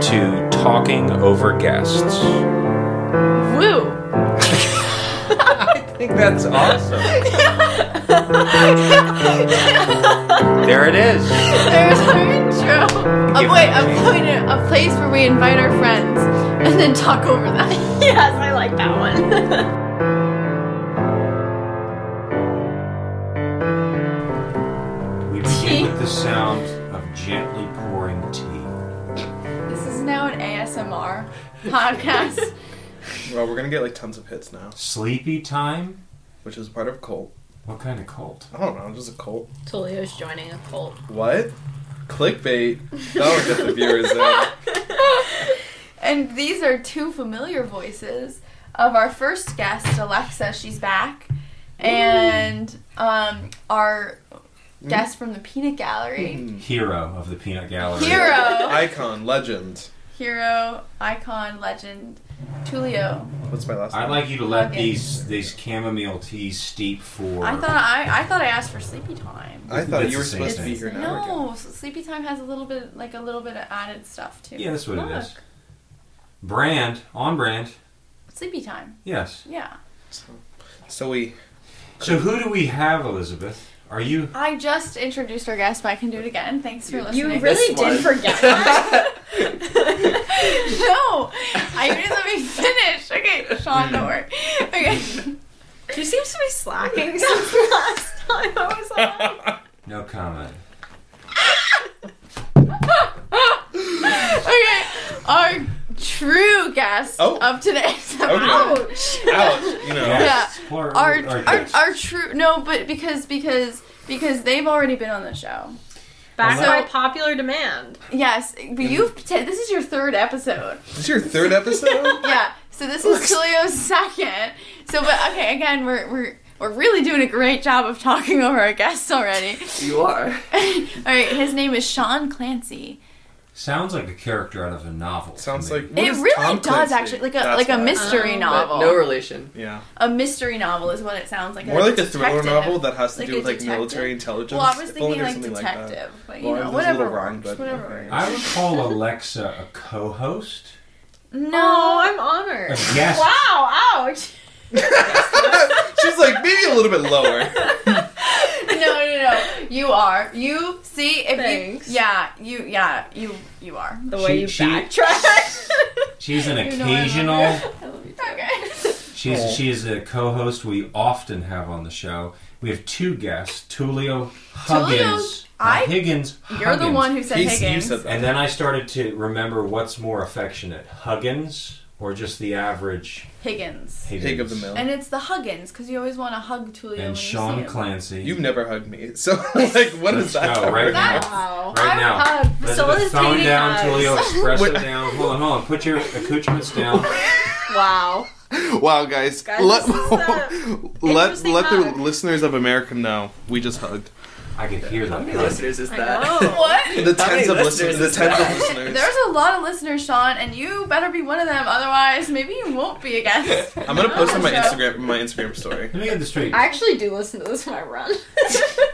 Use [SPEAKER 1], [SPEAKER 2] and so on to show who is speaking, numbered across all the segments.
[SPEAKER 1] to talking over guests.
[SPEAKER 2] Woo!
[SPEAKER 1] I think that's awesome. there it is.
[SPEAKER 2] There's our intro. A,
[SPEAKER 1] Give
[SPEAKER 2] wait,
[SPEAKER 1] it
[SPEAKER 2] a,
[SPEAKER 1] to me.
[SPEAKER 2] point, a place where we invite our friends and then talk over them. yes, I like that one.
[SPEAKER 1] We
[SPEAKER 2] Tea.
[SPEAKER 1] begin with the sound of gently pouring tea.
[SPEAKER 2] this is now an ASMR podcast.
[SPEAKER 3] Well, we're gonna get like tons of hits now,
[SPEAKER 1] Sleepy time?
[SPEAKER 3] which is part of a cult.
[SPEAKER 1] What kind of cult?
[SPEAKER 3] I don't know, just a cult.
[SPEAKER 2] Tulio's joining a cult.
[SPEAKER 3] What? Clickbait. That'll get the viewers in.
[SPEAKER 2] and these are two familiar voices of our first guest, Alexa. She's back. And um, our guest from the Peanut Gallery,
[SPEAKER 1] Hero of the Peanut Gallery.
[SPEAKER 2] Hero.
[SPEAKER 3] Hmm. Icon, legend.
[SPEAKER 2] Mm. Hero, icon, legend, Tulio.
[SPEAKER 3] What's my last
[SPEAKER 1] I'd
[SPEAKER 3] name?
[SPEAKER 1] like you to let
[SPEAKER 2] Okay.
[SPEAKER 1] these these chamomile teas steep for.
[SPEAKER 2] I thought I, I thought I asked for sleepy time.
[SPEAKER 3] I thought
[SPEAKER 1] That's
[SPEAKER 3] you were
[SPEAKER 1] the same
[SPEAKER 3] supposed to be
[SPEAKER 1] thing.
[SPEAKER 3] here now. again.
[SPEAKER 2] no, so sleepy time has a little bit, like a little bit of added stuff too.
[SPEAKER 1] Yeah, that's what it is.
[SPEAKER 2] Look,
[SPEAKER 1] Brand on brand.
[SPEAKER 2] Sleepy time.
[SPEAKER 1] Yes.
[SPEAKER 2] Yeah,
[SPEAKER 3] So, so we.
[SPEAKER 1] So who do we have, Elizabeth? Are you?
[SPEAKER 2] I just introduced our guest, but I can do it again. Thanks for listening.
[SPEAKER 4] You really
[SPEAKER 3] one.
[SPEAKER 4] did forget that.
[SPEAKER 2] no, I didn't let me finish. Okay, Sean, don't worry. Okay,
[SPEAKER 4] she seems to be slacking since the last time I was on.
[SPEAKER 1] No comment.
[SPEAKER 2] okay, our true guest
[SPEAKER 3] Oh.
[SPEAKER 2] of today.
[SPEAKER 3] Okay. Ouch. You know.
[SPEAKER 1] Yes.
[SPEAKER 2] Yeah.
[SPEAKER 1] Plur-
[SPEAKER 2] Our,
[SPEAKER 1] or
[SPEAKER 2] our,
[SPEAKER 1] yes.
[SPEAKER 2] our true no, but because because because they've already been on the show.
[SPEAKER 4] Back
[SPEAKER 2] So-
[SPEAKER 4] by popular demand.
[SPEAKER 2] Yes, but you've t- this is your third episode.
[SPEAKER 3] This is your third episode.
[SPEAKER 2] Yeah, so this is Tulio's second. So, but okay, again, we're we're we're really doing a great job of talking over our guests already.
[SPEAKER 3] you are.
[SPEAKER 2] All right, his name is Sean Clancy.
[SPEAKER 1] Sounds like a character out of a novel. to
[SPEAKER 3] Sounds
[SPEAKER 1] me.
[SPEAKER 3] like. what
[SPEAKER 2] it
[SPEAKER 3] is
[SPEAKER 2] really
[SPEAKER 3] Tom
[SPEAKER 2] does
[SPEAKER 3] Clancy?
[SPEAKER 2] actually, like a
[SPEAKER 3] That's
[SPEAKER 2] like a
[SPEAKER 3] why.
[SPEAKER 2] mystery
[SPEAKER 4] Um,
[SPEAKER 5] But
[SPEAKER 2] novel.
[SPEAKER 5] no relation.
[SPEAKER 3] Yeah.
[SPEAKER 2] a mystery novel is what it sounds like.
[SPEAKER 3] More like a thriller
[SPEAKER 2] detective.
[SPEAKER 3] novel that has to
[SPEAKER 2] Like
[SPEAKER 3] do
[SPEAKER 2] a
[SPEAKER 3] with like
[SPEAKER 2] detective?
[SPEAKER 3] military intelligence.
[SPEAKER 2] Well, I was
[SPEAKER 3] if only
[SPEAKER 2] thinking
[SPEAKER 3] there's
[SPEAKER 2] like
[SPEAKER 3] something
[SPEAKER 2] detective,
[SPEAKER 3] that.
[SPEAKER 2] but you
[SPEAKER 3] Well,
[SPEAKER 2] know,
[SPEAKER 3] there's a little
[SPEAKER 2] whatever
[SPEAKER 3] wrong,
[SPEAKER 2] works,
[SPEAKER 3] but
[SPEAKER 2] whatever
[SPEAKER 3] okay.
[SPEAKER 2] works.
[SPEAKER 1] I would call Alexa a co-host.
[SPEAKER 2] No,
[SPEAKER 4] Oh, I'm honored.
[SPEAKER 1] A guest.
[SPEAKER 4] Wow, ouch.
[SPEAKER 3] She's like maybe a little bit lower.
[SPEAKER 2] no, no, no. You are. You see if
[SPEAKER 4] Thanks.
[SPEAKER 2] you yeah, you yeah, you you are.
[SPEAKER 4] The
[SPEAKER 1] She-
[SPEAKER 4] way you
[SPEAKER 1] she-
[SPEAKER 4] backtrack.
[SPEAKER 1] She's an
[SPEAKER 2] You know I love
[SPEAKER 1] occasional.
[SPEAKER 4] I love you too.
[SPEAKER 2] Okay.
[SPEAKER 1] She's she is a co-host we often have on the show. We have two guests, Tulio Huggins. uh,
[SPEAKER 2] Tulio's- I-
[SPEAKER 1] Higgins.
[SPEAKER 2] You're the
[SPEAKER 1] Huggins.
[SPEAKER 2] one who said
[SPEAKER 3] He's, you
[SPEAKER 2] Higgins.
[SPEAKER 3] said that.
[SPEAKER 1] And then I started to remember what's more affectionate, Huggins or just the average
[SPEAKER 2] Higgins.
[SPEAKER 1] Higgins.
[SPEAKER 3] Pig of the mill.
[SPEAKER 2] And it's the Huggins because you always want to hug Tulio. when
[SPEAKER 1] And Sean
[SPEAKER 2] you see him.
[SPEAKER 1] Clancy.
[SPEAKER 3] You've never hugged me, so like, what
[SPEAKER 1] Let's
[SPEAKER 3] is that?
[SPEAKER 1] go right
[SPEAKER 3] cover?
[SPEAKER 1] now.
[SPEAKER 2] That's
[SPEAKER 4] Wow.
[SPEAKER 1] Right
[SPEAKER 2] I
[SPEAKER 1] now.
[SPEAKER 2] would hug.
[SPEAKER 1] Elizabeth,
[SPEAKER 4] Sola's
[SPEAKER 1] phone
[SPEAKER 4] beating
[SPEAKER 1] down,
[SPEAKER 4] us.
[SPEAKER 1] Tulio
[SPEAKER 3] Wait.
[SPEAKER 1] Espresso down. Hold on, hold on. Put your accoutrements down.
[SPEAKER 4] Wow.
[SPEAKER 3] Wow, guys,
[SPEAKER 4] Guys,
[SPEAKER 3] let
[SPEAKER 4] this is, uh,
[SPEAKER 3] let
[SPEAKER 4] interesting
[SPEAKER 3] let
[SPEAKER 4] hug.
[SPEAKER 3] the listeners of America know we just hugged.
[SPEAKER 1] I can hear that.
[SPEAKER 5] How many
[SPEAKER 1] gun.
[SPEAKER 5] listeners is
[SPEAKER 4] I
[SPEAKER 5] that?
[SPEAKER 4] know.
[SPEAKER 2] What?
[SPEAKER 3] The
[SPEAKER 5] How many
[SPEAKER 3] tens of listeners,
[SPEAKER 5] listeners
[SPEAKER 3] the
[SPEAKER 5] is
[SPEAKER 3] tens of
[SPEAKER 5] that?
[SPEAKER 3] listeners.
[SPEAKER 2] There's a lot of listeners, Sean, and you better be one of them. Otherwise, maybe you won't be a guest.
[SPEAKER 3] I'm gonna post on my
[SPEAKER 2] Show.
[SPEAKER 3] Instagram my Instagram story.
[SPEAKER 1] Let me get this straight.
[SPEAKER 4] I actually do listen to this when I run.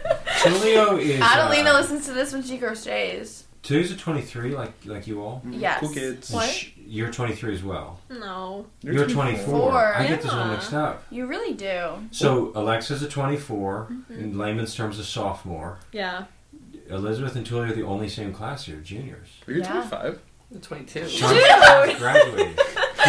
[SPEAKER 1] Tulio is.
[SPEAKER 2] Adelina
[SPEAKER 1] uh,
[SPEAKER 2] listens to this when she crochets.
[SPEAKER 1] Tulio's a 23, like like you all.
[SPEAKER 2] Yes.
[SPEAKER 3] Cool kids.
[SPEAKER 2] What?
[SPEAKER 1] Sh- You're 23 as well.
[SPEAKER 4] no.
[SPEAKER 1] You're, 24.
[SPEAKER 2] 24,
[SPEAKER 1] I get this one
[SPEAKER 4] yeah.
[SPEAKER 1] mixed up.
[SPEAKER 2] You really do.
[SPEAKER 1] So Alexa's a 24.
[SPEAKER 4] Mm-hmm.
[SPEAKER 1] In layman's terms, a sophomore.
[SPEAKER 4] Yeah.
[SPEAKER 1] Elizabeth and Tulio are the only same class here, juniors.
[SPEAKER 3] Are you
[SPEAKER 2] Yeah.
[SPEAKER 3] 25?
[SPEAKER 5] I'm 22.
[SPEAKER 1] Sean's just graduated. He's leaving.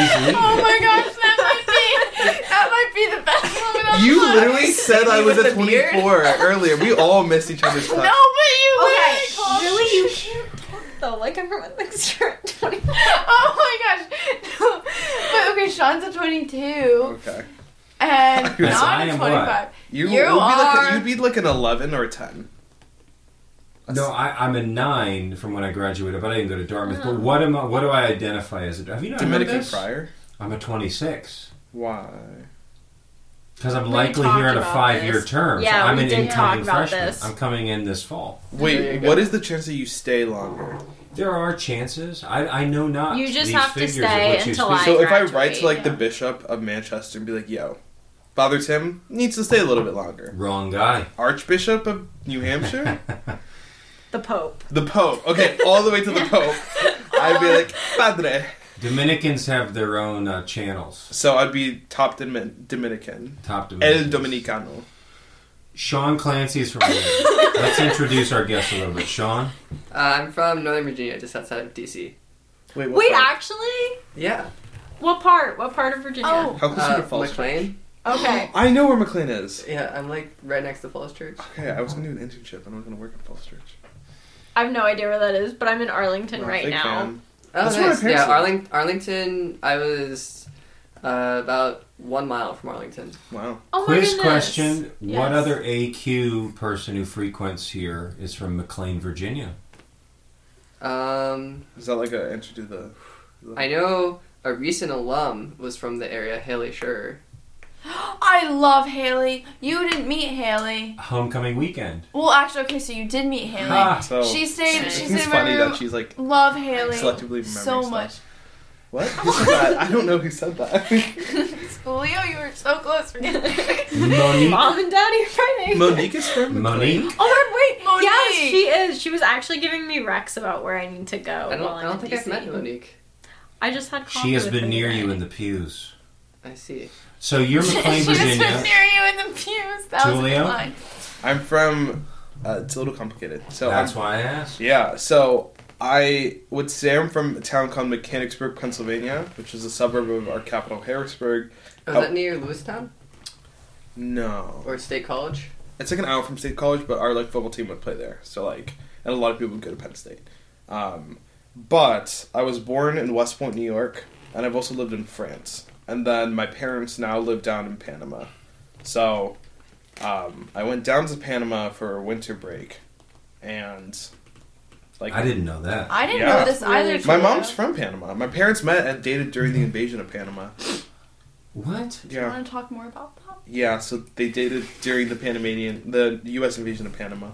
[SPEAKER 2] Oh my gosh, that might be that might be the best moment of
[SPEAKER 3] You
[SPEAKER 2] my life.
[SPEAKER 3] literally said I was
[SPEAKER 5] with
[SPEAKER 3] at
[SPEAKER 5] the beard?
[SPEAKER 3] 24 earlier. We all missed each other's
[SPEAKER 2] No,
[SPEAKER 3] class.
[SPEAKER 2] but you
[SPEAKER 4] Okay.
[SPEAKER 2] literally called
[SPEAKER 4] Really, you can't talk though. Like I'm from an extra twenty.
[SPEAKER 2] Oh my gosh. No. But okay, Sean's a 22
[SPEAKER 3] Okay.
[SPEAKER 2] and
[SPEAKER 3] Yes,
[SPEAKER 1] I
[SPEAKER 2] not a
[SPEAKER 1] am
[SPEAKER 2] 25.
[SPEAKER 3] You,
[SPEAKER 2] You
[SPEAKER 3] would be like
[SPEAKER 2] are-
[SPEAKER 3] a, you'd be like an 11 or a 10.
[SPEAKER 1] No, I, I'm a nine from when I graduated, but I didn't go to Dartmouth. But what am I? What do I identify as? Have you not heard
[SPEAKER 3] Dominican
[SPEAKER 1] this?
[SPEAKER 3] Friar.
[SPEAKER 1] I'm a 26
[SPEAKER 3] Why?
[SPEAKER 1] because I'm
[SPEAKER 4] We
[SPEAKER 1] likely
[SPEAKER 4] talked
[SPEAKER 1] here on a
[SPEAKER 4] about
[SPEAKER 1] five-year
[SPEAKER 4] this.
[SPEAKER 1] term.
[SPEAKER 4] Yeah,
[SPEAKER 1] so I'm
[SPEAKER 4] we
[SPEAKER 1] an
[SPEAKER 4] did
[SPEAKER 1] incoming
[SPEAKER 4] talk about
[SPEAKER 1] freshman.
[SPEAKER 4] this.
[SPEAKER 1] I'm coming in this fall.
[SPEAKER 5] There you
[SPEAKER 3] Wait,
[SPEAKER 5] go.
[SPEAKER 3] what is the chance that you stay longer?
[SPEAKER 1] There are chances. I, I know not.
[SPEAKER 4] You just
[SPEAKER 1] these
[SPEAKER 4] have to
[SPEAKER 1] figures of
[SPEAKER 4] stay
[SPEAKER 1] what you
[SPEAKER 4] until
[SPEAKER 1] speak.
[SPEAKER 4] I-
[SPEAKER 3] so if I write
[SPEAKER 4] graduate,
[SPEAKER 3] to like the
[SPEAKER 2] yeah.
[SPEAKER 3] Bishop of Manchester and be like, yo, Father Tim needs to stay a little bit longer.
[SPEAKER 1] Wrong guy.
[SPEAKER 3] Archbishop of New Hampshire?
[SPEAKER 4] The Pope.
[SPEAKER 3] the Pope. Okay, all the way to the Pope. I'd be like padre.
[SPEAKER 1] Dominicans have their own uh, channels.
[SPEAKER 3] So I'd be top Domin- Dominican.
[SPEAKER 1] Top
[SPEAKER 3] El
[SPEAKER 1] Dominicans.
[SPEAKER 3] Dominicano.
[SPEAKER 1] Sean Clancy is from. Maine. Let's introduce our guest a little bit. Sean,
[SPEAKER 5] Uh, I'm from Northern Virginia, just outside of DC.
[SPEAKER 3] Wait,
[SPEAKER 4] Wait,
[SPEAKER 3] part?
[SPEAKER 4] actually,
[SPEAKER 5] Yeah.
[SPEAKER 4] what part? What part of Virginia?
[SPEAKER 2] Oh,
[SPEAKER 3] How close are
[SPEAKER 5] Uh,
[SPEAKER 3] to Falls Church?
[SPEAKER 5] McLean.
[SPEAKER 4] okay.
[SPEAKER 3] I know where McLean is.
[SPEAKER 5] Yeah, I'm like right next to Falls Church.
[SPEAKER 3] Okay, I was gonna do an internship and I was gonna work at Falls Church.
[SPEAKER 4] I have no idea where that is, but I'm in Arlington
[SPEAKER 3] Not a
[SPEAKER 4] right
[SPEAKER 3] big
[SPEAKER 4] now.
[SPEAKER 3] fan.
[SPEAKER 5] Oh,
[SPEAKER 3] That's where my
[SPEAKER 5] nice.
[SPEAKER 3] parents
[SPEAKER 5] Yeah,
[SPEAKER 3] live.
[SPEAKER 5] Arling- Arlington. I was uh, about one mile from Arlington.
[SPEAKER 3] Wow.
[SPEAKER 4] Oh my
[SPEAKER 1] quiz
[SPEAKER 4] goodness.
[SPEAKER 1] question: What
[SPEAKER 4] Yes.
[SPEAKER 1] other AQ person who frequents here is from McLean, Virginia?
[SPEAKER 5] Um,
[SPEAKER 3] Is that like an entry to the?
[SPEAKER 5] I know a recent alum was from the area, Haley Scherer.
[SPEAKER 2] I love Haley. You didn't meet Haley.
[SPEAKER 1] Homecoming weekend.
[SPEAKER 2] Well, actually, okay, so you did meet Haley.
[SPEAKER 1] Ah,
[SPEAKER 3] So
[SPEAKER 2] She stayed.
[SPEAKER 3] Oh. it's
[SPEAKER 2] She
[SPEAKER 4] she's
[SPEAKER 2] stayed in
[SPEAKER 3] funny
[SPEAKER 2] my room.
[SPEAKER 3] that she's like
[SPEAKER 2] Love Haley
[SPEAKER 3] selectively remembering
[SPEAKER 2] so
[SPEAKER 3] stuff.
[SPEAKER 2] much.
[SPEAKER 3] What? Who said that? I don't know who said that.
[SPEAKER 2] Leo, you were so close.
[SPEAKER 1] Monique.
[SPEAKER 4] Mom and Daddy Friday.
[SPEAKER 3] Monique is from
[SPEAKER 1] Monique.
[SPEAKER 4] Oh my wait,
[SPEAKER 2] Monique.
[SPEAKER 4] Yes, she is. She was actually giving me recs about where I need to go.
[SPEAKER 5] I don't,
[SPEAKER 4] while
[SPEAKER 5] I
[SPEAKER 4] I'm
[SPEAKER 5] don't
[SPEAKER 4] in
[SPEAKER 5] think I've
[SPEAKER 4] DC.
[SPEAKER 5] met Monique.
[SPEAKER 4] I just had. Coffee
[SPEAKER 1] She has
[SPEAKER 4] with
[SPEAKER 1] been
[SPEAKER 4] her
[SPEAKER 1] near
[SPEAKER 4] today.
[SPEAKER 1] you in the pews.
[SPEAKER 5] I see.
[SPEAKER 1] So you're McLean,
[SPEAKER 2] she was
[SPEAKER 1] Virginia.
[SPEAKER 2] near you in the pews. That was a
[SPEAKER 1] Tulio?
[SPEAKER 2] good line.
[SPEAKER 3] I'm from. Uh, it's a little complicated. So I'm
[SPEAKER 1] That's why I asked.
[SPEAKER 3] Yeah, so I would say I'm from a town called Mechanicsburg, Pennsylvania, which is a suburb of our capital, Harrisburg.
[SPEAKER 5] Was
[SPEAKER 3] Oh.
[SPEAKER 5] that near Lewistown
[SPEAKER 3] No,
[SPEAKER 5] or State College?
[SPEAKER 3] it's like an hour from State College, but our like football team would play there. So like, and a lot of people would go to Penn State. Um, but I was born in West Point, New York, and I've also lived in France. And then my parents now live down in Panama. So um, I went down to Panama for winter break, and like
[SPEAKER 1] I didn't know that.
[SPEAKER 2] I didn't
[SPEAKER 3] Yeah.
[SPEAKER 2] know this either.
[SPEAKER 3] My
[SPEAKER 2] Tulio.
[SPEAKER 3] mom's from Panama. My parents met and dated during the invasion of Panama.
[SPEAKER 1] What?
[SPEAKER 2] Do you
[SPEAKER 3] Yeah.
[SPEAKER 2] want to talk more about that?
[SPEAKER 3] Yeah, so they dated during the Panamanian, the U.S. invasion of Panama.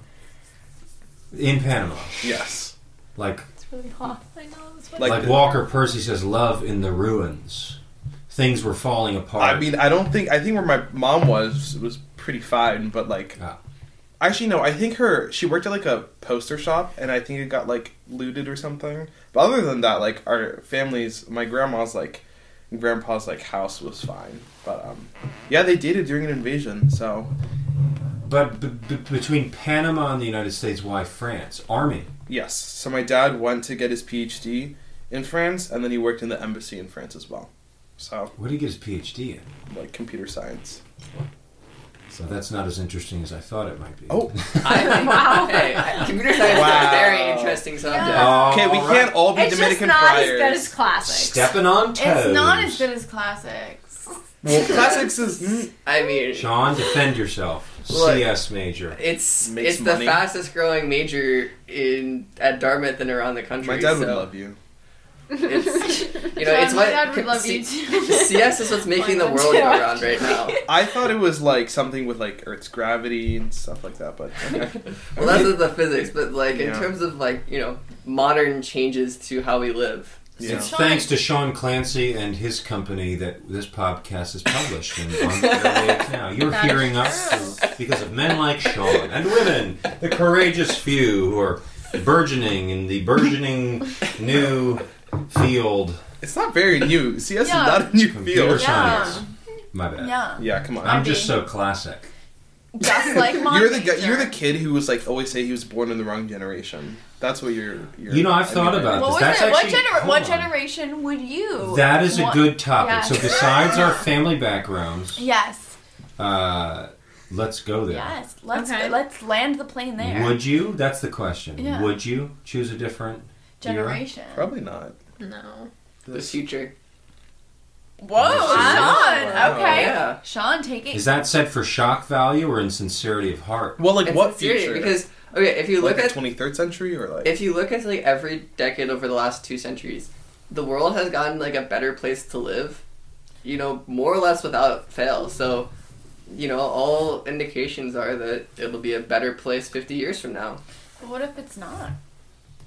[SPEAKER 1] In Panama.
[SPEAKER 3] Yes.
[SPEAKER 1] Like
[SPEAKER 2] It's really hot. I know. It's
[SPEAKER 1] like,
[SPEAKER 3] Like the-
[SPEAKER 1] Walker Percy says, love in the ruins. Things were falling apart.
[SPEAKER 3] I mean, I don't think, I think where my mom was was pretty fine, but like,
[SPEAKER 1] Ah.
[SPEAKER 3] actually, no, I think her, she worked at like a poster shop and I think it got like looted or something. But other than that, like, our families, my grandma's like, grandpa's like house was fine. But, um, yeah, they dated during an invasion, so,
[SPEAKER 1] but b- b- between Panama and the United States, why France? Army.
[SPEAKER 3] Yes. So my dad went to get his PhD in France, and then he worked in the embassy in France as well. So
[SPEAKER 1] What did he get his PhD in?
[SPEAKER 3] like computer science.
[SPEAKER 1] So that's not as interesting as I thought it might be.
[SPEAKER 3] Oh.
[SPEAKER 5] I think.
[SPEAKER 4] Wow.
[SPEAKER 5] Hey, I- computer science is
[SPEAKER 3] Wow.
[SPEAKER 5] a very interesting subject.
[SPEAKER 2] Yeah.
[SPEAKER 3] Okay, we
[SPEAKER 1] All right.
[SPEAKER 3] can't all be
[SPEAKER 4] It's
[SPEAKER 3] Dominican
[SPEAKER 4] just not
[SPEAKER 3] friars.
[SPEAKER 4] as good as classics.
[SPEAKER 1] Stepping on toes.
[SPEAKER 2] It's not as good as classics.
[SPEAKER 3] well, classics is mm,
[SPEAKER 5] I mean,
[SPEAKER 1] Sean, defend yourself.
[SPEAKER 5] Look.
[SPEAKER 1] CS major.
[SPEAKER 5] it's
[SPEAKER 3] Makes
[SPEAKER 5] it's
[SPEAKER 3] money.
[SPEAKER 5] the fastest growing major in at Dartmouth and around the country.
[SPEAKER 3] my dad would
[SPEAKER 5] so
[SPEAKER 3] love you.
[SPEAKER 5] It's, you know,
[SPEAKER 2] John,
[SPEAKER 5] it's
[SPEAKER 2] my
[SPEAKER 5] what
[SPEAKER 2] dad would love
[SPEAKER 5] C-
[SPEAKER 2] you too.
[SPEAKER 5] CS is what's making the
[SPEAKER 4] dad
[SPEAKER 5] world
[SPEAKER 4] too,
[SPEAKER 5] go around right now.
[SPEAKER 3] I thought it was like something with like Earth's gravity and stuff like that, but okay.
[SPEAKER 5] Well, that's with the physics, but like in
[SPEAKER 3] Yeah.
[SPEAKER 5] terms of like you know modern changes to how we live.
[SPEAKER 3] Yeah.
[SPEAKER 1] It's thanks to Sean Clancy and his company that this podcast is published in on the airwaves now. You're
[SPEAKER 4] That is
[SPEAKER 1] hearing us because of men like Sean and women, the courageous few who are burgeoning in the burgeoning new field
[SPEAKER 3] It's not very new. CS
[SPEAKER 2] Yeah.
[SPEAKER 3] is not a new
[SPEAKER 1] computer
[SPEAKER 3] field.
[SPEAKER 2] Yeah.
[SPEAKER 1] science. My bad.
[SPEAKER 2] Yeah,
[SPEAKER 3] Yeah, come on.
[SPEAKER 1] I'm just so classic.
[SPEAKER 2] just like my
[SPEAKER 3] you're the
[SPEAKER 2] teacher.
[SPEAKER 3] guy, you're the kid who was like always say he was born in the wrong generation. That's what you're. you're
[SPEAKER 1] You know, I've thought
[SPEAKER 3] emulating.
[SPEAKER 1] about
[SPEAKER 2] What was
[SPEAKER 1] That's
[SPEAKER 2] it? What,
[SPEAKER 1] actually-
[SPEAKER 2] gener- what
[SPEAKER 1] hold on.
[SPEAKER 2] generation would you?
[SPEAKER 1] That is a
[SPEAKER 2] want-
[SPEAKER 1] good topic.
[SPEAKER 2] Yeah.
[SPEAKER 1] So besides our family backgrounds,
[SPEAKER 2] Yes.
[SPEAKER 1] uh, let's go there.
[SPEAKER 2] Yes. Let's
[SPEAKER 4] Okay.
[SPEAKER 2] let's land the plane there.
[SPEAKER 1] Would you? That's the question.
[SPEAKER 2] Yeah.
[SPEAKER 1] Would you choose a different era?
[SPEAKER 2] generation.
[SPEAKER 3] Probably not.
[SPEAKER 4] No.
[SPEAKER 5] The future.
[SPEAKER 2] Whoa, Sean.
[SPEAKER 3] Wow.
[SPEAKER 2] Okay.
[SPEAKER 5] Yeah.
[SPEAKER 2] Sean, take it.
[SPEAKER 1] Is that set for shock value or in sincerity of heart?
[SPEAKER 3] Well, like
[SPEAKER 5] It's
[SPEAKER 3] what
[SPEAKER 5] serious,
[SPEAKER 3] future?
[SPEAKER 5] Because okay, if you
[SPEAKER 3] like
[SPEAKER 5] look
[SPEAKER 3] the
[SPEAKER 5] at
[SPEAKER 3] twenty third century or like
[SPEAKER 5] if you look at like every decade over the last two centuries, the world has gotten like a better place to live, you know, more or less without fail. So, you know, all indications are that it'll be a better place 50 years from now.
[SPEAKER 2] what if it's not?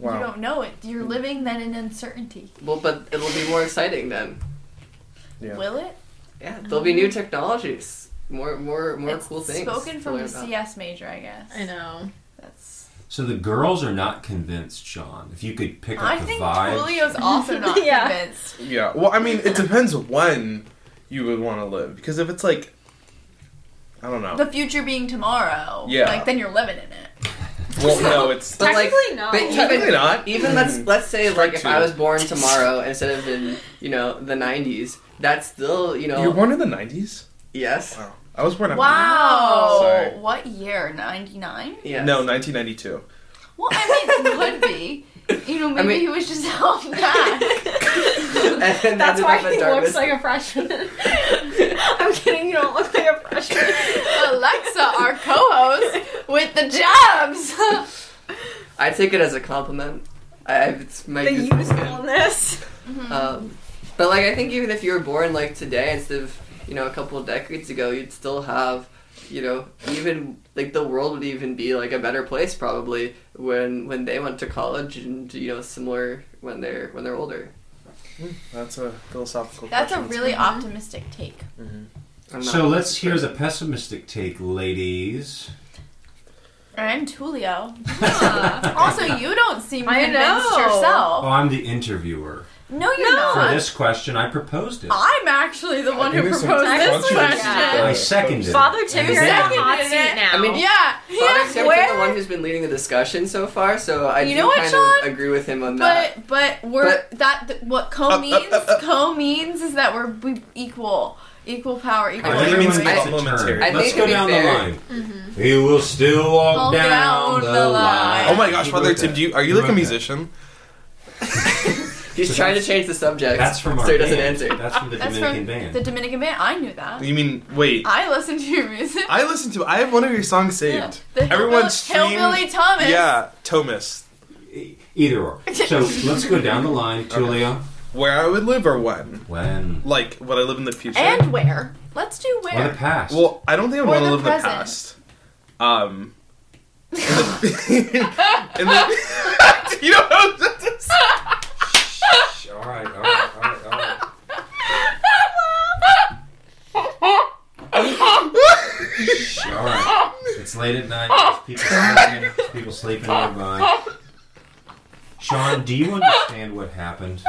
[SPEAKER 2] You
[SPEAKER 3] wow.
[SPEAKER 2] don't know it. You're
[SPEAKER 1] Mm.
[SPEAKER 2] living then in uncertainty.
[SPEAKER 5] Well, but it'll be more exciting then.
[SPEAKER 3] Yeah.
[SPEAKER 2] Will it?
[SPEAKER 5] Yeah, there'll be new technologies, more, more, more
[SPEAKER 2] it's
[SPEAKER 5] cool things.
[SPEAKER 2] spoken
[SPEAKER 5] to
[SPEAKER 2] from
[SPEAKER 5] learn
[SPEAKER 2] the
[SPEAKER 5] about.
[SPEAKER 2] CS major, I guess.
[SPEAKER 4] I know.
[SPEAKER 2] That's
[SPEAKER 1] So the girls are not convinced, Sean. If you could pick up
[SPEAKER 2] I
[SPEAKER 1] the
[SPEAKER 2] think
[SPEAKER 1] vibe.
[SPEAKER 2] Tulio's also not
[SPEAKER 4] Yeah.
[SPEAKER 2] convinced.
[SPEAKER 3] Yeah. Well, I mean, it depends when you would want to live. Because if it's like, I don't know.
[SPEAKER 2] The future being tomorrow.
[SPEAKER 3] Oh. Yeah.
[SPEAKER 2] Like then you're living in it.
[SPEAKER 3] Well, no, it's
[SPEAKER 5] But like,
[SPEAKER 4] Technically, no.
[SPEAKER 5] But
[SPEAKER 3] Technically
[SPEAKER 5] even
[SPEAKER 3] not. Hmm.
[SPEAKER 5] even let's let's say like if
[SPEAKER 3] two.
[SPEAKER 5] I was born tomorrow instead of in you know the '90s, that's still you know
[SPEAKER 3] you were born in the '90s.
[SPEAKER 5] yes
[SPEAKER 3] Wow. I was born. in-
[SPEAKER 2] Wow.
[SPEAKER 3] Sorry.
[SPEAKER 2] What year? Ninety nine?
[SPEAKER 5] yes
[SPEAKER 3] No, 1992.
[SPEAKER 2] Well, I mean, could be. You know, maybe
[SPEAKER 5] mean-
[SPEAKER 2] he was just out back.
[SPEAKER 5] And
[SPEAKER 4] That's
[SPEAKER 5] ended
[SPEAKER 4] why
[SPEAKER 5] up in
[SPEAKER 4] he
[SPEAKER 5] Dartmouth.
[SPEAKER 4] looks like a freshman. I'm kidding, you don't look like a freshman.
[SPEAKER 2] Alexa, our co-host with the jobs.
[SPEAKER 5] I take it as a compliment. I, I- it's my
[SPEAKER 4] the
[SPEAKER 5] youth-
[SPEAKER 4] usefulness.
[SPEAKER 5] Um, but like I think even if you were born like today instead of you know a couple of decades ago, you'd still have you know even like the world would even be like a better place probably when when they went to college and you know similar when they're when they're older.
[SPEAKER 3] That's a philosophical.
[SPEAKER 2] That's a
[SPEAKER 3] question.
[SPEAKER 2] really optimistic take.
[SPEAKER 5] I'm not-
[SPEAKER 1] So let's hear the pessimistic take, ladies.
[SPEAKER 2] I'm Tulio.
[SPEAKER 4] Huh.
[SPEAKER 2] Also, you don't seem
[SPEAKER 4] I
[SPEAKER 2] convinced
[SPEAKER 4] know.
[SPEAKER 1] Oh,
[SPEAKER 2] yourself.
[SPEAKER 1] I'm the interviewer.
[SPEAKER 2] No, you're
[SPEAKER 1] For
[SPEAKER 2] not.
[SPEAKER 1] this question, I proposed it.
[SPEAKER 2] I'm actually the one who
[SPEAKER 3] think there's
[SPEAKER 2] proposed
[SPEAKER 3] some
[SPEAKER 2] this
[SPEAKER 4] controversy
[SPEAKER 2] question.
[SPEAKER 4] there.
[SPEAKER 1] I seconded
[SPEAKER 4] Father
[SPEAKER 1] it.
[SPEAKER 4] Tim,
[SPEAKER 1] And
[SPEAKER 4] you're in a
[SPEAKER 1] then-
[SPEAKER 4] hot
[SPEAKER 2] Yeah.
[SPEAKER 4] seat now.
[SPEAKER 5] I mean,
[SPEAKER 2] Yeah,
[SPEAKER 5] Father
[SPEAKER 2] yeah.
[SPEAKER 5] Tim's been the one who's been leading the discussion so far, so I
[SPEAKER 2] You
[SPEAKER 5] do
[SPEAKER 2] know what,
[SPEAKER 5] kind
[SPEAKER 2] Sean?
[SPEAKER 5] of agree with him on that.
[SPEAKER 2] But but we're that th- what co
[SPEAKER 3] Up, up,
[SPEAKER 2] means
[SPEAKER 3] up, up.
[SPEAKER 2] co means is that we're we equal equal power equal.
[SPEAKER 1] I think everyone
[SPEAKER 3] Everyone gets
[SPEAKER 1] gets a
[SPEAKER 3] complimentary.
[SPEAKER 1] turn.
[SPEAKER 5] I
[SPEAKER 1] Let's
[SPEAKER 5] think
[SPEAKER 1] go
[SPEAKER 5] to be
[SPEAKER 1] down
[SPEAKER 5] fair-
[SPEAKER 1] the line. We will still walk,
[SPEAKER 2] Walk
[SPEAKER 1] down,
[SPEAKER 2] Mm-hmm. down
[SPEAKER 1] the,
[SPEAKER 2] the
[SPEAKER 1] line.
[SPEAKER 2] line.
[SPEAKER 3] Oh my gosh,
[SPEAKER 1] Who
[SPEAKER 3] Father
[SPEAKER 1] wrote
[SPEAKER 3] Tim,
[SPEAKER 1] that?
[SPEAKER 3] do you, are you
[SPEAKER 1] Who
[SPEAKER 3] like
[SPEAKER 1] wrote that?
[SPEAKER 3] a musician?
[SPEAKER 5] He's trying to change the subject.
[SPEAKER 1] That's from our
[SPEAKER 5] so he doesn't
[SPEAKER 1] band.
[SPEAKER 5] answer.
[SPEAKER 1] That's from the
[SPEAKER 2] That's
[SPEAKER 1] Dominican
[SPEAKER 2] from
[SPEAKER 1] band.
[SPEAKER 2] the Dominican band. I knew that.
[SPEAKER 3] You mean wait?
[SPEAKER 2] I listen to your music.
[SPEAKER 3] I listened to. I have one of your songs saved.
[SPEAKER 2] Yeah. The
[SPEAKER 3] Everyone
[SPEAKER 2] Hillbilly-
[SPEAKER 3] stream.
[SPEAKER 2] Hillbilly Thomas.
[SPEAKER 3] Yeah, Thomas.
[SPEAKER 1] E- Either or. So let's go down the line, Tulio.
[SPEAKER 3] Where I would live or when?
[SPEAKER 1] When?
[SPEAKER 3] Like, would I live in the future?
[SPEAKER 2] And where? Let's do
[SPEAKER 1] Or the
[SPEAKER 2] where.
[SPEAKER 1] past.
[SPEAKER 3] well, I don't think I would
[SPEAKER 2] Or
[SPEAKER 3] want to
[SPEAKER 2] the
[SPEAKER 3] live
[SPEAKER 2] present.
[SPEAKER 3] in the past. Um. in the, in the, you know what I was about to say?
[SPEAKER 1] all right, all right, all right, all right. All right. It's late at night. There's people sleeping. There's people sleeping nearby. Sean, do you understand what happened?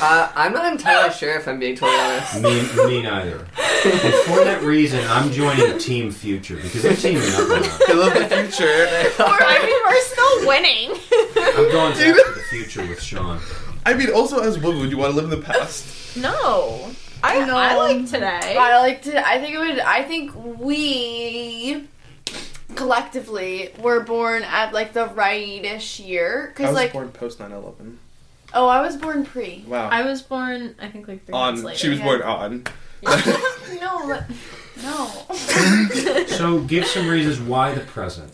[SPEAKER 5] Uh, I'm not entirely sure if I'm being totally honest.
[SPEAKER 1] Me, me neither. And for that reason, I'm joining Team Future because they're teaming up. on us.
[SPEAKER 3] I love the future.
[SPEAKER 4] I mean, we're still winning.
[SPEAKER 1] I'm going back to the future with Sean.
[SPEAKER 3] I mean, also as a woman, would you want to live in the past?
[SPEAKER 4] no. I,
[SPEAKER 2] No.
[SPEAKER 4] I like today.
[SPEAKER 2] I like to. I think it would. I think we collectively were born at like the rightish year
[SPEAKER 3] I
[SPEAKER 2] because
[SPEAKER 3] was
[SPEAKER 2] like
[SPEAKER 3] born post 9-11.
[SPEAKER 2] oh I was born pre.
[SPEAKER 3] Wow.
[SPEAKER 4] I was born, I think, like three
[SPEAKER 3] on
[SPEAKER 4] months later.
[SPEAKER 3] she was
[SPEAKER 2] yeah.
[SPEAKER 3] born on.
[SPEAKER 2] no, but- no.
[SPEAKER 1] So, give some reasons why the present.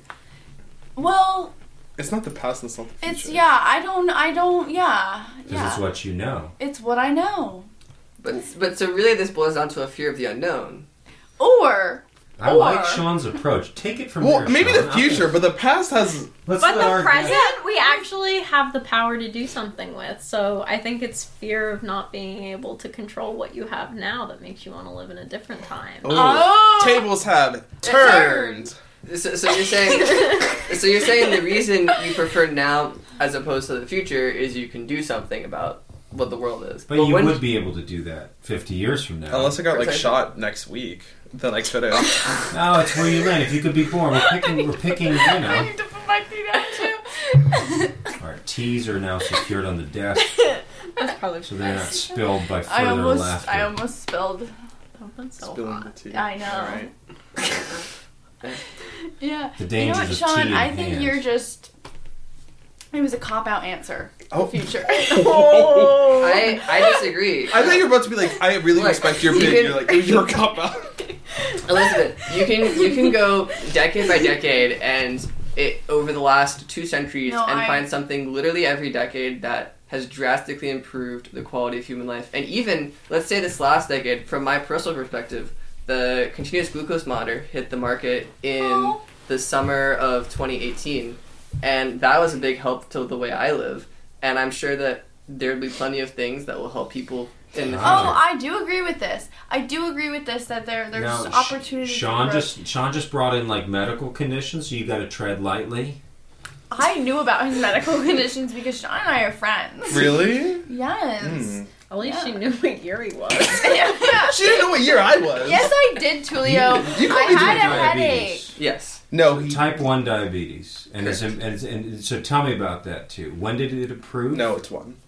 [SPEAKER 2] Well,
[SPEAKER 3] It's not the past. It's not the future.
[SPEAKER 2] it's yeah. I don't. I don't. Yeah.
[SPEAKER 1] Because
[SPEAKER 2] Yeah.
[SPEAKER 1] it's what you know.
[SPEAKER 2] it's what I know.
[SPEAKER 5] But but so really, this boils down to a fear of the unknown.
[SPEAKER 2] Or
[SPEAKER 1] I
[SPEAKER 2] Or-
[SPEAKER 1] like Sean's approach. Take it from
[SPEAKER 3] Well,
[SPEAKER 1] there,
[SPEAKER 3] maybe
[SPEAKER 1] Sean.
[SPEAKER 3] the future, but the past has.
[SPEAKER 1] Let's let
[SPEAKER 4] But the
[SPEAKER 1] our
[SPEAKER 4] present, we actually have the power to do something with. So I think it's fear of not being able to control what you have now that makes you want to live in a different time.
[SPEAKER 3] Ooh.
[SPEAKER 2] oh,
[SPEAKER 3] Tables have turned.
[SPEAKER 5] So, so you're saying so you're saying the reason you prefer now as opposed to the future is you can do something about what the world is.
[SPEAKER 1] But you would be able to do that 50 years from now.
[SPEAKER 3] Unless I got like
[SPEAKER 5] Precisely.
[SPEAKER 3] shot next week, then I couldn't.
[SPEAKER 2] Oh,
[SPEAKER 1] No, Oh, it's where you land. If you could be born, we're picking, we're picking you
[SPEAKER 2] I
[SPEAKER 1] know.
[SPEAKER 2] need to put my feet out too.
[SPEAKER 1] Our teas are now secured on the desk,
[SPEAKER 4] That's probably
[SPEAKER 1] so they're not spilled by
[SPEAKER 2] I
[SPEAKER 1] further
[SPEAKER 2] almost.
[SPEAKER 1] laughter.
[SPEAKER 2] I almost spilled.
[SPEAKER 4] That's so
[SPEAKER 3] Spilling the
[SPEAKER 4] hot.
[SPEAKER 3] tea.
[SPEAKER 2] I know.
[SPEAKER 3] Alright.
[SPEAKER 2] Yeah.
[SPEAKER 1] The
[SPEAKER 2] You know
[SPEAKER 1] dangers
[SPEAKER 2] what,
[SPEAKER 1] of
[SPEAKER 2] Sean?
[SPEAKER 1] tea in
[SPEAKER 2] I think
[SPEAKER 1] hand.
[SPEAKER 2] you're just. It was a cop out answer.
[SPEAKER 3] Oh.
[SPEAKER 2] Future.
[SPEAKER 4] Oh.
[SPEAKER 5] I I disagree.
[SPEAKER 3] I thought you were about to be like, I really
[SPEAKER 5] Look,
[SPEAKER 3] respect your
[SPEAKER 5] you
[SPEAKER 3] opinion.
[SPEAKER 5] can-
[SPEAKER 3] You're like, you're a cop out.
[SPEAKER 5] Elizabeth, you can you can go decade by decade and it over the last two centuries
[SPEAKER 2] No,
[SPEAKER 5] and
[SPEAKER 2] I-
[SPEAKER 5] find something literally every decade that has drastically improved the quality of human life. And even let's say this last decade, from my personal perspective, the continuous glucose monitor hit the market in
[SPEAKER 2] Oh.
[SPEAKER 5] the summer of 2018, and that was a big help to the way I live. And I'm sure that there'll be plenty of things that will help people in the future.
[SPEAKER 2] Oh, I do agree with this. I do agree with this that there there's
[SPEAKER 1] Now, Sh-
[SPEAKER 2] opportunity.
[SPEAKER 1] Sean
[SPEAKER 2] for growth.
[SPEAKER 1] just Sean just brought in like medical conditions, so you got to tread lightly.
[SPEAKER 2] I knew about his medical conditions because Sean and I are friends.
[SPEAKER 3] Really?
[SPEAKER 2] Yes.
[SPEAKER 3] Hmm.
[SPEAKER 4] At least she
[SPEAKER 2] Yeah.
[SPEAKER 4] knew what year he
[SPEAKER 1] Hmm.
[SPEAKER 4] was.
[SPEAKER 3] She didn't know what year I was.
[SPEAKER 2] yes, I did, Tulio.
[SPEAKER 3] You- you
[SPEAKER 2] I
[SPEAKER 3] called me
[SPEAKER 2] had
[SPEAKER 1] Type
[SPEAKER 2] a headache.
[SPEAKER 1] diabetes.
[SPEAKER 5] yes.
[SPEAKER 3] No, he,
[SPEAKER 1] Type one diabetes, and, it's, and, it's- and so tell me about that too. When did it approve?
[SPEAKER 3] no, it's one.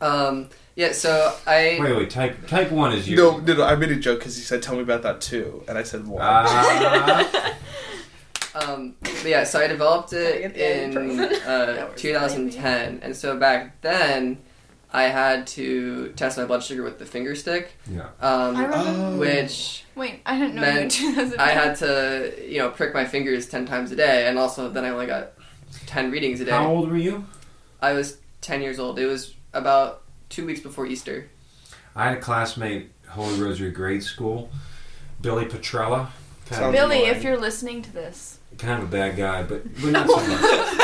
[SPEAKER 5] Um, yeah, so I.
[SPEAKER 1] Wait, wait. Type type one is you.
[SPEAKER 3] No, no, no, I made a joke because he said, "Tell me about that too," and I said, "One."
[SPEAKER 1] Ah,
[SPEAKER 5] Um, but yeah, so I developed
[SPEAKER 4] Gotta get
[SPEAKER 5] it
[SPEAKER 4] the
[SPEAKER 5] in
[SPEAKER 4] ibuprofen.
[SPEAKER 5] uh, 2010, and so back then, I had to test my blood sugar with the finger stick,
[SPEAKER 1] yeah.
[SPEAKER 2] I
[SPEAKER 5] um,
[SPEAKER 2] remember.
[SPEAKER 3] Oh.
[SPEAKER 5] which
[SPEAKER 2] Wait, I didn't know you
[SPEAKER 5] Then
[SPEAKER 2] were 2010.
[SPEAKER 5] I had to, you know, prick my fingers ten times a day, and also then I only got ten readings a day.
[SPEAKER 1] How old were you?
[SPEAKER 5] I was ten years old. It was about two weeks before Easter.
[SPEAKER 1] I had a classmate, Holy Rosary grade school, Billy Petrella. Kind of,
[SPEAKER 3] Sounds-
[SPEAKER 2] Billy,
[SPEAKER 3] Annoying.
[SPEAKER 2] if you're listening to this,
[SPEAKER 1] kind of a bad guy, but, but not so much.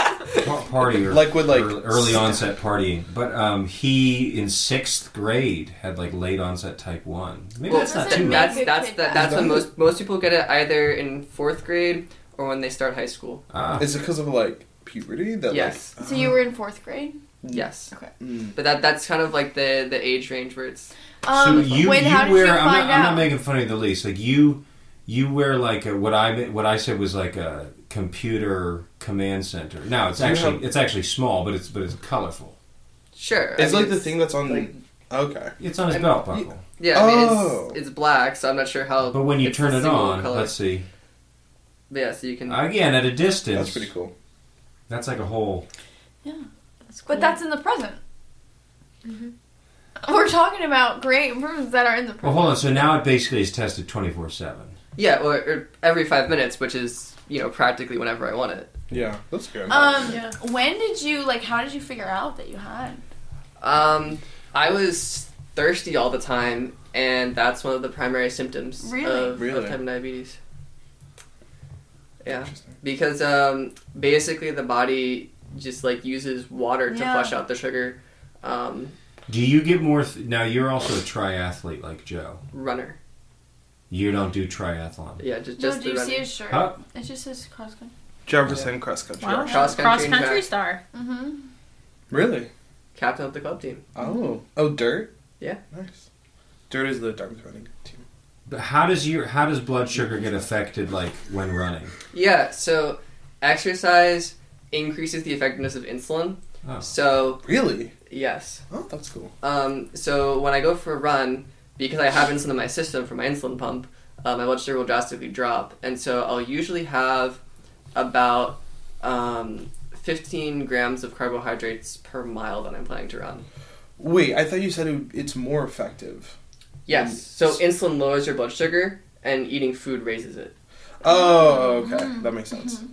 [SPEAKER 1] Pa- Partier.
[SPEAKER 3] Like with like
[SPEAKER 1] early, early onset partying. But um, he, in sixth grade, had like late onset type 1. Maybe
[SPEAKER 5] Well,
[SPEAKER 1] that's not
[SPEAKER 2] doesn't
[SPEAKER 1] too
[SPEAKER 2] make
[SPEAKER 1] bad.
[SPEAKER 5] That's
[SPEAKER 2] good
[SPEAKER 5] that's
[SPEAKER 2] kid
[SPEAKER 5] that,
[SPEAKER 2] bad.
[SPEAKER 5] that's when most most people get it either in fourth grade or when they start high school.
[SPEAKER 1] Ah,
[SPEAKER 3] Is it because of like puberty that
[SPEAKER 5] Yes,
[SPEAKER 1] Uh-huh.
[SPEAKER 2] so you were in fourth grade.
[SPEAKER 5] yes.
[SPEAKER 3] like? Mm.
[SPEAKER 5] But that that's kind of like the the age range where it's
[SPEAKER 1] so
[SPEAKER 2] Um,
[SPEAKER 1] you,
[SPEAKER 2] when,
[SPEAKER 1] you
[SPEAKER 2] how did
[SPEAKER 1] wear,
[SPEAKER 2] you
[SPEAKER 1] I'm,
[SPEAKER 2] find
[SPEAKER 1] not, I'm
[SPEAKER 2] out?
[SPEAKER 1] not making fun of you the least. Like you, you wear like a, what I what I said was like a computer command center. Now it's
[SPEAKER 3] You
[SPEAKER 1] actually
[SPEAKER 3] have-
[SPEAKER 1] it's actually small, but it's but it's colorful.
[SPEAKER 5] sure. I
[SPEAKER 3] It's
[SPEAKER 5] mean,
[SPEAKER 3] like the thing that's on.
[SPEAKER 5] like-
[SPEAKER 3] okay.
[SPEAKER 1] It's on his
[SPEAKER 5] And
[SPEAKER 1] belt buckle.
[SPEAKER 5] Yeah, I mean,
[SPEAKER 3] Oh.
[SPEAKER 5] it's, it's black, so I'm not sure how.
[SPEAKER 1] but when you
[SPEAKER 5] it's
[SPEAKER 1] turn
[SPEAKER 5] a
[SPEAKER 1] it
[SPEAKER 5] single
[SPEAKER 1] on,
[SPEAKER 5] color.
[SPEAKER 1] let's see.
[SPEAKER 5] But yeah, so you can.
[SPEAKER 1] Again, at a distance,
[SPEAKER 3] That's pretty cool.
[SPEAKER 1] That's like a whole.
[SPEAKER 2] But that's in the present. We're talking about great improvements that are in the
[SPEAKER 1] Mm-hmm. Well, hold
[SPEAKER 2] present.
[SPEAKER 1] on. So now it basically is tested twenty four seven.
[SPEAKER 5] Yeah, or, or every five minutes, which is you know practically whenever I want it.
[SPEAKER 3] Yeah, that's good.
[SPEAKER 2] Um,
[SPEAKER 4] Yeah.
[SPEAKER 2] when did you like? How did you figure out that you had?
[SPEAKER 5] Um, I was thirsty all the time, and that's one of the primary symptoms
[SPEAKER 2] Really?
[SPEAKER 5] of, of
[SPEAKER 3] Really?
[SPEAKER 5] type 1 diabetes. Yeah,
[SPEAKER 3] Interesting.
[SPEAKER 5] because um, basically the body just like uses water to
[SPEAKER 2] Yeah.
[SPEAKER 5] flush out the sugar. Um,
[SPEAKER 1] Do you get more? Th- now you're also a triathlete like Joe.
[SPEAKER 5] runner,
[SPEAKER 1] You don't do triathlon.
[SPEAKER 5] yeah, just
[SPEAKER 2] No,
[SPEAKER 5] just
[SPEAKER 2] do
[SPEAKER 5] the
[SPEAKER 2] you
[SPEAKER 5] runner.
[SPEAKER 2] see his shirt?
[SPEAKER 1] Huh?
[SPEAKER 2] It just says cross country.
[SPEAKER 3] Jefferson cross country.
[SPEAKER 4] Wow.
[SPEAKER 5] Cross
[SPEAKER 4] Cross
[SPEAKER 5] country
[SPEAKER 4] country,
[SPEAKER 5] and track.
[SPEAKER 4] star.
[SPEAKER 2] Mm-hmm.
[SPEAKER 3] Really?
[SPEAKER 5] captain of the club team.
[SPEAKER 3] Oh. Oh, dirt.
[SPEAKER 5] Yeah.
[SPEAKER 3] Nice. Dirt is the Dartmouth running team.
[SPEAKER 1] But how does your how does blood sugar get affected like when running?
[SPEAKER 5] Yeah, so exercise increases the effectiveness of insulin.
[SPEAKER 1] Oh.
[SPEAKER 5] So
[SPEAKER 3] Really?
[SPEAKER 5] yes,
[SPEAKER 3] Oh, that's cool.
[SPEAKER 5] Um, so when I go for a run, because I have insulin in my system from my insulin pump, uh, my blood sugar will drastically drop, and so I'll usually have about um, 15 grams of carbohydrates per mile that I'm planning to run.
[SPEAKER 3] Wait, I thought you said it, it's more effective.
[SPEAKER 5] Yes. So insulin lowers your blood sugar, and eating food raises it.
[SPEAKER 3] Oh, okay.
[SPEAKER 5] Mm-hmm.
[SPEAKER 3] That makes sense.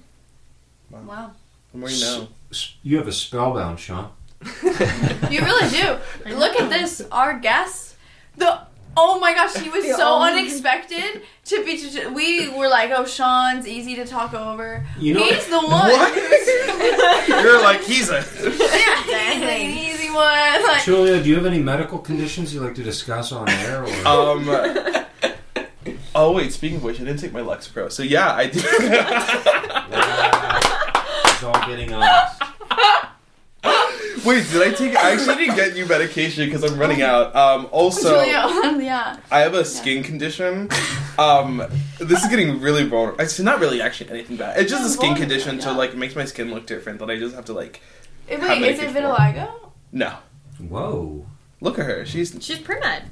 [SPEAKER 2] Wow,
[SPEAKER 3] The more you know.
[SPEAKER 1] S- You have a spellbound, Sean.
[SPEAKER 2] you really
[SPEAKER 4] I
[SPEAKER 2] do. Look
[SPEAKER 4] know.
[SPEAKER 2] at this. Our guest, the oh my gosh, he was
[SPEAKER 4] The
[SPEAKER 2] so
[SPEAKER 4] only-
[SPEAKER 2] unexpected to be. to- we were like, oh, Sean's easy to talk over.
[SPEAKER 1] You know
[SPEAKER 2] He's the one.
[SPEAKER 3] What?
[SPEAKER 2] who's-
[SPEAKER 3] You're like he's a.
[SPEAKER 2] yeah, he's an easy one. Like,
[SPEAKER 1] Julia, do you have any medical conditions you'd like to discuss on air? Or?
[SPEAKER 3] Um. Oh wait. Speaking of which, I didn't take my Lexapro. So yeah, I did.
[SPEAKER 1] Wow. it's all getting honest.
[SPEAKER 3] wait, did I take? I actually didn't get new medication because I'm running out. Um. Also,
[SPEAKER 2] Julio, yeah.
[SPEAKER 3] I have a skin condition. Um. This is getting really vulnerable. It's not really actually anything bad. It's just a skin
[SPEAKER 2] Vulnerable,
[SPEAKER 3] condition, so
[SPEAKER 2] yeah.
[SPEAKER 3] like it makes my skin look different. That I just have to like.
[SPEAKER 2] Eh,
[SPEAKER 3] How
[SPEAKER 2] Wait,
[SPEAKER 3] many
[SPEAKER 2] is it
[SPEAKER 3] people?
[SPEAKER 2] vitiligo?
[SPEAKER 3] No.
[SPEAKER 1] Whoa.
[SPEAKER 3] Look at her. She's.
[SPEAKER 4] She's pre med.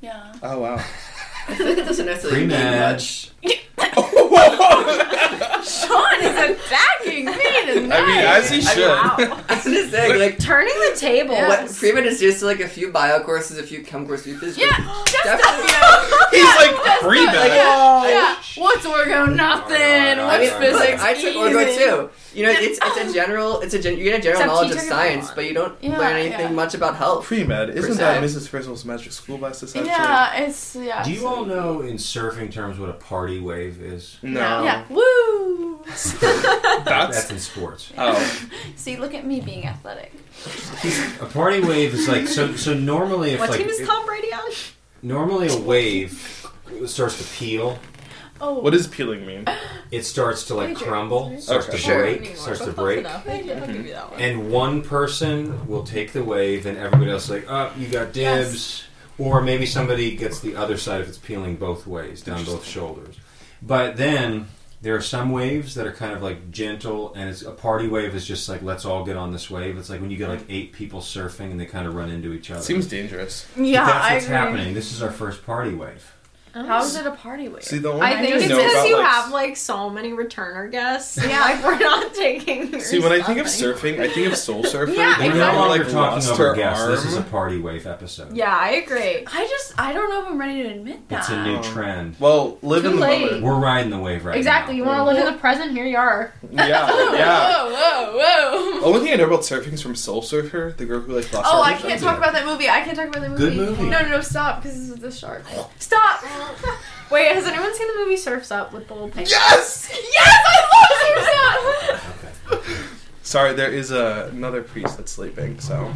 [SPEAKER 2] Yeah.
[SPEAKER 3] Oh wow.
[SPEAKER 5] It doesn't necessarily mean
[SPEAKER 1] Pre-med.
[SPEAKER 5] much.
[SPEAKER 2] Sean is attacking me tonight.
[SPEAKER 3] I mean, as he should.
[SPEAKER 4] Wow.
[SPEAKER 5] I was gonna say, like,
[SPEAKER 4] Turning the table.
[SPEAKER 2] Yeah.
[SPEAKER 5] what pre-med is just like a few bio courses, a few chem courses, a few physics. courses.
[SPEAKER 2] yeah, just
[SPEAKER 5] Definitely.
[SPEAKER 2] that.
[SPEAKER 3] He's like
[SPEAKER 2] Just
[SPEAKER 3] free
[SPEAKER 2] that,
[SPEAKER 3] bed.
[SPEAKER 2] Yeah, yeah. What's orgo? Nothing.
[SPEAKER 1] Alright, alright,
[SPEAKER 2] What's
[SPEAKER 5] I mean,
[SPEAKER 1] alright,
[SPEAKER 5] look,
[SPEAKER 2] physics?
[SPEAKER 5] I took Orgo too. You know, it's it's a general, it's a gen, you get a general
[SPEAKER 4] Except
[SPEAKER 5] knowledge
[SPEAKER 4] you
[SPEAKER 5] of
[SPEAKER 4] took it
[SPEAKER 5] science,
[SPEAKER 4] on.
[SPEAKER 5] but you don't
[SPEAKER 2] Yeah,
[SPEAKER 5] learn anything
[SPEAKER 2] yeah.
[SPEAKER 5] much about health.
[SPEAKER 3] Pre med. Isn't that
[SPEAKER 5] Percent.
[SPEAKER 3] Mrs. Frizzle's magic school bus essentially?
[SPEAKER 2] Yeah, it's yeah.
[SPEAKER 1] Do you all know in surfing terms what a party wave is?
[SPEAKER 3] No.
[SPEAKER 2] Yeah. Woo.
[SPEAKER 3] That's
[SPEAKER 1] That's in sports.
[SPEAKER 3] Oh,
[SPEAKER 2] See, look at me being athletic.
[SPEAKER 1] A party wave is like so. So normally, if
[SPEAKER 4] What
[SPEAKER 1] like
[SPEAKER 4] team is
[SPEAKER 1] it-
[SPEAKER 4] Tom Brady on?
[SPEAKER 1] normally a wave starts to peel,
[SPEAKER 2] Oh,
[SPEAKER 3] What does peeling mean?
[SPEAKER 1] it starts to like
[SPEAKER 2] Major.
[SPEAKER 1] crumble, starts
[SPEAKER 3] Okay.
[SPEAKER 1] to
[SPEAKER 5] Sure.
[SPEAKER 1] break, starts to break,
[SPEAKER 4] I'll give you that one.
[SPEAKER 1] and one person will take the wave, and everybody else is like, oh, you got dibs, or maybe somebody gets the other side if it's peeling both ways down both shoulders. But then there are some waves that are kind of like gentle, and it's, a party wave is just like let's all get on this wave. It's like when you get like eight people surfing and they kind of run into each other.
[SPEAKER 3] Seems dangerous.
[SPEAKER 2] yeah,
[SPEAKER 1] but that's
[SPEAKER 2] I
[SPEAKER 1] what's
[SPEAKER 2] agree.
[SPEAKER 1] happening. This is our first party wave.
[SPEAKER 2] How is it a party wave?
[SPEAKER 3] See, the only
[SPEAKER 4] I
[SPEAKER 2] I
[SPEAKER 4] think
[SPEAKER 2] just
[SPEAKER 4] it's
[SPEAKER 2] know
[SPEAKER 4] because
[SPEAKER 3] about,
[SPEAKER 4] you
[SPEAKER 3] like,
[SPEAKER 4] have like so many returner guests.
[SPEAKER 2] Yeah.
[SPEAKER 4] like we're not taking. their
[SPEAKER 3] See, when I think of
[SPEAKER 4] stuff anymore.
[SPEAKER 3] surfing, I think of Soul Surfer.
[SPEAKER 2] Yeah,
[SPEAKER 3] but
[SPEAKER 1] We're
[SPEAKER 2] exactly.
[SPEAKER 3] now
[SPEAKER 1] no
[SPEAKER 3] I'm,
[SPEAKER 1] longer talking
[SPEAKER 3] lost
[SPEAKER 1] over
[SPEAKER 3] her
[SPEAKER 1] guests. This is a
[SPEAKER 3] arm.
[SPEAKER 1] party wave episode.
[SPEAKER 4] yeah, I agree.
[SPEAKER 2] I just I don't know if I'm ready to admit that.
[SPEAKER 1] It's a new trend.
[SPEAKER 3] Well, live
[SPEAKER 4] Too
[SPEAKER 3] in the
[SPEAKER 4] late.
[SPEAKER 3] moment.
[SPEAKER 1] We're riding the wave right now.
[SPEAKER 4] Exactly. You want to live in the present? Here you are.
[SPEAKER 3] Yeah, yeah.
[SPEAKER 2] Whoa, whoa,
[SPEAKER 1] Oh,
[SPEAKER 2] whoa.
[SPEAKER 3] Only thing I know about surfing is from Soul Surfer, the girl who like lost
[SPEAKER 2] Oh,
[SPEAKER 3] her
[SPEAKER 2] I
[SPEAKER 3] arm.
[SPEAKER 2] can't talk about that movie. I can't talk about that movie.
[SPEAKER 1] Good movie.
[SPEAKER 2] No, no, no, stop, because this is the shark.
[SPEAKER 4] Stop. Wait, has anyone seen the movie Surfs Up with the little penguin?
[SPEAKER 3] Yes.
[SPEAKER 2] Yes, I love Surf's Up!
[SPEAKER 3] Sorry, there is a, another priest that's sleeping. So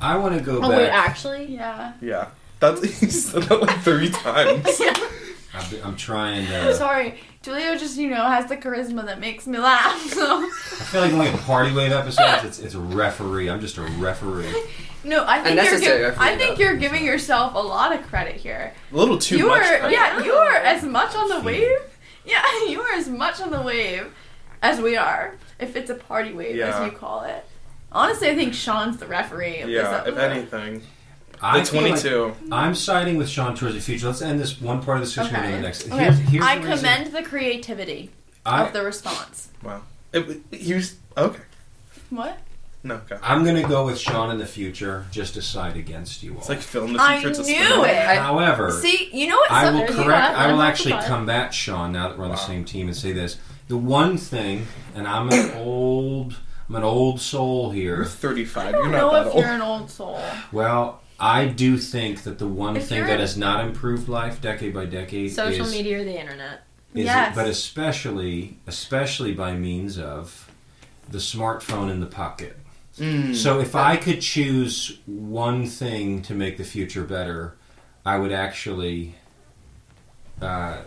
[SPEAKER 1] I want to go
[SPEAKER 4] Oh
[SPEAKER 1] back.
[SPEAKER 4] wait, actually.
[SPEAKER 2] Yeah.
[SPEAKER 3] yeah, that's he said that like three times.
[SPEAKER 1] I've been- I'm trying
[SPEAKER 2] I'm
[SPEAKER 1] to.
[SPEAKER 2] sorry. Julio just, you know, has the charisma that makes me laugh, so.
[SPEAKER 1] I feel like only in party wave episodes, it's, it's a referee. I'm just a referee.
[SPEAKER 2] No, I think you're
[SPEAKER 5] Unnecessary, I
[SPEAKER 2] giv
[SPEAKER 5] feel
[SPEAKER 2] I think
[SPEAKER 5] that.
[SPEAKER 2] you're giving yourself a lot of credit here.
[SPEAKER 3] A little too
[SPEAKER 2] you
[SPEAKER 3] much.
[SPEAKER 2] are
[SPEAKER 3] time.
[SPEAKER 2] yeah, you are as much on the
[SPEAKER 1] Hmm.
[SPEAKER 2] wave. Yeah, you are as much on the wave as we are. If it's a party wave
[SPEAKER 3] Yeah.
[SPEAKER 2] as you call it. Honestly, I think Sean's the referee of this
[SPEAKER 3] Yeah, if
[SPEAKER 2] episode.
[SPEAKER 3] anything,
[SPEAKER 1] I
[SPEAKER 3] the
[SPEAKER 1] feel like
[SPEAKER 3] twenty-two.
[SPEAKER 1] I'm siding with Sean towards the future. Let's end this one part of the discussion and
[SPEAKER 2] Okay.
[SPEAKER 1] the next.
[SPEAKER 2] Okay.
[SPEAKER 1] Here's, here's
[SPEAKER 2] I
[SPEAKER 1] the reason
[SPEAKER 2] commend the creativity
[SPEAKER 1] I,
[SPEAKER 2] of the response.
[SPEAKER 3] It, it, he was okay.
[SPEAKER 2] What?
[SPEAKER 3] No, okay.
[SPEAKER 1] I'm gonna go with Sean in the future just to side against you all.
[SPEAKER 3] It's like film the
[SPEAKER 2] I
[SPEAKER 3] future. it's a
[SPEAKER 2] knew
[SPEAKER 3] spin-off.
[SPEAKER 2] it.
[SPEAKER 1] However,
[SPEAKER 2] See, you know what?
[SPEAKER 1] I
[SPEAKER 2] Some-
[SPEAKER 1] will
[SPEAKER 4] There's
[SPEAKER 1] correct.
[SPEAKER 4] that.
[SPEAKER 1] I will
[SPEAKER 4] That's
[SPEAKER 1] actually
[SPEAKER 4] fine.
[SPEAKER 1] combat Sean now that we're on the
[SPEAKER 3] Wow.
[SPEAKER 1] same team and say this: the one thing, and I'm an old, I'm an old soul
[SPEAKER 3] You're
[SPEAKER 1] here.
[SPEAKER 3] 35.
[SPEAKER 2] I
[SPEAKER 3] you're
[SPEAKER 2] don't
[SPEAKER 3] not
[SPEAKER 2] know
[SPEAKER 3] that
[SPEAKER 2] if
[SPEAKER 3] old.
[SPEAKER 2] you're an old soul.
[SPEAKER 1] Well, I do think that the one
[SPEAKER 2] If
[SPEAKER 1] thing
[SPEAKER 2] you're-
[SPEAKER 1] that has not improved life decade by decade
[SPEAKER 4] Social
[SPEAKER 1] is,
[SPEAKER 4] media or the internet.
[SPEAKER 1] is
[SPEAKER 2] Yes.
[SPEAKER 1] but especially, especially by means of the smartphone in the pocket.
[SPEAKER 3] Mm.
[SPEAKER 1] So if I could choose one thing to make the future better, I would actually. Uh,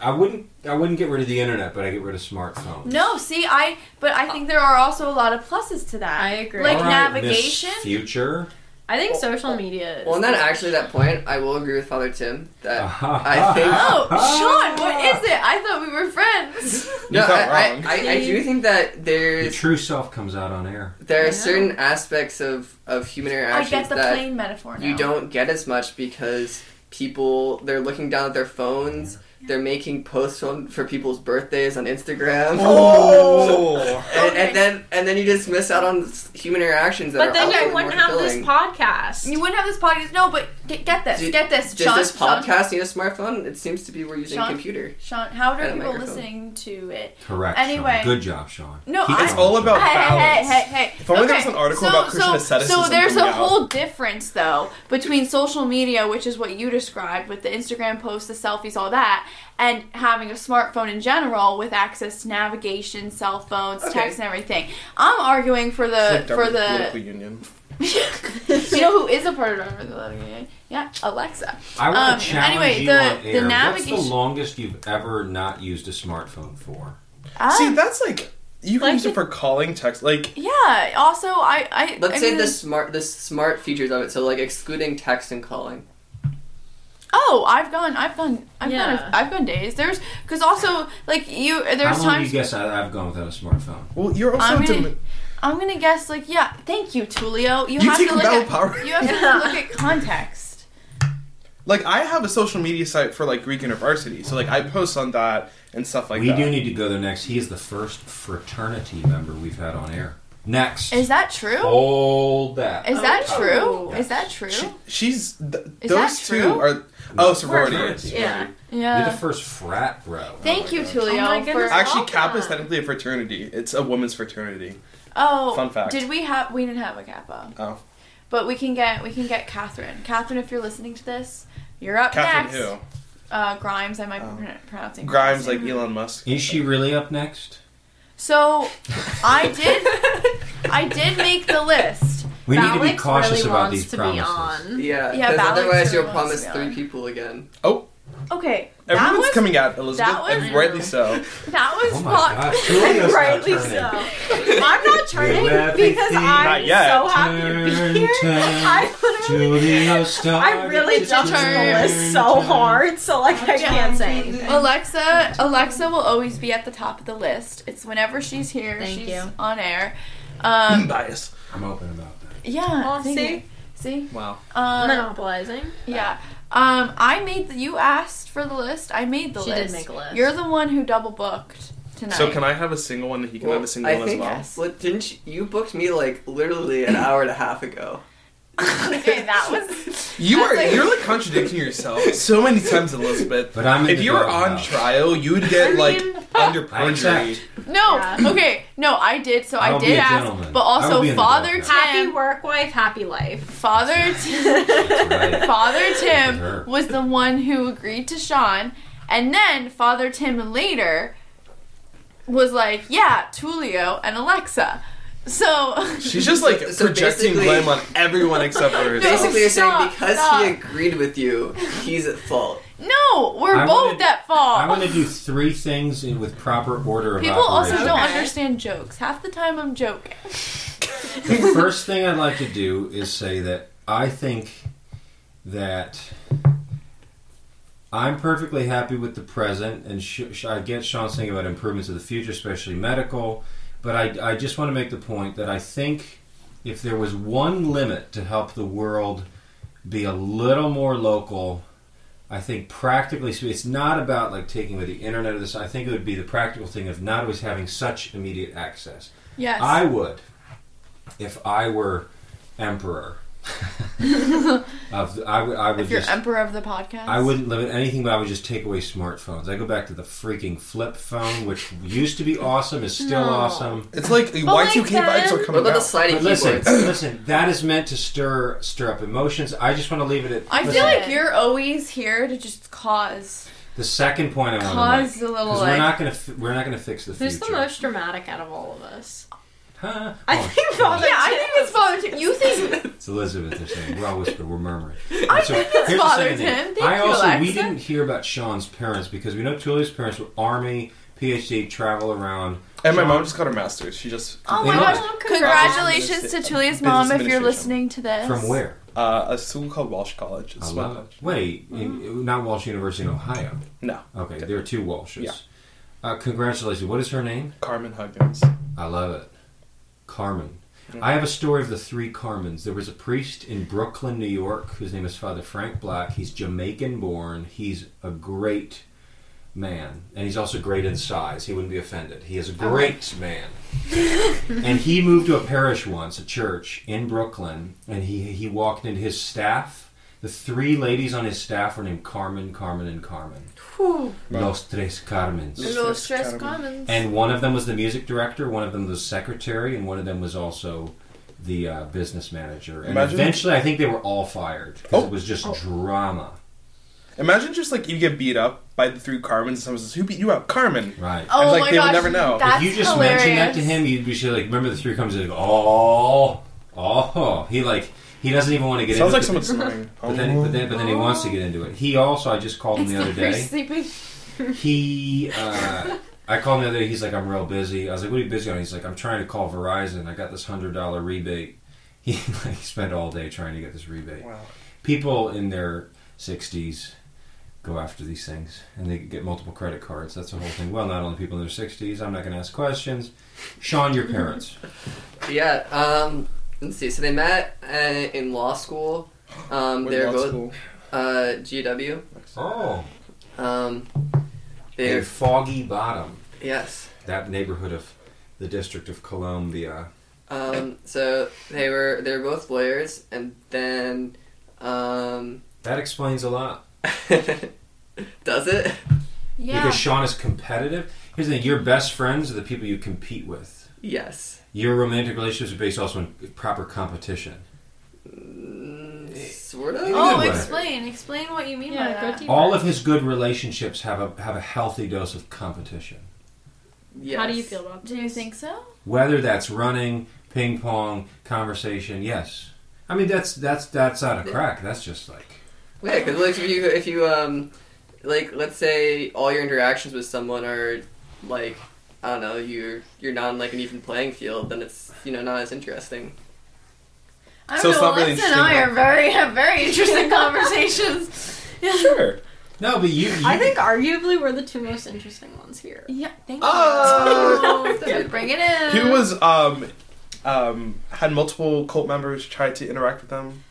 [SPEAKER 1] I wouldn't. I wouldn't get rid of the internet, but I get rid of smartphones.
[SPEAKER 2] No, see, I but I think there are also a lot of pluses to that.
[SPEAKER 4] I agree.
[SPEAKER 2] Like
[SPEAKER 1] All right, Miss
[SPEAKER 2] navigation.
[SPEAKER 1] Future.
[SPEAKER 4] I think social media. Is
[SPEAKER 5] Well, and then actually, that point, I will agree with Father Tim that
[SPEAKER 3] Ah,
[SPEAKER 1] I
[SPEAKER 5] Uh, think-
[SPEAKER 2] Oh, Sean, what is it? I thought we were friends.
[SPEAKER 3] You
[SPEAKER 5] no,
[SPEAKER 3] felt
[SPEAKER 5] I,
[SPEAKER 3] wrong.
[SPEAKER 5] I, I, I do think that
[SPEAKER 1] Your
[SPEAKER 5] there's
[SPEAKER 1] true self comes out on air.
[SPEAKER 5] there
[SPEAKER 4] I
[SPEAKER 5] are
[SPEAKER 4] know.
[SPEAKER 5] certain aspects of of human
[SPEAKER 2] I
[SPEAKER 5] interactions
[SPEAKER 2] get the
[SPEAKER 5] that
[SPEAKER 2] plane metaphor now.
[SPEAKER 5] you don't get as much because people they're looking down at their phones. They're making posts on, for people's birthdays on Instagram.
[SPEAKER 3] Oh.
[SPEAKER 5] And,
[SPEAKER 2] Okay.
[SPEAKER 5] and then and then you just miss out on s- human interactions. That
[SPEAKER 4] But
[SPEAKER 5] are
[SPEAKER 4] then
[SPEAKER 5] also
[SPEAKER 4] you wouldn't
[SPEAKER 5] more
[SPEAKER 4] have this
[SPEAKER 5] fulfilling.
[SPEAKER 4] podcast.
[SPEAKER 2] You wouldn't have this podcast. No, but get, get this.
[SPEAKER 5] Do-
[SPEAKER 2] get this.
[SPEAKER 5] Does
[SPEAKER 2] Sean,
[SPEAKER 5] this
[SPEAKER 2] Sean,
[SPEAKER 5] podcast need a smartphone? It seems to be we're using
[SPEAKER 2] Sean?
[SPEAKER 5] a computer.
[SPEAKER 2] Sean, how are
[SPEAKER 5] And a
[SPEAKER 2] people
[SPEAKER 5] microphone.
[SPEAKER 2] listening to it?
[SPEAKER 1] Correct.
[SPEAKER 2] Anyway.
[SPEAKER 1] Sean. good job, Sean.
[SPEAKER 2] No,
[SPEAKER 1] Keep
[SPEAKER 2] I-
[SPEAKER 1] it
[SPEAKER 2] It's
[SPEAKER 1] on,
[SPEAKER 3] all
[SPEAKER 1] Sean.
[SPEAKER 3] about-
[SPEAKER 2] Hey, hey,
[SPEAKER 3] balance.
[SPEAKER 2] hey, hey.
[SPEAKER 3] If only there was an article about Christian asceticism
[SPEAKER 2] So there's a
[SPEAKER 3] coming out.
[SPEAKER 2] whole difference, though, between social media, which is what you described with the Instagram posts, the selfies, all that, and having a smartphone in general with access to navigation, cell phones,
[SPEAKER 5] Okay.
[SPEAKER 2] text, and everything. I'm arguing for the
[SPEAKER 3] Like
[SPEAKER 2] Uh, for
[SPEAKER 3] Darwin's political
[SPEAKER 2] the.
[SPEAKER 3] union.
[SPEAKER 2] you know who is a part of the Union? Yeah, Alexa.
[SPEAKER 1] I want
[SPEAKER 2] Um,
[SPEAKER 1] to challenge
[SPEAKER 2] anyway,
[SPEAKER 1] you
[SPEAKER 2] the-
[SPEAKER 1] on
[SPEAKER 2] the
[SPEAKER 1] air. What's
[SPEAKER 2] navigation-
[SPEAKER 1] the longest you've ever not used a smartphone for?
[SPEAKER 3] See,
[SPEAKER 2] Um,
[SPEAKER 3] that's like you can
[SPEAKER 4] Like
[SPEAKER 3] use
[SPEAKER 4] the-
[SPEAKER 3] it for calling text. Like
[SPEAKER 2] yeah. Also, I I
[SPEAKER 5] Let's
[SPEAKER 2] I
[SPEAKER 5] say
[SPEAKER 2] mean,
[SPEAKER 5] the smart the smart features of it. So like excluding text and calling.
[SPEAKER 2] Oh, I've gone, I've gone, I've
[SPEAKER 4] Yeah.
[SPEAKER 2] gone, I've gone days. There's because also like you, there's
[SPEAKER 1] How long do
[SPEAKER 2] times
[SPEAKER 1] you guess I, I've gone without a smartphone?
[SPEAKER 3] well, you're also
[SPEAKER 2] I'm
[SPEAKER 3] into-
[SPEAKER 2] gonna- I'm gonna guess like yeah. Thank you, Tulio. You,
[SPEAKER 3] You
[SPEAKER 2] have
[SPEAKER 3] take
[SPEAKER 2] to look
[SPEAKER 3] battle
[SPEAKER 2] at
[SPEAKER 3] power.
[SPEAKER 2] you have
[SPEAKER 4] Yeah.
[SPEAKER 2] to look at context.
[SPEAKER 3] like I have a social media site for like Greek University, so like I post on that and stuff like
[SPEAKER 1] we
[SPEAKER 3] that.
[SPEAKER 1] do need to go there next. He is the first fraternity member we've had on air. Next.
[SPEAKER 2] Is that true?
[SPEAKER 1] Hold that.
[SPEAKER 2] Is that
[SPEAKER 4] Oh.
[SPEAKER 2] true?
[SPEAKER 4] Yeah.
[SPEAKER 2] Is that true?
[SPEAKER 3] She, she's th-
[SPEAKER 2] Is
[SPEAKER 3] those
[SPEAKER 2] that
[SPEAKER 3] two
[SPEAKER 2] true?
[SPEAKER 3] are oh sorority.
[SPEAKER 1] Fraternity.
[SPEAKER 4] Yeah.
[SPEAKER 1] You're the
[SPEAKER 2] yeah.
[SPEAKER 1] first frat bro.
[SPEAKER 2] Thank you, Tulio.
[SPEAKER 4] Oh my goodness.
[SPEAKER 2] for,
[SPEAKER 3] Actually,
[SPEAKER 4] Love
[SPEAKER 3] Kappa is
[SPEAKER 4] that.
[SPEAKER 3] technically a fraternity. It's a women's fraternity.
[SPEAKER 2] oh,
[SPEAKER 3] Fun fact.
[SPEAKER 2] Did we have? We didn't have a Kappa.
[SPEAKER 3] Oh.
[SPEAKER 2] But we can get we can get Catherine. Catherine, if you're listening to this, you're up
[SPEAKER 3] Catherine
[SPEAKER 2] next. Uh, Grimes, I might be
[SPEAKER 3] Oh.
[SPEAKER 2] pron- pronouncing
[SPEAKER 3] who? Grimes,
[SPEAKER 2] Grimes
[SPEAKER 3] like Elon Musk.
[SPEAKER 1] Is she really up next?
[SPEAKER 2] So I did I did make the list.
[SPEAKER 1] We We need to be
[SPEAKER 4] Alex
[SPEAKER 1] cautious
[SPEAKER 4] really
[SPEAKER 1] about
[SPEAKER 4] wants
[SPEAKER 1] these
[SPEAKER 4] to
[SPEAKER 1] promises.
[SPEAKER 4] Be on.
[SPEAKER 2] Yeah,
[SPEAKER 5] Yeah, because
[SPEAKER 2] Balak's
[SPEAKER 5] otherwise
[SPEAKER 2] really
[SPEAKER 5] you'll
[SPEAKER 2] wants
[SPEAKER 5] promise
[SPEAKER 2] to be
[SPEAKER 5] three
[SPEAKER 2] on.
[SPEAKER 5] people again.
[SPEAKER 2] Okay, that
[SPEAKER 3] Everyone's
[SPEAKER 2] was
[SPEAKER 3] coming at Elizabeth,
[SPEAKER 2] that was
[SPEAKER 3] and rightly
[SPEAKER 2] rude.
[SPEAKER 3] so.
[SPEAKER 2] that was
[SPEAKER 1] Oh my
[SPEAKER 2] not-
[SPEAKER 1] gosh, Julia's not
[SPEAKER 2] rightly
[SPEAKER 1] turning.
[SPEAKER 2] so.
[SPEAKER 4] I'm not turning
[SPEAKER 1] Let me
[SPEAKER 4] because
[SPEAKER 1] see.
[SPEAKER 4] I'm
[SPEAKER 3] Not yet.
[SPEAKER 4] so happy to be
[SPEAKER 1] Turn,
[SPEAKER 4] here.
[SPEAKER 1] turn.
[SPEAKER 4] I literally,
[SPEAKER 1] Julia
[SPEAKER 4] I really
[SPEAKER 2] Turn,
[SPEAKER 4] jumped the list so hard, so like I can't say anything.
[SPEAKER 2] Alexa, Alexa will always be at the top of the list. It's whenever she's here,
[SPEAKER 4] Thank
[SPEAKER 2] she's
[SPEAKER 4] you.
[SPEAKER 2] on air. Um,
[SPEAKER 3] bias.
[SPEAKER 1] I'm open about that.
[SPEAKER 2] yeah.
[SPEAKER 4] Well,
[SPEAKER 2] thank
[SPEAKER 4] see?
[SPEAKER 2] you. See?
[SPEAKER 3] Wow.
[SPEAKER 2] Um,
[SPEAKER 4] Monopolizing.
[SPEAKER 2] Yeah. Um, I made the, you asked for the list. I made the
[SPEAKER 4] She did
[SPEAKER 2] list.
[SPEAKER 4] make a list.
[SPEAKER 2] You're the one who double booked tonight.
[SPEAKER 3] So can I have a single one? He can
[SPEAKER 5] Well,
[SPEAKER 3] have a single
[SPEAKER 5] I
[SPEAKER 3] one
[SPEAKER 5] think-
[SPEAKER 3] as
[SPEAKER 2] Yes.
[SPEAKER 5] Well, didn't you, you booked me like literally an hour and a half ago?
[SPEAKER 2] okay, that was.
[SPEAKER 3] well. You
[SPEAKER 2] I
[SPEAKER 3] are
[SPEAKER 2] think-
[SPEAKER 3] you're like contradicting yourself so many times, Elizabeth.
[SPEAKER 1] But I'm in
[SPEAKER 3] If
[SPEAKER 1] the
[SPEAKER 3] you were
[SPEAKER 1] doghouse.
[SPEAKER 3] on trial, you'd get
[SPEAKER 4] I
[SPEAKER 3] like
[SPEAKER 4] mean-
[SPEAKER 3] under
[SPEAKER 1] I
[SPEAKER 3] perjury.
[SPEAKER 1] accept.
[SPEAKER 2] No.
[SPEAKER 4] Yeah.
[SPEAKER 2] Okay. No, I did. So I,
[SPEAKER 1] I'll be
[SPEAKER 2] did
[SPEAKER 1] a
[SPEAKER 2] ask,
[SPEAKER 1] gentleman.
[SPEAKER 2] but
[SPEAKER 1] I will be
[SPEAKER 2] also
[SPEAKER 1] in the
[SPEAKER 2] Father
[SPEAKER 1] doghouse.
[SPEAKER 4] Happy
[SPEAKER 2] Tim,
[SPEAKER 4] work wife, happy life.
[SPEAKER 2] Father Tim,
[SPEAKER 1] Right.
[SPEAKER 2] Father
[SPEAKER 1] Sure.
[SPEAKER 2] Tim was the one who agreed to Sean, and then Father Tim later was like, "Yeah, Tulio and Alexa." So
[SPEAKER 3] She's just like
[SPEAKER 5] So- so
[SPEAKER 3] projecting
[SPEAKER 5] basically-
[SPEAKER 3] blame on everyone except for herself.
[SPEAKER 5] Basically, you're saying
[SPEAKER 2] stop,
[SPEAKER 5] because
[SPEAKER 2] stop.
[SPEAKER 5] he agreed with you, he's at fault.
[SPEAKER 2] no, we're
[SPEAKER 1] I'm
[SPEAKER 2] both
[SPEAKER 1] gonna-
[SPEAKER 2] at fault.
[SPEAKER 1] I'm going to do three things in, with proper order of
[SPEAKER 2] People also
[SPEAKER 1] operation.
[SPEAKER 2] don't
[SPEAKER 4] Okay.
[SPEAKER 2] understand jokes. Half the time I'm joking.
[SPEAKER 1] the first thing I'd like to do is say that I think that I'm perfectly happy with the present, and sh- sh- I get Sean's thing about improvements of the future, especially medical. But I, I just want to make the point that I think if there was one limit to help the world be a little more local, I think practically speaking, it's not about like taking with the internet or this. I think it would be the practical thing of not always having such immediate access.
[SPEAKER 2] Yes.
[SPEAKER 1] I would, if I were emperor. of the, I would, I would
[SPEAKER 2] if you're
[SPEAKER 1] just,
[SPEAKER 2] emperor of the podcast.
[SPEAKER 1] I wouldn't limit anything, but I would just take away smartphones. I go back to the freaking flip phone, which used to be awesome, is still
[SPEAKER 4] No.
[SPEAKER 1] awesome.
[SPEAKER 3] It's like the Y two K
[SPEAKER 4] like
[SPEAKER 3] vibes
[SPEAKER 4] that.
[SPEAKER 3] are
[SPEAKER 5] Oh What
[SPEAKER 3] coming
[SPEAKER 5] about the
[SPEAKER 3] out.
[SPEAKER 5] sliding
[SPEAKER 1] But listen,
[SPEAKER 5] keyboards?
[SPEAKER 1] listen, that is meant to stir stir up emotions. I just want to leave it at.
[SPEAKER 2] I
[SPEAKER 1] listen,
[SPEAKER 2] feel like you're always here to just cause
[SPEAKER 1] the second point I want to
[SPEAKER 2] cause
[SPEAKER 1] make
[SPEAKER 2] a little
[SPEAKER 1] because
[SPEAKER 2] like
[SPEAKER 1] we're not gonna fi- we're not gonna fix the
[SPEAKER 4] Who's
[SPEAKER 1] future.
[SPEAKER 4] the most dramatic out of all of us?
[SPEAKER 1] Huh?
[SPEAKER 4] I
[SPEAKER 1] Oh,
[SPEAKER 4] think
[SPEAKER 1] oh,
[SPEAKER 4] Father-
[SPEAKER 2] yeah, I think it's Father Tim. You think
[SPEAKER 1] It's Elizabeth they're saying. We're all whispering, we're murmuring.
[SPEAKER 2] I
[SPEAKER 1] And so,
[SPEAKER 2] think it's
[SPEAKER 1] here's the second
[SPEAKER 2] Father
[SPEAKER 1] thing.
[SPEAKER 2] Tim. Thank
[SPEAKER 1] I
[SPEAKER 2] you,
[SPEAKER 1] also
[SPEAKER 2] Alexa.
[SPEAKER 1] we didn't hear about Sean's parents because we know Julia's parents were army, PhD, travel around.
[SPEAKER 3] And my
[SPEAKER 1] Sean-
[SPEAKER 3] mom just got her master's. She just
[SPEAKER 2] Oh my
[SPEAKER 1] They
[SPEAKER 2] gosh!
[SPEAKER 4] must.
[SPEAKER 2] Congratulations to
[SPEAKER 3] Business
[SPEAKER 2] Tulia's mom if you're
[SPEAKER 3] administration.
[SPEAKER 2] listening to this.
[SPEAKER 1] from where?
[SPEAKER 3] uh, a school called Walsh College. It's
[SPEAKER 1] I
[SPEAKER 3] small
[SPEAKER 1] love
[SPEAKER 3] college.
[SPEAKER 1] it. Wait,
[SPEAKER 2] Mm-hmm.
[SPEAKER 1] in- not Walsh University in Ohio.
[SPEAKER 3] No,
[SPEAKER 1] Okay, there are two Walshes.
[SPEAKER 3] Yeah.
[SPEAKER 1] Uh, congratulations. What is her name?
[SPEAKER 3] Carmen Huggins.
[SPEAKER 1] I love it. Carmen. I have a story of the three Carmens. There was a priest in Brooklyn, New York, whose name is Father Frank Black. He's Jamaican born. He's a great man. And he's also great in size. He wouldn't be offended. He is a great man. and he moved to a parish once, a church in Brooklyn, and he, he walked into his staff. The three ladies on his staff were named Carmen, Carmen, and Carmen. Los tres Carmens.
[SPEAKER 2] Los Tres
[SPEAKER 3] Carmen.
[SPEAKER 2] Commons.
[SPEAKER 1] And one of them was the music director, one of them was secretary, and one of them was also the uh, business manager. And
[SPEAKER 3] Imagine-
[SPEAKER 1] eventually, I think they were all fired because
[SPEAKER 3] Oh.
[SPEAKER 1] it was just drama.
[SPEAKER 3] Imagine just like you get beat up by the three Carmens, and someone says, "Who beat you up, Carmen?"
[SPEAKER 1] Right.
[SPEAKER 2] oh
[SPEAKER 3] like,
[SPEAKER 2] my
[SPEAKER 3] they would
[SPEAKER 2] gosh!
[SPEAKER 3] never know. If
[SPEAKER 2] That's
[SPEAKER 1] if you just
[SPEAKER 2] hilarious.
[SPEAKER 1] mention that to him, you'd be sure, like, remember the three comes in, like, oh, oh. He like he doesn't even want to get
[SPEAKER 3] Sounds
[SPEAKER 1] into
[SPEAKER 3] like
[SPEAKER 1] it.
[SPEAKER 3] someone's snoring.
[SPEAKER 1] But then, but then, but then he wants to get into it. He also, I just called him
[SPEAKER 2] It's
[SPEAKER 1] the
[SPEAKER 2] the,
[SPEAKER 1] other
[SPEAKER 2] priest
[SPEAKER 1] day.
[SPEAKER 2] sleeping.
[SPEAKER 1] He, uh, I called him the other day. He's like, I'm real busy. I was like, what are you busy on? He's like, I'm trying to call Verizon. I got this hundred dollar rebate. He like spent all day trying to get this rebate.
[SPEAKER 3] Wow.
[SPEAKER 1] People in their sixties go after these things, and they get multiple credit cards. That's the whole thing. Well, not only people in their sixties. I'm not going to ask questions. Sean, your parents.
[SPEAKER 5] Yeah. Um, let's see. So they met uh, in law school. Um,
[SPEAKER 3] Where'd
[SPEAKER 5] they're
[SPEAKER 3] law
[SPEAKER 5] both
[SPEAKER 3] school?
[SPEAKER 5] uh, GW.
[SPEAKER 1] oh,
[SPEAKER 5] Um,
[SPEAKER 1] in
[SPEAKER 5] they're
[SPEAKER 1] Foggy Bottom,
[SPEAKER 5] yes.
[SPEAKER 1] that neighborhood of the District of Columbia.
[SPEAKER 5] Um, so they were they were both lawyers, and then um,
[SPEAKER 1] That explains a lot.
[SPEAKER 5] does it?
[SPEAKER 2] Yeah.
[SPEAKER 1] Because Sean is competitive. Here's the thing: your best friends are the people you compete with.
[SPEAKER 5] Yes.
[SPEAKER 1] Your romantic relationships are based also on proper competition.
[SPEAKER 5] Mm, sort of.
[SPEAKER 1] Oh,
[SPEAKER 2] Oh,
[SPEAKER 1] way.
[SPEAKER 2] explain,
[SPEAKER 4] Explain, explain what you mean
[SPEAKER 2] Yeah,
[SPEAKER 4] by
[SPEAKER 2] yeah.
[SPEAKER 4] that. Go deeper.
[SPEAKER 1] All of his good relationships have a have a healthy dose of competition.
[SPEAKER 5] Yes.
[SPEAKER 4] How do you feel about
[SPEAKER 2] Do you think so?
[SPEAKER 1] Whether that's running, ping pong, conversation. Yes, I mean that's that's that's out of crack. That's just like
[SPEAKER 5] Yeah, because like if you if you um like let's say all your interactions with someone are like I don't know you're you're not on like an even playing field, then it's you know not as interesting.
[SPEAKER 2] I don't
[SPEAKER 3] So it's
[SPEAKER 2] know.
[SPEAKER 3] not really
[SPEAKER 2] Lex and I
[SPEAKER 3] interesting,
[SPEAKER 2] are very have very interesting conversations.
[SPEAKER 3] Sure.
[SPEAKER 1] no, but you. you
[SPEAKER 4] I think arguably we're the two most interesting ones here.
[SPEAKER 2] Yeah, thank
[SPEAKER 5] Oh.
[SPEAKER 2] you. Bring it in.
[SPEAKER 3] He was um um had multiple cult members try to interact with them.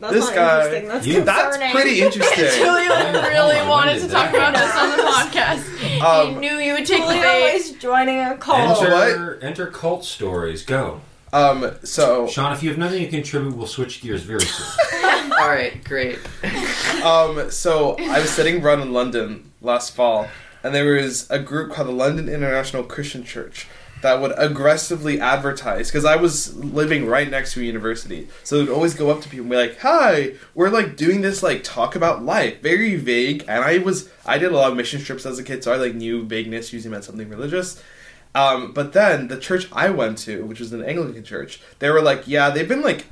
[SPEAKER 4] That's
[SPEAKER 3] This
[SPEAKER 4] not
[SPEAKER 3] guy-
[SPEAKER 4] interesting. That's
[SPEAKER 1] You-
[SPEAKER 3] That's
[SPEAKER 4] concerning.
[SPEAKER 3] pretty interesting.
[SPEAKER 1] When-
[SPEAKER 2] Julia
[SPEAKER 1] hold
[SPEAKER 2] really
[SPEAKER 1] on, when
[SPEAKER 2] wanted to
[SPEAKER 1] did
[SPEAKER 2] talk
[SPEAKER 1] that
[SPEAKER 2] about this on
[SPEAKER 1] happen?
[SPEAKER 2] the podcast. he
[SPEAKER 3] Um,
[SPEAKER 2] knew you would take the
[SPEAKER 4] Julia
[SPEAKER 2] bait.
[SPEAKER 4] is joining a cult.
[SPEAKER 3] Angela-
[SPEAKER 1] Enter, enter cult stories. Go,
[SPEAKER 3] um so
[SPEAKER 1] Sean. If you have nothing to contribute, we'll switch gears very soon.
[SPEAKER 5] All right, great.
[SPEAKER 3] um so I was sitting around in London last fall and there was a group called the London International Christian Church that would aggressively advertise because I was living right next to a university. So they'd always go up to people and be like, Hi, we're like doing this like talk about life. Very vague and I was I did a lot of mission trips as a kid, so I like knew vagueness using meant something religious. Um, but then the church I went to, which was an Anglican church, they were like, yeah, they've been like,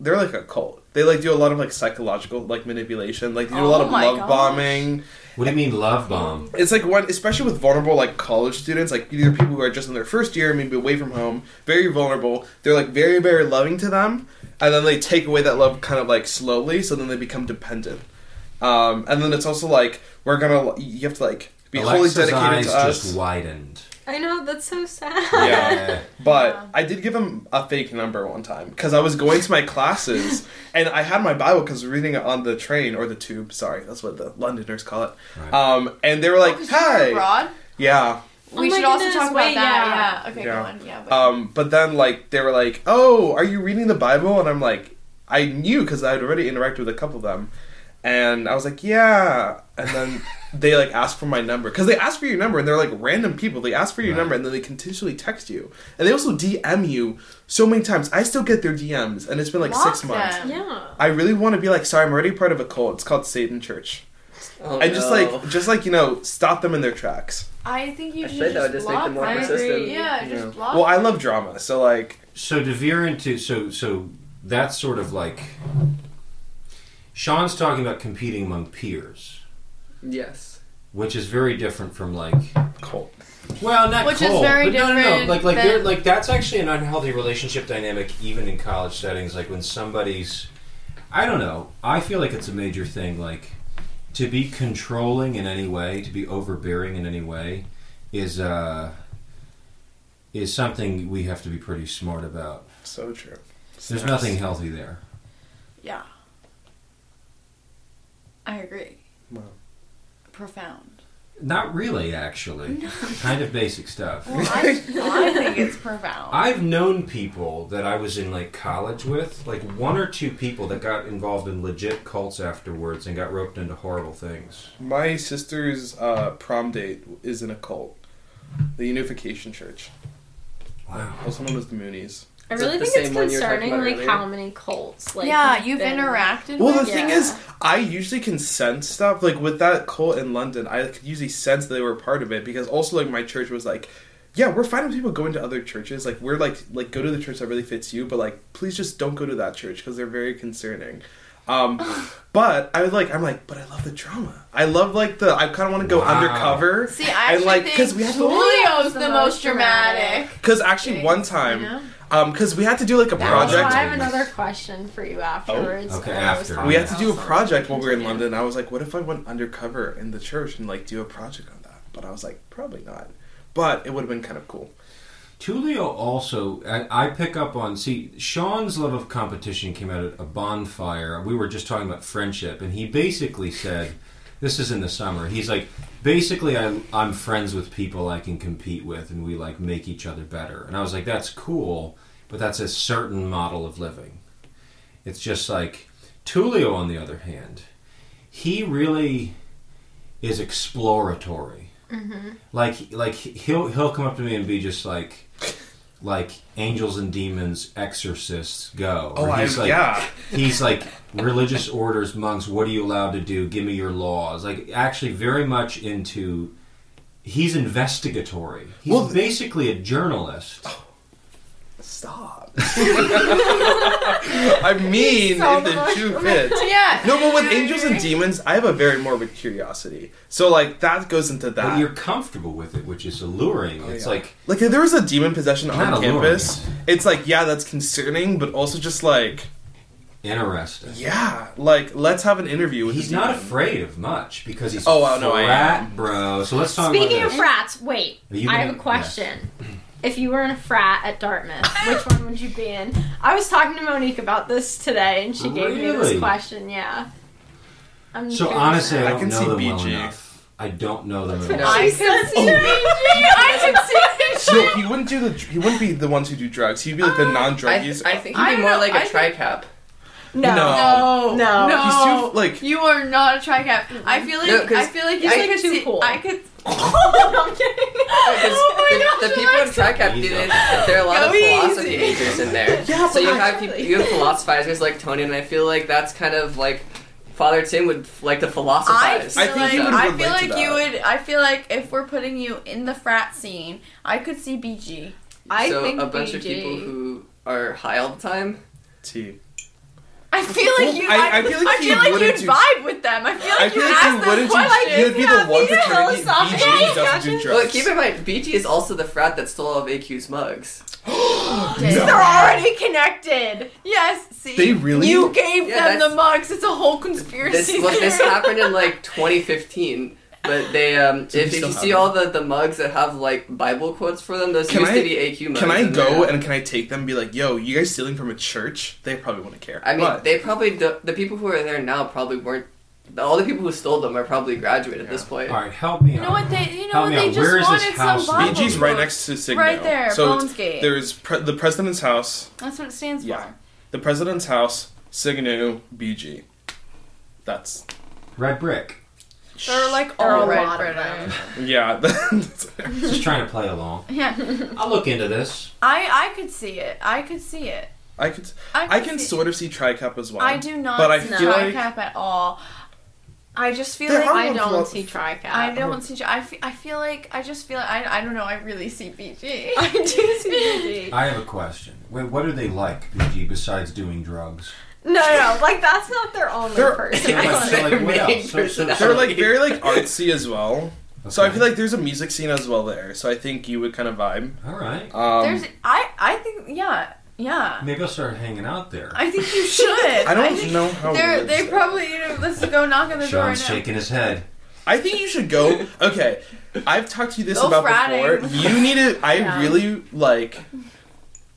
[SPEAKER 3] they're like a cult. They like do a lot of like psychological like manipulation. Like they do a lot
[SPEAKER 2] Oh
[SPEAKER 3] of
[SPEAKER 2] my
[SPEAKER 3] love
[SPEAKER 2] gosh.
[SPEAKER 3] bombing.
[SPEAKER 1] What do you mean, love bomb?
[SPEAKER 3] It's like one, especially with vulnerable like college students, like these are people who are just in their first year, maybe away from home, very vulnerable. They're like very very loving to them, and then they take away that love kind of like slowly, so then they become dependent. Um, and then it's also like we're gonna you have to like be
[SPEAKER 1] Alexa's
[SPEAKER 3] wholly dedicated
[SPEAKER 1] eyes
[SPEAKER 3] to us.
[SPEAKER 1] just widened.
[SPEAKER 4] I know that's so sad.
[SPEAKER 3] Yeah.
[SPEAKER 1] Yeah.
[SPEAKER 3] But
[SPEAKER 2] Yeah.
[SPEAKER 3] I did give him a fake number one time because I was going to my classes and I had my Bible because reading it on the train or the tube. Sorry, that's what the Londoners call it.
[SPEAKER 1] Right.
[SPEAKER 3] Um, and they were like,
[SPEAKER 2] Because you were
[SPEAKER 3] "Hi,
[SPEAKER 2] abroad.
[SPEAKER 3] yeah."
[SPEAKER 4] Oh
[SPEAKER 2] We
[SPEAKER 4] my
[SPEAKER 2] should also
[SPEAKER 4] goodness,
[SPEAKER 2] talk about
[SPEAKER 4] wait,
[SPEAKER 2] that. Yeah. Okay,
[SPEAKER 3] Yeah.
[SPEAKER 2] go on. Yeah. wait.
[SPEAKER 3] Um, but then like they were like, "Oh, are you reading the Bible?" And I'm like, I knew because I'd already interacted with a couple of them, and I was like, "Yeah." And then they like asked for my number because they asked for your number and they're like random people. They ask for your
[SPEAKER 1] Right.
[SPEAKER 3] number and then they continually text you and they also DM you so many times. I still get their DMs and it's been like six
[SPEAKER 2] Block
[SPEAKER 3] months.
[SPEAKER 2] them.
[SPEAKER 4] Yeah.
[SPEAKER 3] I really want to be like, sorry, I'm already part of a cult. It's called Satan Church.
[SPEAKER 5] Oh,
[SPEAKER 3] I just
[SPEAKER 5] no.
[SPEAKER 3] like, just like you know, stop them in their tracks.
[SPEAKER 2] I think you
[SPEAKER 5] I
[SPEAKER 2] should
[SPEAKER 5] said that
[SPEAKER 2] just
[SPEAKER 5] would just make
[SPEAKER 2] block
[SPEAKER 5] them more
[SPEAKER 2] them.
[SPEAKER 5] persistent.
[SPEAKER 2] Yeah,
[SPEAKER 3] You know.
[SPEAKER 2] just block.
[SPEAKER 3] Well, I love drama, so like,
[SPEAKER 1] So to veer into so so that's sort of like Sean's talking about competing among peers,
[SPEAKER 5] Yes.
[SPEAKER 1] which is very different from like
[SPEAKER 3] cult.
[SPEAKER 1] well, not
[SPEAKER 2] Which is
[SPEAKER 1] cold,
[SPEAKER 2] very
[SPEAKER 1] but No, no, no.
[SPEAKER 2] different
[SPEAKER 1] Like like they're
[SPEAKER 2] than-
[SPEAKER 1] like that's actually an unhealthy relationship dynamic even in college settings. Like when somebody's I don't know. I feel like it's a major thing. Like to be controlling in any way, to be overbearing in any way, is uh is something we have to be pretty smart about.
[SPEAKER 3] So true.
[SPEAKER 1] There's nothing healthy there.
[SPEAKER 2] Yeah. I agree.
[SPEAKER 3] Wow.
[SPEAKER 2] Profound.
[SPEAKER 1] Not really, actually. kind of basic stuff.
[SPEAKER 2] Well, I, I think it's profound.
[SPEAKER 1] I've known people that I was in like college with, like one or two people that got involved in legit cults afterwards and got roped into horrible things.
[SPEAKER 3] My sister's uh, prom date is in a cult, the Unification Church,
[SPEAKER 1] Wow.
[SPEAKER 3] also known as the Moonies.
[SPEAKER 4] I
[SPEAKER 5] Is
[SPEAKER 4] really
[SPEAKER 5] it the
[SPEAKER 4] think it's
[SPEAKER 5] same one you were talking
[SPEAKER 4] concerning, like
[SPEAKER 5] about earlier?
[SPEAKER 4] how many cults. Like,
[SPEAKER 2] yeah, you've
[SPEAKER 4] been-
[SPEAKER 2] interacted
[SPEAKER 3] Well, the
[SPEAKER 2] with
[SPEAKER 3] thing
[SPEAKER 4] Yeah.
[SPEAKER 3] is, I usually can sense stuff. Like with that cult in London, I could usually sense they were part of it because also like my church was like, yeah, we're fine with people going to other churches. Like we're like like go to the church that really fits you, but like please just don't go to that church because they're very concerning. Um, but I was like, I'm like, but I love the drama. I love like the. I kind of want to go
[SPEAKER 1] Wow.
[SPEAKER 3] undercover.
[SPEAKER 2] See, I
[SPEAKER 3] and
[SPEAKER 2] actually
[SPEAKER 3] like
[SPEAKER 2] think
[SPEAKER 3] because we had to
[SPEAKER 2] Julio's the, most dramatic.
[SPEAKER 3] Because actually, one time,
[SPEAKER 2] You know?
[SPEAKER 3] um, because we had to do like a
[SPEAKER 4] That was-
[SPEAKER 3] project.
[SPEAKER 4] I have another question for you afterwards.
[SPEAKER 1] Oh, okay,
[SPEAKER 4] but I was
[SPEAKER 1] after.
[SPEAKER 4] talking
[SPEAKER 3] We had to do a
[SPEAKER 4] about
[SPEAKER 3] project while
[SPEAKER 4] something.
[SPEAKER 3] we were in London. I was like, what if I went undercover in the church and like do a project on that? But I was like, probably not. But it would have been kind of cool.
[SPEAKER 1] Tulio also, I, I pick up on. See, Sean's love of competition came out at a bonfire. We were just talking about friendship, and he basically said, "This is in the summer." He's like, basically, I, I'm friends with people I can compete with, and we like make each other better. And I was like, that's cool, but that's a certain model of living. It's just like Tulio, on the other hand, he really is exploratory like like he'll he'll come up to me and be just like like angels and demons exorcists go
[SPEAKER 3] Oh,
[SPEAKER 1] Or
[SPEAKER 3] I,
[SPEAKER 1] he's like
[SPEAKER 3] yeah.
[SPEAKER 1] he's like religious orders monks what are you allowed to do give me your laws like actually very much into he's investigatory he's
[SPEAKER 3] Well, th-
[SPEAKER 1] basically a journalist
[SPEAKER 3] Stop. I mean, if the shoe fits.
[SPEAKER 2] yeah.
[SPEAKER 3] No, but with angels and demons, I have a very morbid curiosity. So like that goes into
[SPEAKER 1] But
[SPEAKER 3] that.
[SPEAKER 1] you're comfortable with it, which is alluring.
[SPEAKER 3] Oh,
[SPEAKER 1] it's
[SPEAKER 3] yeah.
[SPEAKER 1] like
[SPEAKER 3] like if there was a demon possession
[SPEAKER 1] Not
[SPEAKER 3] on
[SPEAKER 1] alluring.
[SPEAKER 3] campus, it's like yeah, that's concerning, but also just like
[SPEAKER 1] interesting.
[SPEAKER 3] yeah, like let's have an interview with.
[SPEAKER 1] He's
[SPEAKER 3] the
[SPEAKER 1] not
[SPEAKER 3] demon.
[SPEAKER 1] afraid of much because he's
[SPEAKER 3] Oh,
[SPEAKER 1] oh
[SPEAKER 3] well, no, I
[SPEAKER 1] frat, bro. So let's talk
[SPEAKER 4] Speaking
[SPEAKER 1] about
[SPEAKER 4] of
[SPEAKER 1] this.
[SPEAKER 4] frats, wait.
[SPEAKER 1] Are you
[SPEAKER 4] I
[SPEAKER 1] gonna-
[SPEAKER 4] have a question. If you were in a frat at Dartmouth, which one would you be in? I was talking to Monique about this today, and she gave me this
[SPEAKER 1] Really?
[SPEAKER 4] question. Yeah. I'm
[SPEAKER 1] So
[SPEAKER 4] curious.
[SPEAKER 1] honestly, I
[SPEAKER 3] I
[SPEAKER 1] don't
[SPEAKER 3] can
[SPEAKER 1] know
[SPEAKER 3] see
[SPEAKER 1] them well
[SPEAKER 3] BG.
[SPEAKER 1] enough. I don't know them
[SPEAKER 5] what
[SPEAKER 1] enough.
[SPEAKER 2] I could see I could see
[SPEAKER 3] No, he wouldn't do the. He wouldn't be the ones who do drugs. He'd be like the
[SPEAKER 5] Oh, I,
[SPEAKER 3] non-drug user.
[SPEAKER 5] I think
[SPEAKER 2] I don't
[SPEAKER 5] he'd be more
[SPEAKER 2] know,
[SPEAKER 5] like a
[SPEAKER 2] I think-
[SPEAKER 5] tricap.
[SPEAKER 4] no,
[SPEAKER 2] No.
[SPEAKER 4] No.
[SPEAKER 2] No.
[SPEAKER 3] He's too like.
[SPEAKER 2] You are not a tricap. I feel like
[SPEAKER 5] No, 'cause
[SPEAKER 2] I feel like
[SPEAKER 5] he's
[SPEAKER 2] I
[SPEAKER 5] like
[SPEAKER 2] could
[SPEAKER 4] too
[SPEAKER 2] see,
[SPEAKER 4] cool.
[SPEAKER 2] I could.
[SPEAKER 4] No, I'm kidding.
[SPEAKER 2] Oh my gosh!
[SPEAKER 5] the, the people
[SPEAKER 2] Alexa.
[SPEAKER 5] in tricap do
[SPEAKER 1] Easy.
[SPEAKER 5] this. There are a lot
[SPEAKER 2] Go
[SPEAKER 5] of philosophy
[SPEAKER 2] easy.
[SPEAKER 5] majors in there.
[SPEAKER 3] Yeah,
[SPEAKER 5] so
[SPEAKER 3] but
[SPEAKER 5] you
[SPEAKER 3] I-
[SPEAKER 5] have people, you have philosophizers like Tony, and I feel like that's kind of like Father Tim would like to
[SPEAKER 2] I
[SPEAKER 5] philosophize.
[SPEAKER 2] feel
[SPEAKER 3] I think
[SPEAKER 2] like,
[SPEAKER 3] he would
[SPEAKER 2] I
[SPEAKER 3] relate
[SPEAKER 2] feel
[SPEAKER 3] to
[SPEAKER 2] like you
[SPEAKER 3] that.
[SPEAKER 2] would. I feel like if we're putting you in the frat scene, I could see BG.
[SPEAKER 4] I
[SPEAKER 5] so
[SPEAKER 4] think
[SPEAKER 5] a bunch of
[SPEAKER 4] BG.
[SPEAKER 5] people who are high all the time.
[SPEAKER 3] T.
[SPEAKER 2] I feel like
[SPEAKER 3] Well,
[SPEAKER 2] you.
[SPEAKER 3] I- I feel like he
[SPEAKER 2] would
[SPEAKER 3] wouldn't
[SPEAKER 2] you'd
[SPEAKER 3] do-
[SPEAKER 2] vibe with them. I feel like
[SPEAKER 3] I
[SPEAKER 2] you
[SPEAKER 3] feel
[SPEAKER 2] would
[SPEAKER 3] like
[SPEAKER 2] ask
[SPEAKER 3] he
[SPEAKER 2] them
[SPEAKER 3] wouldn't. Do,
[SPEAKER 2] questions.
[SPEAKER 3] he'd be the one fraternity who
[SPEAKER 4] philosophical
[SPEAKER 3] doesn't do
[SPEAKER 4] discussions.
[SPEAKER 3] drugs.
[SPEAKER 5] Well, keep in mind, BG is also the frat that stole all of AQ's mugs.
[SPEAKER 2] No.
[SPEAKER 4] They're already connected.
[SPEAKER 2] Yes. See,
[SPEAKER 3] They really-
[SPEAKER 2] You gave
[SPEAKER 5] Yeah,
[SPEAKER 2] them
[SPEAKER 5] that's-
[SPEAKER 2] the mugs. It's a whole conspiracy.
[SPEAKER 5] This well, this
[SPEAKER 2] theory.
[SPEAKER 5] happened in like 2015. But they, um,
[SPEAKER 3] So
[SPEAKER 5] if,
[SPEAKER 3] they
[SPEAKER 5] if
[SPEAKER 3] still
[SPEAKER 5] you
[SPEAKER 3] have
[SPEAKER 5] see
[SPEAKER 3] them.
[SPEAKER 5] all the, the mugs that have like Bible quotes for them, those
[SPEAKER 3] Can
[SPEAKER 5] used
[SPEAKER 3] I-
[SPEAKER 5] to be AQ mugs.
[SPEAKER 3] Can I
[SPEAKER 5] in
[SPEAKER 3] go
[SPEAKER 5] there.
[SPEAKER 3] and can I take them and be like, yo, you guys stealing from a church? They probably wouldn't care.
[SPEAKER 5] I mean,
[SPEAKER 3] But-
[SPEAKER 5] they probably do, the people who are there now probably weren't. All the people who stole them are probably graduated at this point.
[SPEAKER 1] All right, help me
[SPEAKER 2] You know
[SPEAKER 1] out.
[SPEAKER 2] what they? You know
[SPEAKER 1] Help
[SPEAKER 2] what
[SPEAKER 1] me
[SPEAKER 2] they
[SPEAKER 1] out.
[SPEAKER 2] just
[SPEAKER 1] Where is this
[SPEAKER 2] wanted
[SPEAKER 1] house?
[SPEAKER 2] some Bible.
[SPEAKER 3] BG's right
[SPEAKER 2] quotes.
[SPEAKER 3] next to Signo.
[SPEAKER 2] Right there,
[SPEAKER 3] so it's-
[SPEAKER 2] Bonesgate.
[SPEAKER 3] There's pre- the president's house,
[SPEAKER 2] That's what it stands
[SPEAKER 3] Yeah.
[SPEAKER 2] for.
[SPEAKER 3] the president's house, Signo, BG. That's
[SPEAKER 1] Red brick.
[SPEAKER 2] They're like
[SPEAKER 4] There are
[SPEAKER 2] all
[SPEAKER 4] a
[SPEAKER 2] red
[SPEAKER 4] lot of
[SPEAKER 2] British.
[SPEAKER 4] them.
[SPEAKER 3] yeah. that's-
[SPEAKER 1] Just trying to play along.
[SPEAKER 2] Yeah,
[SPEAKER 1] I'll look into this.
[SPEAKER 2] I I could see it. I could see it.
[SPEAKER 3] I could
[SPEAKER 2] I, could
[SPEAKER 3] I can
[SPEAKER 2] see
[SPEAKER 3] sort of see tricap as well.
[SPEAKER 2] I do not
[SPEAKER 3] but I
[SPEAKER 2] see
[SPEAKER 3] feel
[SPEAKER 2] tri
[SPEAKER 3] like-
[SPEAKER 2] cap at all. I just feel
[SPEAKER 3] There
[SPEAKER 2] like
[SPEAKER 3] are
[SPEAKER 4] I
[SPEAKER 3] one
[SPEAKER 4] don't
[SPEAKER 3] philo-
[SPEAKER 4] see tricap.
[SPEAKER 2] I don't see. I feel, I feel like I just feel. I I don't know. I really see BG.
[SPEAKER 4] I do see BG.
[SPEAKER 1] I have a question. Wait, what are they like, BG, besides doing drugs?
[SPEAKER 4] No, no, like that's not their only
[SPEAKER 1] So,
[SPEAKER 3] They're-
[SPEAKER 4] person.
[SPEAKER 1] like,
[SPEAKER 5] That's
[SPEAKER 1] so, like,
[SPEAKER 5] their
[SPEAKER 1] what
[SPEAKER 5] main
[SPEAKER 1] else? So- so- so-
[SPEAKER 3] They're like very like artsy as well. So I
[SPEAKER 1] Okay.
[SPEAKER 3] feel like there's a music scene as well there. So I think you would kind of vibe.
[SPEAKER 1] All right.
[SPEAKER 3] Um,
[SPEAKER 2] There's. I I think. Yeah. Yeah.
[SPEAKER 1] Maybe I'll start hanging out there.
[SPEAKER 2] I think you should.
[SPEAKER 3] I don't
[SPEAKER 2] think
[SPEAKER 3] know how.
[SPEAKER 2] They're
[SPEAKER 3] weird
[SPEAKER 2] they
[SPEAKER 3] that-
[SPEAKER 2] probably. You know, let's go knock on the door
[SPEAKER 1] Sean's
[SPEAKER 2] right now.
[SPEAKER 1] shaking his head.
[SPEAKER 3] I think you should go. Okay, I've talked to you this
[SPEAKER 2] Go
[SPEAKER 3] about
[SPEAKER 2] fratting.
[SPEAKER 3] before. You need to. I
[SPEAKER 4] Yeah.
[SPEAKER 3] really like.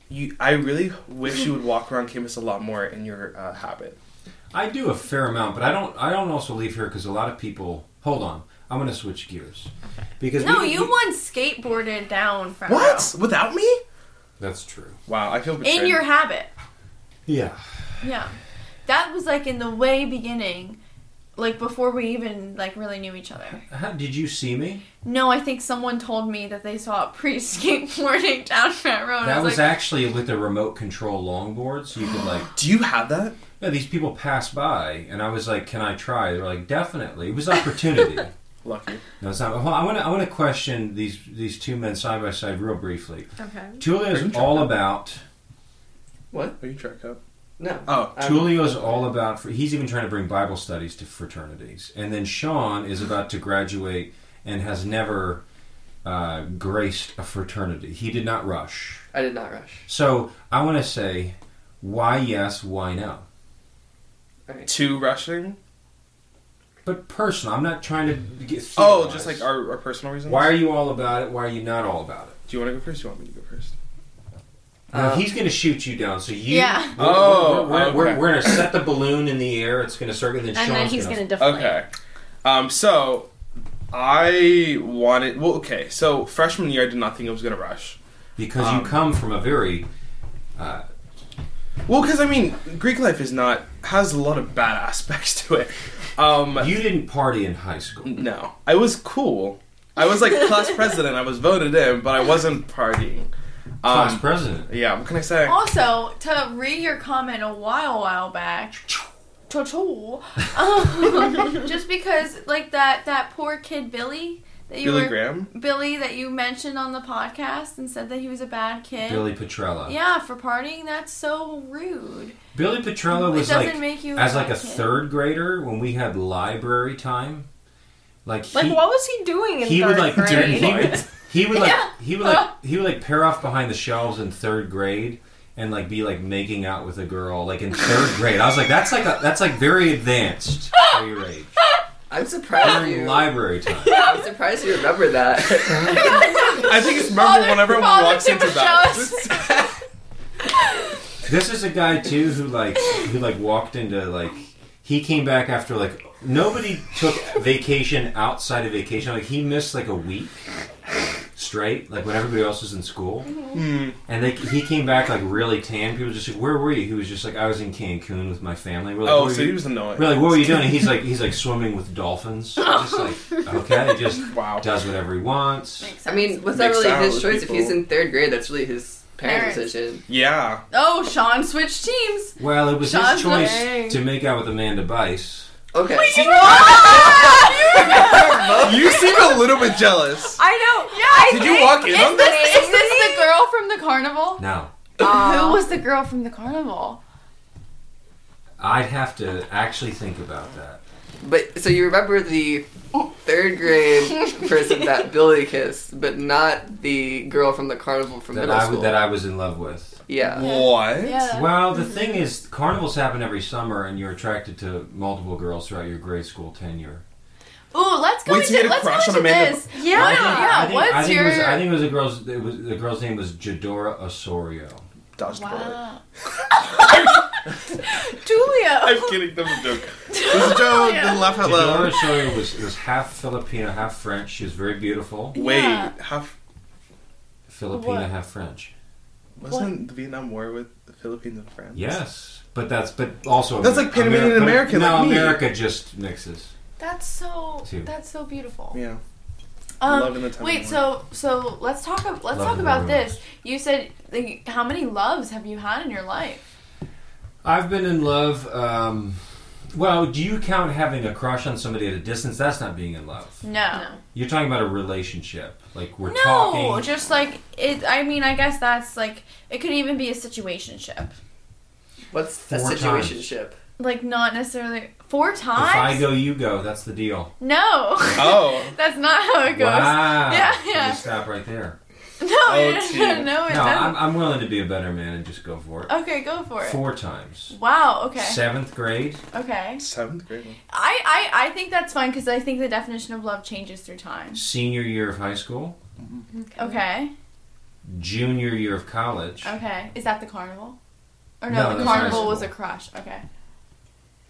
[SPEAKER 3] You, I really wish you would walk around campus a lot more in your uh, habit.
[SPEAKER 1] I do a fair amount, but I don't. I don't also leave here because a lot of people. Hold on, I'm going to switch gears because
[SPEAKER 2] No,
[SPEAKER 1] we-
[SPEAKER 2] you
[SPEAKER 1] we-
[SPEAKER 2] once skateboarded down from
[SPEAKER 3] What? Without me?
[SPEAKER 1] That's true.
[SPEAKER 3] Wow, I feel betrayed.
[SPEAKER 2] in your habit.
[SPEAKER 1] Yeah.
[SPEAKER 2] Yeah, that was like in the way beginning, like before we even like really knew each other.
[SPEAKER 1] How, did you see me?
[SPEAKER 2] No, I think someone told me that they saw a priest skateboarding down Fat Road. I
[SPEAKER 1] That
[SPEAKER 2] was,
[SPEAKER 1] was
[SPEAKER 2] like,
[SPEAKER 1] actually with the remote control longboard, so you could like.
[SPEAKER 3] Do you have that?
[SPEAKER 1] No, these people pass by, and I was like, "Can I try?" They're like, "Definitely." It was opportunity.
[SPEAKER 3] Lucky.
[SPEAKER 1] no, it's not. Well, I want to. I want to question these these two men side by side real briefly.
[SPEAKER 4] okay.
[SPEAKER 1] Tulio's
[SPEAKER 3] Are you
[SPEAKER 1] all
[SPEAKER 3] trying?
[SPEAKER 1] about.
[SPEAKER 3] Are you track up?
[SPEAKER 5] No.
[SPEAKER 3] Oh,
[SPEAKER 5] Um,
[SPEAKER 1] Tulio's all about. fr- He's even trying to bring Bible studies to fraternities, and then Sean is about to graduate and has never uh, graced a fraternity. He did not rush.
[SPEAKER 5] I did not rush.
[SPEAKER 1] So I want to say, why yes, why no?
[SPEAKER 3] two rushing.
[SPEAKER 1] But personal, I'm not trying to get.
[SPEAKER 3] Oh,
[SPEAKER 1] theorize.
[SPEAKER 3] just like our, our personal reasons.
[SPEAKER 1] Why are you all about it? Why are you not all about it?
[SPEAKER 3] Do you want to go first? Do you want me to go first?
[SPEAKER 1] Now,
[SPEAKER 5] Uh,
[SPEAKER 4] Um,
[SPEAKER 1] he's going to shoot you down. So you.
[SPEAKER 2] Yeah.
[SPEAKER 1] We're,
[SPEAKER 3] Oh,
[SPEAKER 1] We're, we're,
[SPEAKER 3] okay.
[SPEAKER 1] going to set the balloon in the air. It's going to circle. Then
[SPEAKER 4] And then
[SPEAKER 1] Sean's
[SPEAKER 4] he's
[SPEAKER 1] going
[SPEAKER 4] gonna
[SPEAKER 1] to.
[SPEAKER 4] deflate.
[SPEAKER 3] Okay. Um, so I wanted well okay, so freshman year I did not think I was gonna rush.
[SPEAKER 1] Because
[SPEAKER 3] um,
[SPEAKER 1] you come from a very. Uh,
[SPEAKER 3] Well, because I mean, Greek life is not has a lot of bad aspects to it. Um,
[SPEAKER 1] you didn't party in high school.
[SPEAKER 3] no, I was cool. I was like class president. I was voted in, but I wasn't partying.
[SPEAKER 1] Class
[SPEAKER 3] Um,
[SPEAKER 1] president.
[SPEAKER 3] yeah, what can I say?
[SPEAKER 2] Oh, also to read your comment a while while back. Cho-cho. Um, just because like that that poor kid Billy that you
[SPEAKER 3] Billy
[SPEAKER 2] were
[SPEAKER 3] Graham.
[SPEAKER 2] Billy that you mentioned on the podcast and said that he was a bad kid.
[SPEAKER 1] Billy Petrella.
[SPEAKER 2] Yeah, for partying, that's so rude.
[SPEAKER 1] Billy Petrella
[SPEAKER 2] it
[SPEAKER 1] was
[SPEAKER 2] doesn't
[SPEAKER 1] like
[SPEAKER 2] make you
[SPEAKER 1] as like a
[SPEAKER 2] kid.
[SPEAKER 1] third grader when we had library time. Like he,
[SPEAKER 4] Like, what was he doing in
[SPEAKER 1] he
[SPEAKER 4] third
[SPEAKER 1] would like
[SPEAKER 4] grade?
[SPEAKER 1] he would, he would like
[SPEAKER 2] Yeah.
[SPEAKER 1] he would like he would like pair off behind the shelves in third grade and like be like making out with a girl like in third grade. I was like that's like a, that's like very advanced for your age
[SPEAKER 5] I'm surprised
[SPEAKER 1] during
[SPEAKER 5] you.
[SPEAKER 1] library time.
[SPEAKER 5] I'm surprised you remember that.
[SPEAKER 3] I think it's memorable
[SPEAKER 2] Father-
[SPEAKER 3] whenever everyone
[SPEAKER 2] Father
[SPEAKER 3] walks into
[SPEAKER 2] Timoshenko's.
[SPEAKER 3] that.
[SPEAKER 1] This is a guy too who like who like walked into like he came back after like nobody took vacation outside of vacation. Like he missed like a week straight, like when everybody else was in school.
[SPEAKER 3] Hmm.
[SPEAKER 1] And they, he came back like really tan. People just like, where were you? He was just like, I was in Cancun with my family. We're like,
[SPEAKER 3] Oh,
[SPEAKER 1] "What
[SPEAKER 3] so
[SPEAKER 1] were
[SPEAKER 3] he
[SPEAKER 1] you?
[SPEAKER 3] was annoying.
[SPEAKER 1] We're like, what were you doing? And he's like, he's like swimming with dolphins. Just like, okay, he just
[SPEAKER 3] Wow.
[SPEAKER 1] does whatever he wants.
[SPEAKER 2] Makes
[SPEAKER 5] I
[SPEAKER 2] sense.
[SPEAKER 5] mean, was that
[SPEAKER 3] Mixed
[SPEAKER 5] really
[SPEAKER 3] out
[SPEAKER 5] his
[SPEAKER 3] with
[SPEAKER 5] choice? If he's
[SPEAKER 3] people.
[SPEAKER 5] in third grade, that's really his parents'
[SPEAKER 2] Parents.
[SPEAKER 5] decision.
[SPEAKER 3] Yeah.
[SPEAKER 2] oh, Sean switched teams.
[SPEAKER 1] Well, it was his
[SPEAKER 2] Sean's
[SPEAKER 1] choice
[SPEAKER 2] like-
[SPEAKER 1] to make out with Amanda Bice.
[SPEAKER 5] Okay.
[SPEAKER 3] You seem a little bit jealous.
[SPEAKER 4] I know.
[SPEAKER 2] Yeah,
[SPEAKER 3] Did you walk in
[SPEAKER 2] Is
[SPEAKER 3] on
[SPEAKER 2] this,
[SPEAKER 3] this?
[SPEAKER 2] is this the girl from the carnival?
[SPEAKER 1] Now,
[SPEAKER 2] Who was the girl from the carnival?
[SPEAKER 1] I'd have to actually think about that.
[SPEAKER 5] But so you remember the third grade person that Billy kissed, but not the girl from the carnival from
[SPEAKER 1] That
[SPEAKER 5] middle
[SPEAKER 1] I,
[SPEAKER 5] school.
[SPEAKER 1] would- that I was in love with.
[SPEAKER 5] yeah.
[SPEAKER 3] What?
[SPEAKER 2] Yeah.
[SPEAKER 1] Well, the thing is, carnivals happen every summer, and you're attracted to multiple girls throughout your grade school tenure.
[SPEAKER 2] Ooh, let's go
[SPEAKER 3] Wait, so you
[SPEAKER 2] into
[SPEAKER 3] had a
[SPEAKER 2] let's go
[SPEAKER 3] crush on
[SPEAKER 2] into
[SPEAKER 3] Amanda-
[SPEAKER 2] this. Yeah,
[SPEAKER 1] I think- I
[SPEAKER 2] yeah.
[SPEAKER 1] think- I
[SPEAKER 2] What's
[SPEAKER 1] think it
[SPEAKER 2] your?
[SPEAKER 1] was- I think it was a girl's. It was, the girl's name was Jadora Osorio.
[SPEAKER 3] Dodged a bullet.
[SPEAKER 2] Wow. Julia.
[SPEAKER 3] I'm kidding. That was a joke. It was a
[SPEAKER 2] Oh,
[SPEAKER 3] joke. Then laugh out
[SPEAKER 1] Jadora
[SPEAKER 3] loud.
[SPEAKER 1] Osorio was, was half Filipino, half French. She was very beautiful.
[SPEAKER 3] Wait,
[SPEAKER 2] Yeah.
[SPEAKER 3] half
[SPEAKER 1] Filipino,
[SPEAKER 2] What?
[SPEAKER 1] half French.
[SPEAKER 3] wasn't the Vietnam War with the Philippines and France?
[SPEAKER 1] Yes, but that's but also
[SPEAKER 3] That's like Panamanian
[SPEAKER 1] Ameri- but-
[SPEAKER 3] American,
[SPEAKER 1] No,
[SPEAKER 3] like me.
[SPEAKER 1] America just mixes.
[SPEAKER 2] That's so.
[SPEAKER 1] Two.
[SPEAKER 2] That's so beautiful.
[SPEAKER 3] Yeah.
[SPEAKER 2] Um,
[SPEAKER 3] Love in the time
[SPEAKER 2] wait,
[SPEAKER 3] of
[SPEAKER 2] so so let's talk. ab-
[SPEAKER 1] Love
[SPEAKER 2] Let's
[SPEAKER 1] in
[SPEAKER 2] talk
[SPEAKER 1] the
[SPEAKER 2] about
[SPEAKER 1] room.
[SPEAKER 2] this. You said like, how many loves have you had in your life?
[SPEAKER 1] I've been in love. Um, well, do you count having a crush on somebody at a distance? That's not being in love.
[SPEAKER 2] No,
[SPEAKER 4] No.
[SPEAKER 1] You're talking about a relationship, like we're
[SPEAKER 2] no,
[SPEAKER 1] talking.
[SPEAKER 2] just like it. I mean, I guess that's like it could even be a situationship.
[SPEAKER 5] What's a
[SPEAKER 1] Four
[SPEAKER 5] situationship?
[SPEAKER 2] Like not necessarily four
[SPEAKER 1] If I
[SPEAKER 2] times.
[SPEAKER 1] go, you go. That's the deal.
[SPEAKER 2] no,
[SPEAKER 3] Oh.
[SPEAKER 2] that's not how it goes.
[SPEAKER 1] Wow.
[SPEAKER 2] Yeah,
[SPEAKER 1] So
[SPEAKER 2] yeah.
[SPEAKER 1] Just stop right there.
[SPEAKER 2] No,
[SPEAKER 3] Oh,
[SPEAKER 2] no, no,
[SPEAKER 3] gee.
[SPEAKER 2] it
[SPEAKER 1] No, I'm,
[SPEAKER 2] doesn't.
[SPEAKER 1] I'm willing to be a better man and just go for it.
[SPEAKER 2] okay, go for it.
[SPEAKER 1] Four times.
[SPEAKER 2] Wow. Okay.
[SPEAKER 1] Seventh grade.
[SPEAKER 2] Okay.
[SPEAKER 3] Seventh grade.
[SPEAKER 2] I, I I think that's fine because I think the definition of love changes through time.
[SPEAKER 1] Senior year of high school. Mm-hmm.
[SPEAKER 2] Okay.
[SPEAKER 1] Junior year of college.
[SPEAKER 2] Okay. Is that the carnival? Or
[SPEAKER 1] No,
[SPEAKER 2] no, the
[SPEAKER 1] that's high
[SPEAKER 2] carnival was a
[SPEAKER 1] school.
[SPEAKER 2] crush. Okay.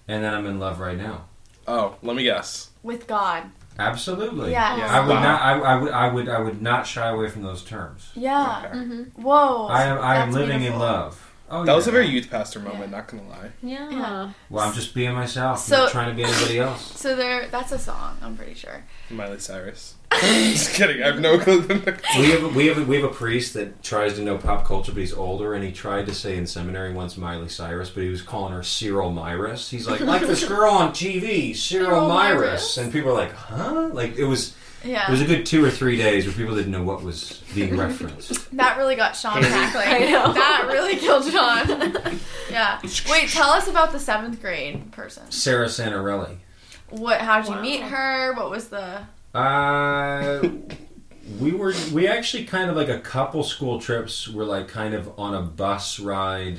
[SPEAKER 1] And then I'm in love right now.
[SPEAKER 3] Oh, let me guess.
[SPEAKER 2] With God.
[SPEAKER 1] Absolutely.
[SPEAKER 2] Yes.
[SPEAKER 3] Yeah.
[SPEAKER 1] I would
[SPEAKER 3] Wow.
[SPEAKER 1] not. I, I would. I would. I would not shy away from those terms.
[SPEAKER 2] Yeah.
[SPEAKER 3] Okay.
[SPEAKER 4] hmm
[SPEAKER 2] Whoa.
[SPEAKER 1] I am. I am
[SPEAKER 2] that's
[SPEAKER 1] living in
[SPEAKER 2] beautiful.
[SPEAKER 1] love. Oh,
[SPEAKER 3] That was
[SPEAKER 1] yeah.
[SPEAKER 3] a very youth pastor moment. Not gonna lie.
[SPEAKER 4] Yeah.
[SPEAKER 2] Yeah.
[SPEAKER 1] Well, I'm just being myself.
[SPEAKER 2] So-
[SPEAKER 1] not trying to be anybody else.
[SPEAKER 2] So there that's a song, I'm pretty sure.
[SPEAKER 3] Miley Cyrus. Just kidding. I have no clue.
[SPEAKER 1] We have a, we have a, we have a priest that tries to know pop culture, but he's older, and he tried to say in seminary once Miley Cyrus, but he was calling her Cyril Myris. He's like, like this girl on TV, Cyril
[SPEAKER 2] Cyril
[SPEAKER 1] Myris,
[SPEAKER 2] Myris.
[SPEAKER 1] and people are like, huh? Like it was it
[SPEAKER 2] Yeah.
[SPEAKER 1] was a good two or three days where people didn't know what was being referenced.
[SPEAKER 2] that really got Sean
[SPEAKER 4] I
[SPEAKER 2] tackling.
[SPEAKER 4] know.
[SPEAKER 2] That really killed Sean. yeah. Wait, tell us about the seventh grade person.
[SPEAKER 1] Sarah Santarelli.
[SPEAKER 2] What how'd you
[SPEAKER 4] Wow.
[SPEAKER 2] meet her? What was the
[SPEAKER 1] Uh, we were we actually kind of like a couple school trips were like kind of on a bus ride,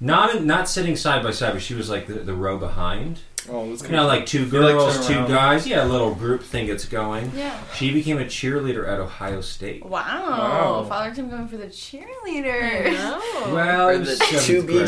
[SPEAKER 1] not not sitting side by side, but she was like the, the row behind.
[SPEAKER 3] Oh, that's
[SPEAKER 1] You know, like two
[SPEAKER 3] You, like,
[SPEAKER 1] girls,
[SPEAKER 3] turn
[SPEAKER 1] two
[SPEAKER 3] around.
[SPEAKER 1] guys. Yeah, a little group thing gets going.
[SPEAKER 2] Yeah.
[SPEAKER 1] She became a cheerleader at Ohio State.
[SPEAKER 2] Wow.
[SPEAKER 3] Wow.
[SPEAKER 2] Father Tim going for the cheerleader. Oh,
[SPEAKER 4] No.
[SPEAKER 1] Well,
[SPEAKER 5] Or
[SPEAKER 1] it
[SPEAKER 5] the
[SPEAKER 1] was
[SPEAKER 5] to
[SPEAKER 1] Oh, seventh
[SPEAKER 5] be
[SPEAKER 1] grade.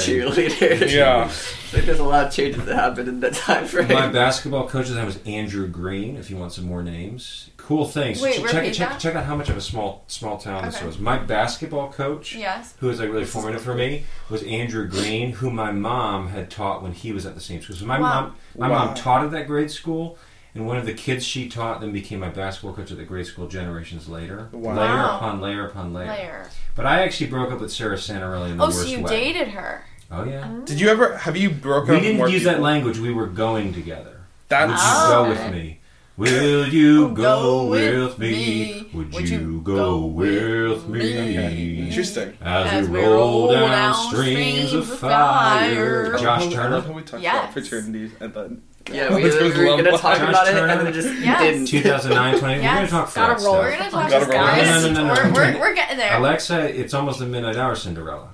[SPEAKER 5] cheerleader?
[SPEAKER 3] Yeah.
[SPEAKER 5] Like, there's a lot of changes that happened in that time frame.
[SPEAKER 1] My basketball coach at the time was Andrew Green. If you want some more names, cool things.
[SPEAKER 2] Wait,
[SPEAKER 1] check
[SPEAKER 2] repeat
[SPEAKER 1] check
[SPEAKER 2] that?
[SPEAKER 1] check out how much of a small small town this
[SPEAKER 2] Okay.
[SPEAKER 1] was. My basketball coach.
[SPEAKER 2] Yes.
[SPEAKER 1] who was like really formative for me was Andrew Green, who my mom had taught when he was at the same school. So my
[SPEAKER 2] Wow.
[SPEAKER 1] mom, my
[SPEAKER 3] Wow.
[SPEAKER 1] mom taught at that grade school, and one of the kids she taught then became my basketball coach at the grade school generations later,
[SPEAKER 3] Wow.
[SPEAKER 1] layer
[SPEAKER 2] Wow.
[SPEAKER 1] upon layer upon layer.
[SPEAKER 2] Layer.
[SPEAKER 1] But I actually broke up with Sarah Santarelli in the
[SPEAKER 2] Oh,
[SPEAKER 1] worst
[SPEAKER 2] so you
[SPEAKER 1] way.
[SPEAKER 2] dated her.
[SPEAKER 1] Oh yeah,
[SPEAKER 3] Did you ever? Have you broken
[SPEAKER 1] we
[SPEAKER 3] up? with
[SPEAKER 1] didn't
[SPEAKER 3] more
[SPEAKER 1] use that
[SPEAKER 3] people?
[SPEAKER 1] language. We were going together. Would
[SPEAKER 3] That's
[SPEAKER 1] you go
[SPEAKER 2] Oh.
[SPEAKER 1] with me? Will you
[SPEAKER 2] Go
[SPEAKER 1] go
[SPEAKER 2] with
[SPEAKER 1] with me?
[SPEAKER 2] me.
[SPEAKER 1] Would you go with
[SPEAKER 2] me?
[SPEAKER 1] me?
[SPEAKER 3] Interesting.
[SPEAKER 1] As we roll down streams of fire.
[SPEAKER 2] fire.
[SPEAKER 1] Josh
[SPEAKER 3] I love
[SPEAKER 1] Turner.
[SPEAKER 3] how we talked
[SPEAKER 2] Yes.
[SPEAKER 3] about fraternities and then
[SPEAKER 5] Yeah, we,
[SPEAKER 3] Let's go
[SPEAKER 5] we were
[SPEAKER 3] love
[SPEAKER 5] gonna
[SPEAKER 3] one.
[SPEAKER 5] talk
[SPEAKER 1] Josh
[SPEAKER 5] about it and
[SPEAKER 1] Turner.
[SPEAKER 5] then just
[SPEAKER 2] Yes.
[SPEAKER 5] didn't.
[SPEAKER 1] 2009, 20. We're going to
[SPEAKER 2] Yes.
[SPEAKER 1] talk
[SPEAKER 4] Gotta
[SPEAKER 1] frat
[SPEAKER 4] roll.
[SPEAKER 2] We're
[SPEAKER 1] stuff.
[SPEAKER 2] gonna talk
[SPEAKER 3] Gotta
[SPEAKER 2] about
[SPEAKER 3] roll.
[SPEAKER 2] guys.
[SPEAKER 1] No, no, no, no,
[SPEAKER 2] We're,
[SPEAKER 1] no.
[SPEAKER 2] we're, we're getting there.
[SPEAKER 1] Alexa, it's almost the midnight hour, Cinderella.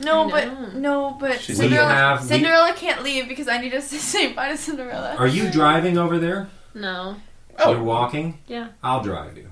[SPEAKER 2] no,
[SPEAKER 4] I
[SPEAKER 2] but no, but
[SPEAKER 3] She's-
[SPEAKER 1] We
[SPEAKER 2] Cinderella.
[SPEAKER 1] have- we-
[SPEAKER 2] Cinderella can't leave because I need us to say bye to Cinderella.
[SPEAKER 1] Are you driving over there?
[SPEAKER 4] No.
[SPEAKER 2] Oh.
[SPEAKER 1] You're walking?
[SPEAKER 4] Yeah.
[SPEAKER 1] I'll drive you.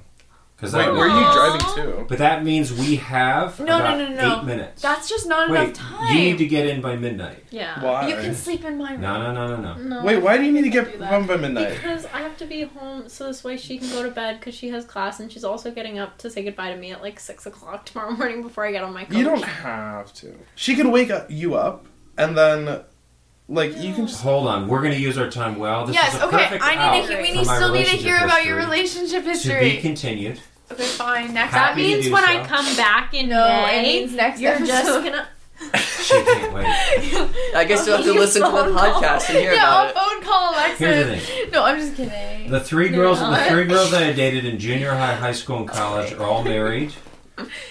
[SPEAKER 1] Cause
[SPEAKER 3] Wait,
[SPEAKER 1] that,
[SPEAKER 3] where
[SPEAKER 4] Aw.
[SPEAKER 3] are you driving to?
[SPEAKER 1] But that means we have
[SPEAKER 2] No, no,
[SPEAKER 1] about
[SPEAKER 2] no, no, no.
[SPEAKER 1] eight minutes.
[SPEAKER 2] That's just not
[SPEAKER 1] Wait,
[SPEAKER 2] enough
[SPEAKER 1] you
[SPEAKER 2] time.
[SPEAKER 1] need to get in by midnight.
[SPEAKER 4] Yeah.
[SPEAKER 3] Why?
[SPEAKER 2] You can sleep in my room.
[SPEAKER 1] No, no, no, no, no.
[SPEAKER 4] No.
[SPEAKER 3] Wait, why do you need to
[SPEAKER 4] Do
[SPEAKER 3] get
[SPEAKER 4] that.
[SPEAKER 3] home by midnight?
[SPEAKER 4] Because I have to be home so this way she can go to bed because she has class and she's also getting up to say goodbye to me at like six o'clock tomorrow morning before I get on my coach.
[SPEAKER 3] You don't have to. She can wake up, you up and then, like, you can just.
[SPEAKER 1] Hold on, we're going to use our time well. This
[SPEAKER 2] yes.
[SPEAKER 1] is a
[SPEAKER 2] Okay.
[SPEAKER 1] perfect
[SPEAKER 2] I need
[SPEAKER 1] out
[SPEAKER 2] to. Hear, we
[SPEAKER 1] for
[SPEAKER 2] need,
[SPEAKER 1] my
[SPEAKER 2] still need to
[SPEAKER 1] relationship
[SPEAKER 2] hear about your
[SPEAKER 1] history.
[SPEAKER 2] relationship
[SPEAKER 1] To be
[SPEAKER 2] history.
[SPEAKER 1] continued.
[SPEAKER 2] okay. Fine. Next.
[SPEAKER 1] Happy
[SPEAKER 4] That
[SPEAKER 2] That
[SPEAKER 1] to
[SPEAKER 4] means
[SPEAKER 1] do
[SPEAKER 4] when
[SPEAKER 1] so.
[SPEAKER 4] I come back in
[SPEAKER 2] No, it
[SPEAKER 4] May,
[SPEAKER 2] means next
[SPEAKER 4] you're just
[SPEAKER 2] episode.
[SPEAKER 4] gonna.
[SPEAKER 1] She can't wait.
[SPEAKER 5] I guess you'll have to
[SPEAKER 4] You
[SPEAKER 5] listen to the
[SPEAKER 4] phone call.
[SPEAKER 5] podcast and hear
[SPEAKER 2] yeah. I'll
[SPEAKER 5] about it.
[SPEAKER 2] phone call Alexis.
[SPEAKER 1] Here's the thing.
[SPEAKER 2] No, I'm just kidding.
[SPEAKER 1] The three girls,
[SPEAKER 4] No.
[SPEAKER 1] the three girls that I dated in junior high, high school, and college are all married.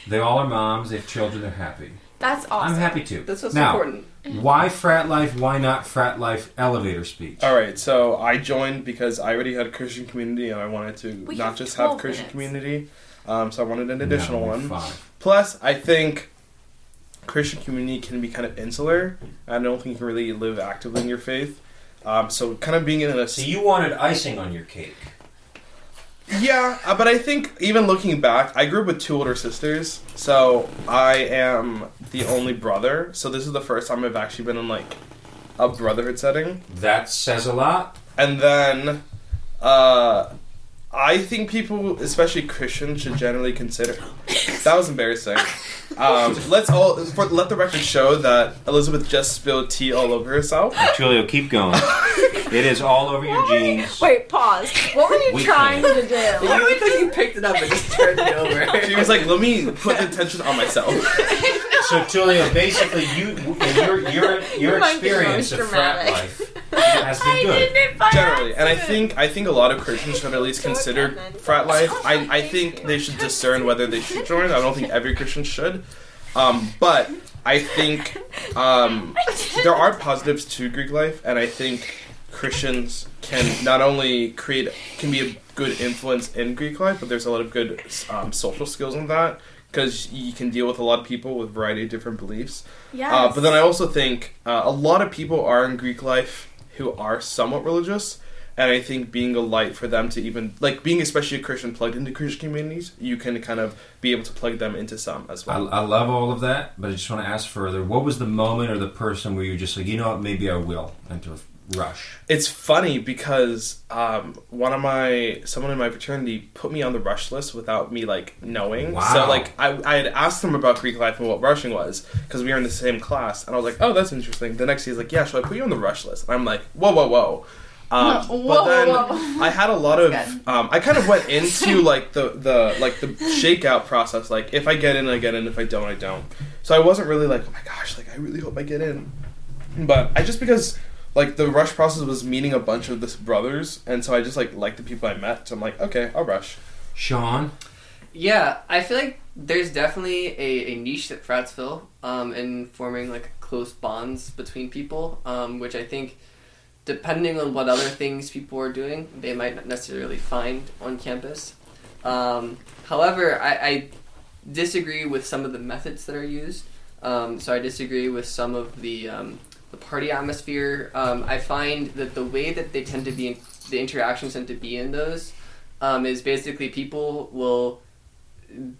[SPEAKER 1] They all are moms. They have children. They're happy.
[SPEAKER 2] That's awesome.
[SPEAKER 1] I'm happy too.
[SPEAKER 5] That's what's
[SPEAKER 1] now,
[SPEAKER 5] important.
[SPEAKER 1] Why frat life? Why not frat life? Elevator speech.
[SPEAKER 3] Alright, so I joined because I already had Christian community and I wanted to
[SPEAKER 2] We
[SPEAKER 3] not
[SPEAKER 2] have
[SPEAKER 3] just have
[SPEAKER 2] 12
[SPEAKER 3] Christian
[SPEAKER 2] minutes.
[SPEAKER 3] community. Um, so I wanted an
[SPEAKER 1] No,
[SPEAKER 3] additional
[SPEAKER 1] we're
[SPEAKER 3] one.
[SPEAKER 1] Five.
[SPEAKER 3] Plus, I think Christian community can be kind of insular. I don't think you can really live actively in your faith. Um, so, kind of being in a
[SPEAKER 1] So you wanted icing on your cake.
[SPEAKER 3] yeah, uh, but I think even looking back, I grew up with two older sisters, so I am the only brother. So this is the first time I've actually been in like a brotherhood setting.
[SPEAKER 1] That says a lot.
[SPEAKER 3] And then, uh, I think people, especially Christians, should generally consider. That was embarrassing. Um, let's all for, let the record show that Elizabeth just spilled tea all over herself.
[SPEAKER 1] Julio, keep going. it is all over your jeans.
[SPEAKER 4] Wait, pause. What were you
[SPEAKER 1] We
[SPEAKER 4] trying
[SPEAKER 1] can't.
[SPEAKER 4] to do?
[SPEAKER 5] You, because you picked it up and just turned it over.
[SPEAKER 3] She was like, "Let me put the tension on myself."
[SPEAKER 1] So Tulio, basically, you in your your your
[SPEAKER 4] You might be
[SPEAKER 1] experience
[SPEAKER 4] most
[SPEAKER 1] of frat
[SPEAKER 4] dramatic.
[SPEAKER 1] life has been good.
[SPEAKER 2] it by
[SPEAKER 3] Generally, and I
[SPEAKER 2] accident.
[SPEAKER 3] think I think a lot of Christians should at least consider frat life. I, I think they should discern whether they should join. I don't think every Christian should, um, but I think um, there are positives to Greek life, and I think Christians can not only create can be a good influence in Greek life, but there's a lot of good um, social skills in that because you can deal with a lot of people with a variety of different beliefs.
[SPEAKER 2] Yes.
[SPEAKER 3] Uh, but then I also think uh, a lot of people are in Greek life who are somewhat religious, and I think being a light for them to even like being especially a Christian plugged into Christian communities, you can kind of be able to plug them into some as
[SPEAKER 1] I,
[SPEAKER 3] well.
[SPEAKER 1] I love all of that, but I just want to ask further. What was the moment or the person where you were just like, you know what, maybe I will enter rush?
[SPEAKER 3] It's funny because um, one of my someone in my fraternity put me on the rush list without me like knowing. So
[SPEAKER 1] Wow.
[SPEAKER 3] like I, I had asked them about Greek life and what rushing was because we were in the same class, and I was like, oh, that's interesting. The next day he's like, yeah, should I put you on the rush list? And I'm like, whoa, whoa, whoa. Um,
[SPEAKER 2] Whoa,
[SPEAKER 3] but then
[SPEAKER 2] whoa, whoa.
[SPEAKER 3] I had a lot of.
[SPEAKER 2] That's good.
[SPEAKER 3] Um, I kind of went into like the the like the shakeout process. Like if I get in, I get in. If I don't, I don't. So I wasn't really like, oh my gosh, like I really hope I get in. But I just because like the rush process was meeting a bunch of this brothers, and so I just like liked the people I met. So I'm like, okay, I'll rush.
[SPEAKER 1] Sean,
[SPEAKER 5] Yeah, I feel like there's definitely a, a niche that frats fill um, in forming like close bonds between people, um, which I think, depending on what other things people are doing, they might not necessarily find on campus. Um, however, I, I disagree with some of the methods that are used. Um, so I disagree with some of the um, the party atmosphere. Um, I find that the way that they tend to be, in, the interactions tend to be in those, um, is basically people will,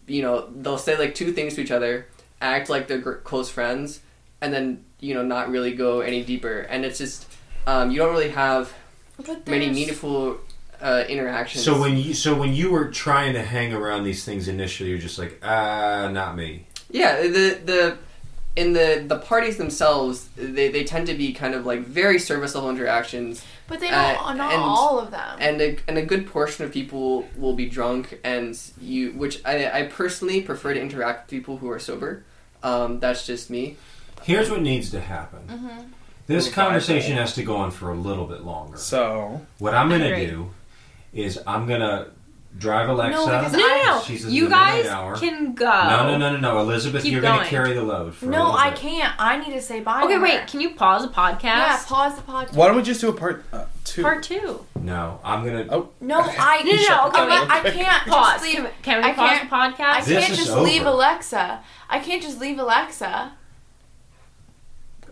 [SPEAKER 5] you know, they'll say like two things to each other, act like they're gr- close friends, and then you know not really go any deeper. And it's just um, you don't really have
[SPEAKER 2] But
[SPEAKER 5] many
[SPEAKER 2] there's-
[SPEAKER 5] meaningful uh, interactions.
[SPEAKER 1] so when you so when you were trying to hang around these things initially, you're just like, ah, not me.
[SPEAKER 5] Yeah, the the in the the parties themselves, they, they tend to be kind of like very service level interactions,
[SPEAKER 2] But they
[SPEAKER 5] uh,
[SPEAKER 2] don't. not
[SPEAKER 5] and-
[SPEAKER 2] all of them.
[SPEAKER 5] and a, and a good portion of people will be drunk, and you which I, I personally prefer to interact with people who are sober. Um, that's just me.
[SPEAKER 1] Here's what needs to happen.
[SPEAKER 4] Mm-hmm.
[SPEAKER 1] This
[SPEAKER 2] Mm-hmm.
[SPEAKER 3] Revival.
[SPEAKER 1] conversation has to go on for a little bit longer.
[SPEAKER 3] So
[SPEAKER 1] What I'm going to
[SPEAKER 4] Agreed.
[SPEAKER 1] do is I'm gonna drive Alexa.
[SPEAKER 2] No, because
[SPEAKER 4] No, no,
[SPEAKER 1] She
[SPEAKER 4] no.
[SPEAKER 1] says within
[SPEAKER 4] You
[SPEAKER 1] an
[SPEAKER 4] guys
[SPEAKER 1] hour.
[SPEAKER 4] can go.
[SPEAKER 1] no, no, no, no, no, Elizabeth,
[SPEAKER 4] Keep
[SPEAKER 1] you're
[SPEAKER 4] going.
[SPEAKER 1] gonna carry the load. For a
[SPEAKER 2] No,
[SPEAKER 1] little
[SPEAKER 2] I
[SPEAKER 1] bit.
[SPEAKER 2] can't. I need to say bye.
[SPEAKER 4] Okay,
[SPEAKER 2] to
[SPEAKER 4] wait.
[SPEAKER 2] her.
[SPEAKER 4] Can you pause the podcast?
[SPEAKER 2] Yeah, pause the podcast.
[SPEAKER 3] Why don't we just do a part uh, two?
[SPEAKER 4] Part two.
[SPEAKER 1] No, I'm gonna.
[SPEAKER 3] Oh.
[SPEAKER 2] No, I
[SPEAKER 4] No, no, no, okay,
[SPEAKER 2] I'm not- I
[SPEAKER 3] wait.
[SPEAKER 2] can't
[SPEAKER 4] Pause.
[SPEAKER 2] just leave.
[SPEAKER 4] Can, can we
[SPEAKER 2] I
[SPEAKER 4] pause
[SPEAKER 2] can't-
[SPEAKER 4] the
[SPEAKER 2] I
[SPEAKER 4] podcast?
[SPEAKER 1] This
[SPEAKER 2] can't
[SPEAKER 1] is
[SPEAKER 2] just leave
[SPEAKER 1] over.
[SPEAKER 2] Alexa. I can't just leave Alexa.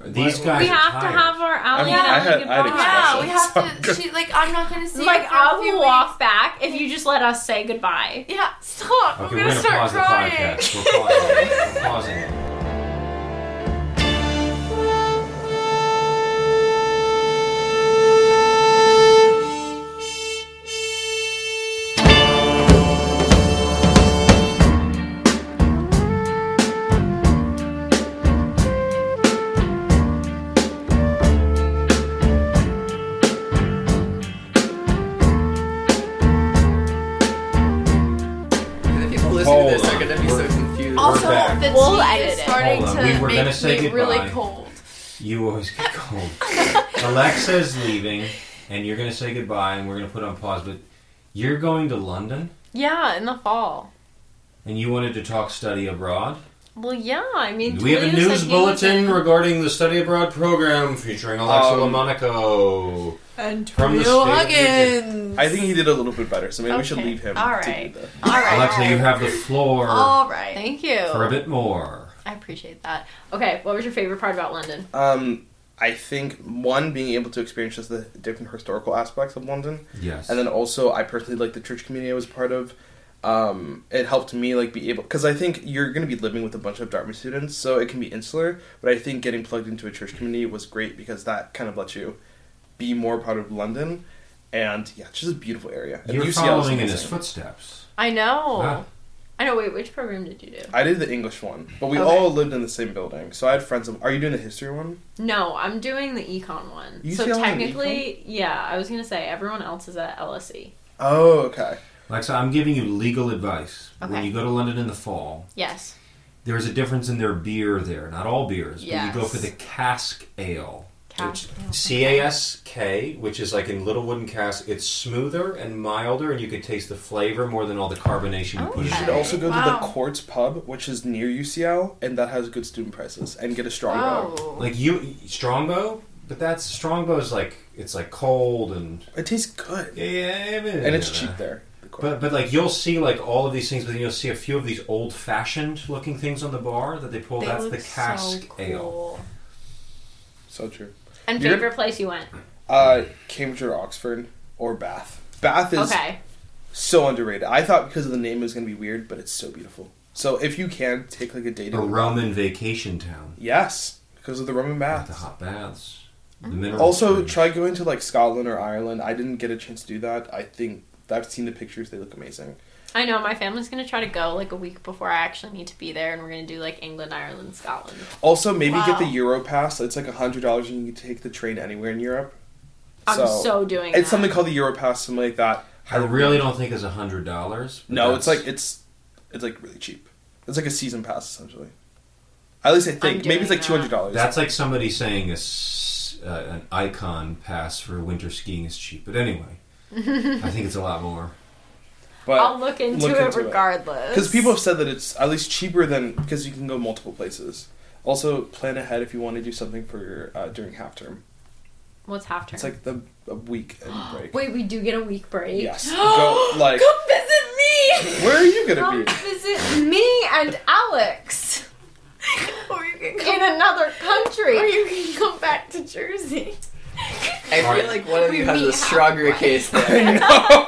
[SPEAKER 1] These guys
[SPEAKER 4] we
[SPEAKER 1] are
[SPEAKER 4] have to
[SPEAKER 1] tired.
[SPEAKER 4] have our
[SPEAKER 3] I
[SPEAKER 4] alley
[SPEAKER 3] mean,
[SPEAKER 4] and
[SPEAKER 3] I had- I
[SPEAKER 4] alley
[SPEAKER 3] had
[SPEAKER 4] goodbye.
[SPEAKER 2] Yeah, we have
[SPEAKER 3] Sounds
[SPEAKER 2] to.
[SPEAKER 3] good.
[SPEAKER 2] She like I'm not gonna see.
[SPEAKER 4] Like
[SPEAKER 2] her for
[SPEAKER 4] I
[SPEAKER 2] a few
[SPEAKER 4] will
[SPEAKER 2] weeks.
[SPEAKER 4] walk back if you just let us say goodbye.
[SPEAKER 2] Yeah, stop.
[SPEAKER 1] Okay,
[SPEAKER 2] I'm
[SPEAKER 1] we're gonna
[SPEAKER 2] gonna, start
[SPEAKER 1] pause
[SPEAKER 2] crying.
[SPEAKER 1] the podcast. We're pausing. it. We're pausing it.
[SPEAKER 5] The people listening
[SPEAKER 1] Hold
[SPEAKER 5] to this
[SPEAKER 1] on.
[SPEAKER 5] are gonna be so confused.
[SPEAKER 2] Also,
[SPEAKER 1] back.
[SPEAKER 2] the
[SPEAKER 4] We'll
[SPEAKER 2] tea
[SPEAKER 4] edit
[SPEAKER 2] is
[SPEAKER 4] it.
[SPEAKER 2] starting
[SPEAKER 1] Hold on,
[SPEAKER 2] to
[SPEAKER 1] we were gonna
[SPEAKER 2] make
[SPEAKER 1] say
[SPEAKER 2] me really
[SPEAKER 1] goodbye.
[SPEAKER 2] cold.
[SPEAKER 1] You always get cold. Alexa's leaving, and you're going to say goodbye, and we're going to put on pause. But you're going to London,
[SPEAKER 4] Yeah, in the fall.
[SPEAKER 1] and you wanted to talk study abroad.
[SPEAKER 4] Well, yeah. I mean,
[SPEAKER 1] we have a
[SPEAKER 4] Toledo's
[SPEAKER 1] news
[SPEAKER 4] like
[SPEAKER 1] bulletin
[SPEAKER 4] Newton.
[SPEAKER 1] regarding the study abroad program featuring Alexa
[SPEAKER 3] Um,
[SPEAKER 1] LaMonaco.
[SPEAKER 2] And
[SPEAKER 1] From the
[SPEAKER 2] Trio
[SPEAKER 1] state of Virginia.
[SPEAKER 2] Huggins.
[SPEAKER 3] I think he did a little bit better, so maybe we should
[SPEAKER 4] Okay.
[SPEAKER 3] leave him.
[SPEAKER 2] All
[SPEAKER 3] To
[SPEAKER 2] right.
[SPEAKER 3] do the...
[SPEAKER 2] All right.
[SPEAKER 1] Alexa, you have the floor
[SPEAKER 4] Oh.
[SPEAKER 2] All right.
[SPEAKER 4] Thank you.
[SPEAKER 1] for a bit more.
[SPEAKER 4] I appreciate that. Okay, what was your favorite part about London?
[SPEAKER 3] Um, I think one being able to experience just the different historical aspects of London,
[SPEAKER 1] Yes.
[SPEAKER 3] and then also I personally like the church community I was part of. Um, it helped me like be able because I think you're going to be living with a bunch of Dartmouth students, so it can be insular. But I think getting plugged into a church community was great because that kind of lets you be more part of London, and yeah, it's just a beautiful area. And
[SPEAKER 1] you're
[SPEAKER 3] UCL is
[SPEAKER 1] following in his
[SPEAKER 3] amazing.
[SPEAKER 1] footsteps.
[SPEAKER 4] I know.
[SPEAKER 1] Huh?
[SPEAKER 4] I know. Wait, which program did you do?
[SPEAKER 3] I did the English one, but we
[SPEAKER 4] Okay.
[SPEAKER 3] all lived in the same building, so I had friends. Of, are you doing the history one?
[SPEAKER 4] No, I'm doing the econ one. so
[SPEAKER 3] UCLA and
[SPEAKER 4] technically, yeah, I was gonna say everyone else is at E. LSE.
[SPEAKER 3] Oh, okay.
[SPEAKER 1] Alexa, I'm giving you legal advice. When
[SPEAKER 4] Okay.
[SPEAKER 1] you go to London in the fall,
[SPEAKER 4] Yes.
[SPEAKER 1] there's a difference in their beer there. Not all beers, but you go
[SPEAKER 4] Yes.
[SPEAKER 1] for the cask ale.
[SPEAKER 4] Cask ale.
[SPEAKER 1] C A S K, which is like in little wooden casks. It's smoother and milder, and you can taste the flavor more than all the carbonation you put
[SPEAKER 4] Okay.
[SPEAKER 1] in
[SPEAKER 3] You should
[SPEAKER 1] it.
[SPEAKER 3] also go
[SPEAKER 2] Wow.
[SPEAKER 3] to the Quartz Pub, which is near UCL, and that has good student prices, and get a strong ale.
[SPEAKER 2] Oh.
[SPEAKER 1] Like you, Strongbow, but that's Strongbow's like it's like cold and
[SPEAKER 3] It tastes good,
[SPEAKER 1] yeah, yeah, yeah,
[SPEAKER 3] and it's
[SPEAKER 1] yeah.
[SPEAKER 3] cheap there. the Quartz.
[SPEAKER 1] But but like you'll see like all of these things, but then you'll see a few of these old fashioned looking things on the bar that they pull.
[SPEAKER 4] They
[SPEAKER 1] oh, that's
[SPEAKER 4] look
[SPEAKER 1] the cask
[SPEAKER 4] so cool.
[SPEAKER 1] ale.
[SPEAKER 3] so true.
[SPEAKER 4] And
[SPEAKER 3] You're-
[SPEAKER 4] favorite place you went?
[SPEAKER 3] Uh, Cambridge or Oxford or Bath. Bath is
[SPEAKER 4] Okay.
[SPEAKER 3] so underrated. I thought because of the name it was gonna be weird, but it's so beautiful. So if you can take like a day
[SPEAKER 1] A
[SPEAKER 3] to
[SPEAKER 1] Roman vacation town.
[SPEAKER 3] yes, because of the Roman
[SPEAKER 1] Got
[SPEAKER 3] baths.
[SPEAKER 1] the hot baths. The mineral
[SPEAKER 3] Also,
[SPEAKER 1] springs.
[SPEAKER 3] try going to like Scotland or Ireland. I didn't get a chance to do that. I think I've seen the pictures; they look amazing.
[SPEAKER 4] I know my family's gonna try to go like a week before I actually need to be there, and we're gonna do like England, Ireland, Scotland.
[SPEAKER 3] Also, maybe get the
[SPEAKER 2] Wow.
[SPEAKER 3] Euro Pass. It's like hundred dollars, and you can take the train anywhere in Europe.
[SPEAKER 4] I'm so doing
[SPEAKER 3] It's
[SPEAKER 4] that.
[SPEAKER 3] something called the Euro Pass, something like that.
[SPEAKER 1] I really don't think it's a hundred dollars. but
[SPEAKER 3] No, it's
[SPEAKER 1] that's-
[SPEAKER 3] like it's it's like really cheap. It's like a season pass essentially. At least I think. Maybe it's
[SPEAKER 4] doing
[SPEAKER 3] like two hundred dollars.
[SPEAKER 1] that's like somebody saying a s uh, an icon pass for winter skiing is cheap. But anyway, I think it's a lot more.
[SPEAKER 4] I'll
[SPEAKER 3] but
[SPEAKER 4] look into
[SPEAKER 3] look
[SPEAKER 4] it
[SPEAKER 3] into it.
[SPEAKER 4] regardless.
[SPEAKER 3] because people have said that it's at least cheaper than because you can go multiple places. Also, plan ahead if you want to do something for your uh, during half term.
[SPEAKER 4] what's half term?
[SPEAKER 3] It's like the a week and break.
[SPEAKER 4] wait, we do get a week break.
[SPEAKER 3] Yes. Go, like,
[SPEAKER 4] Come visit me.
[SPEAKER 3] where are you
[SPEAKER 4] Come
[SPEAKER 3] gonna be?
[SPEAKER 4] visit me and Alex
[SPEAKER 2] Or you can
[SPEAKER 4] in
[SPEAKER 2] come,
[SPEAKER 4] another
[SPEAKER 2] or
[SPEAKER 4] country.
[SPEAKER 2] you can come back to Jersey.
[SPEAKER 5] I feel like one of
[SPEAKER 4] We
[SPEAKER 5] you has
[SPEAKER 4] meet
[SPEAKER 5] a stronger
[SPEAKER 4] halfway.
[SPEAKER 5] case there. and
[SPEAKER 3] No.
[SPEAKER 5] I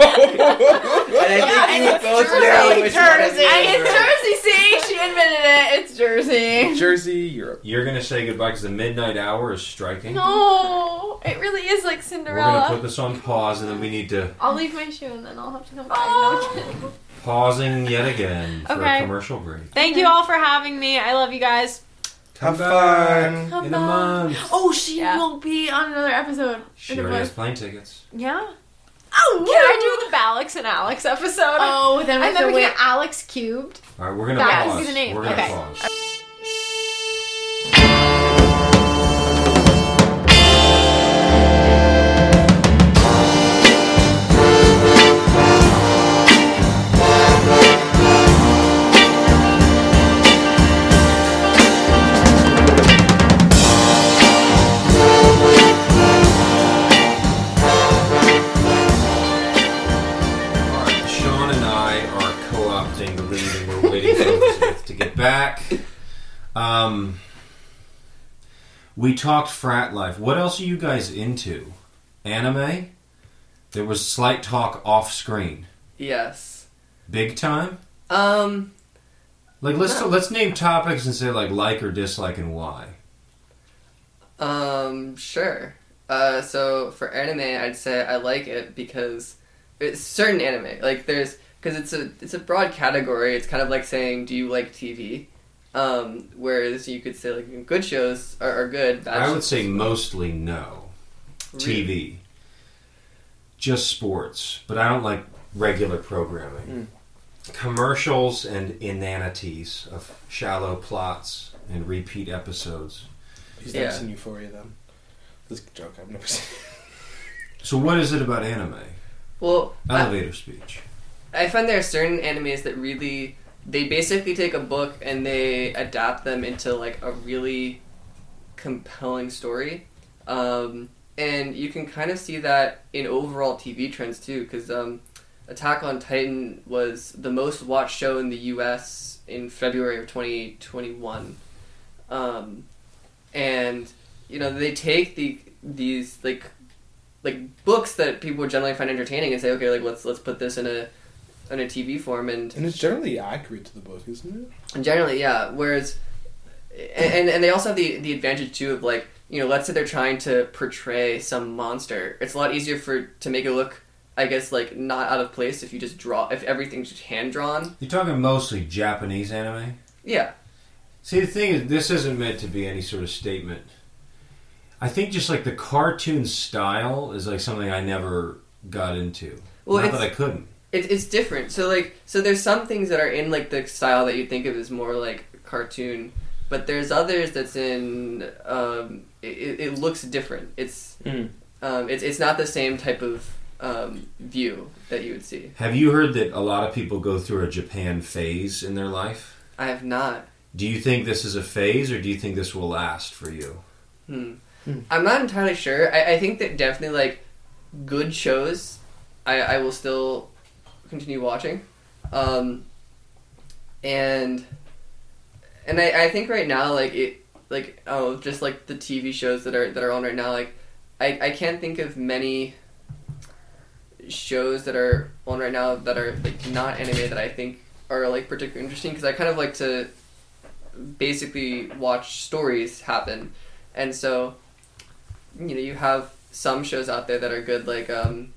[SPEAKER 5] think you both know
[SPEAKER 2] Jersey,
[SPEAKER 5] which one
[SPEAKER 2] Jersey.
[SPEAKER 5] is right.
[SPEAKER 2] It's Jersey. See, she admitted it. It's Jersey.
[SPEAKER 3] Jersey, Europe.
[SPEAKER 1] You're gonna say goodbye because the midnight hour is striking.
[SPEAKER 2] No, it really is like
[SPEAKER 1] We're gonna put
[SPEAKER 2] Cinderella.
[SPEAKER 1] this on pause, and then we need to
[SPEAKER 2] I'll leave my shoe and then I'll have to come back.
[SPEAKER 4] Oh.
[SPEAKER 2] No, I'm kidding.
[SPEAKER 1] pausing yet again for
[SPEAKER 4] Okay.
[SPEAKER 1] a commercial break.
[SPEAKER 4] Thank you all for having me. I love you guys.
[SPEAKER 1] Come
[SPEAKER 3] Have
[SPEAKER 1] back
[SPEAKER 3] fun.
[SPEAKER 2] Come
[SPEAKER 1] in a
[SPEAKER 2] back.
[SPEAKER 1] month.
[SPEAKER 2] Oh, she
[SPEAKER 4] Yeah.
[SPEAKER 2] will be on another episode.
[SPEAKER 1] She
[SPEAKER 2] in a
[SPEAKER 1] already has
[SPEAKER 2] month.
[SPEAKER 1] plane tickets.
[SPEAKER 4] Yeah.
[SPEAKER 2] Oh,
[SPEAKER 4] Can I do the Alex and Alex episode?
[SPEAKER 2] Oh, then we have
[SPEAKER 4] and then
[SPEAKER 2] to
[SPEAKER 4] we
[SPEAKER 2] wait.
[SPEAKER 4] get Alex cubed.
[SPEAKER 1] All right, we're gonna
[SPEAKER 4] That
[SPEAKER 1] pause.
[SPEAKER 4] is the name.
[SPEAKER 1] We're gonna
[SPEAKER 4] Okay.
[SPEAKER 1] pause. back. Um, we talked frat life. What else are you guys into? Anime? There was slight talk off screen.
[SPEAKER 5] Yes.
[SPEAKER 1] Big time?
[SPEAKER 5] Um.
[SPEAKER 1] Like let's
[SPEAKER 5] No.
[SPEAKER 1] let's name topics and say like like or dislike and why.
[SPEAKER 5] Um, sure. Uh, so for anime, I'd say I like it because it's certain anime. Like there's because it's a it's a broad category. It's kind of like saying, do you like TV? Um, whereas you could say like good shows are, are good. Bad
[SPEAKER 1] I would
[SPEAKER 5] shows-
[SPEAKER 1] say mostly no. TV. Just sports, but I don't like regular programming.
[SPEAKER 5] Hmm.
[SPEAKER 1] Commercials and inanities of shallow plots and repeat episodes.
[SPEAKER 3] He's never
[SPEAKER 5] Yeah.
[SPEAKER 3] seen Euphoria then. This is a joke I've never seen.
[SPEAKER 1] So what is it about anime?
[SPEAKER 5] Well, I-
[SPEAKER 1] Elevator speech.
[SPEAKER 5] I find there are certain animes that really they basically take a book and they adapt them into like a really compelling story, um, and you can kind of see that in overall TV trends too. Because um, Attack on Titan was the most watched show in the U.S. in February of 2021, um, and you know they take the these like like books that people would generally find entertaining and say okay like let's let's put this in a on a TV form, and,
[SPEAKER 3] And it's generally accurate to the book, isn't
[SPEAKER 5] and generally, yeah. Whereas, and and they also have the the advantage too of like you know, let's say they're trying to portray some monster. It's a lot easier for to make it look, I guess, like not out of place if you just draw if everything's just hand drawn.
[SPEAKER 1] You're talking mostly Japanese anime?
[SPEAKER 5] Yeah,
[SPEAKER 1] See, the thing is, this isn't meant to be any sort of statement. I think just like the cartoon style is like something I never got into.
[SPEAKER 5] Well,
[SPEAKER 1] Not
[SPEAKER 5] it's-
[SPEAKER 1] that I couldn't.
[SPEAKER 5] it, it's different. So like, so there's some things that are in like the style that you think of as more like cartoon, but there's others that's in. Um, it, it it looks different. It's
[SPEAKER 3] it? Mm.
[SPEAKER 5] um, it's it's not the same type of um, view that you would see.
[SPEAKER 1] Have you heard that a lot of people go through a Japan phase in their life?
[SPEAKER 5] I have not.
[SPEAKER 1] Do you think this is a phase, or do you think this will last for you?
[SPEAKER 5] Hmm.
[SPEAKER 3] Hmm.
[SPEAKER 5] I'm not entirely sure. I, I think that definitely like good shows, I, I will still continue watching, um, and and I, I think right now like it like oh just like the TV shows that are that are on right now like I, I can't think of many shows that are on right now that are like not anime that I think are like particularly interesting because I kind of like to basically watch stories happen and so you know you have some shows out there that are good like um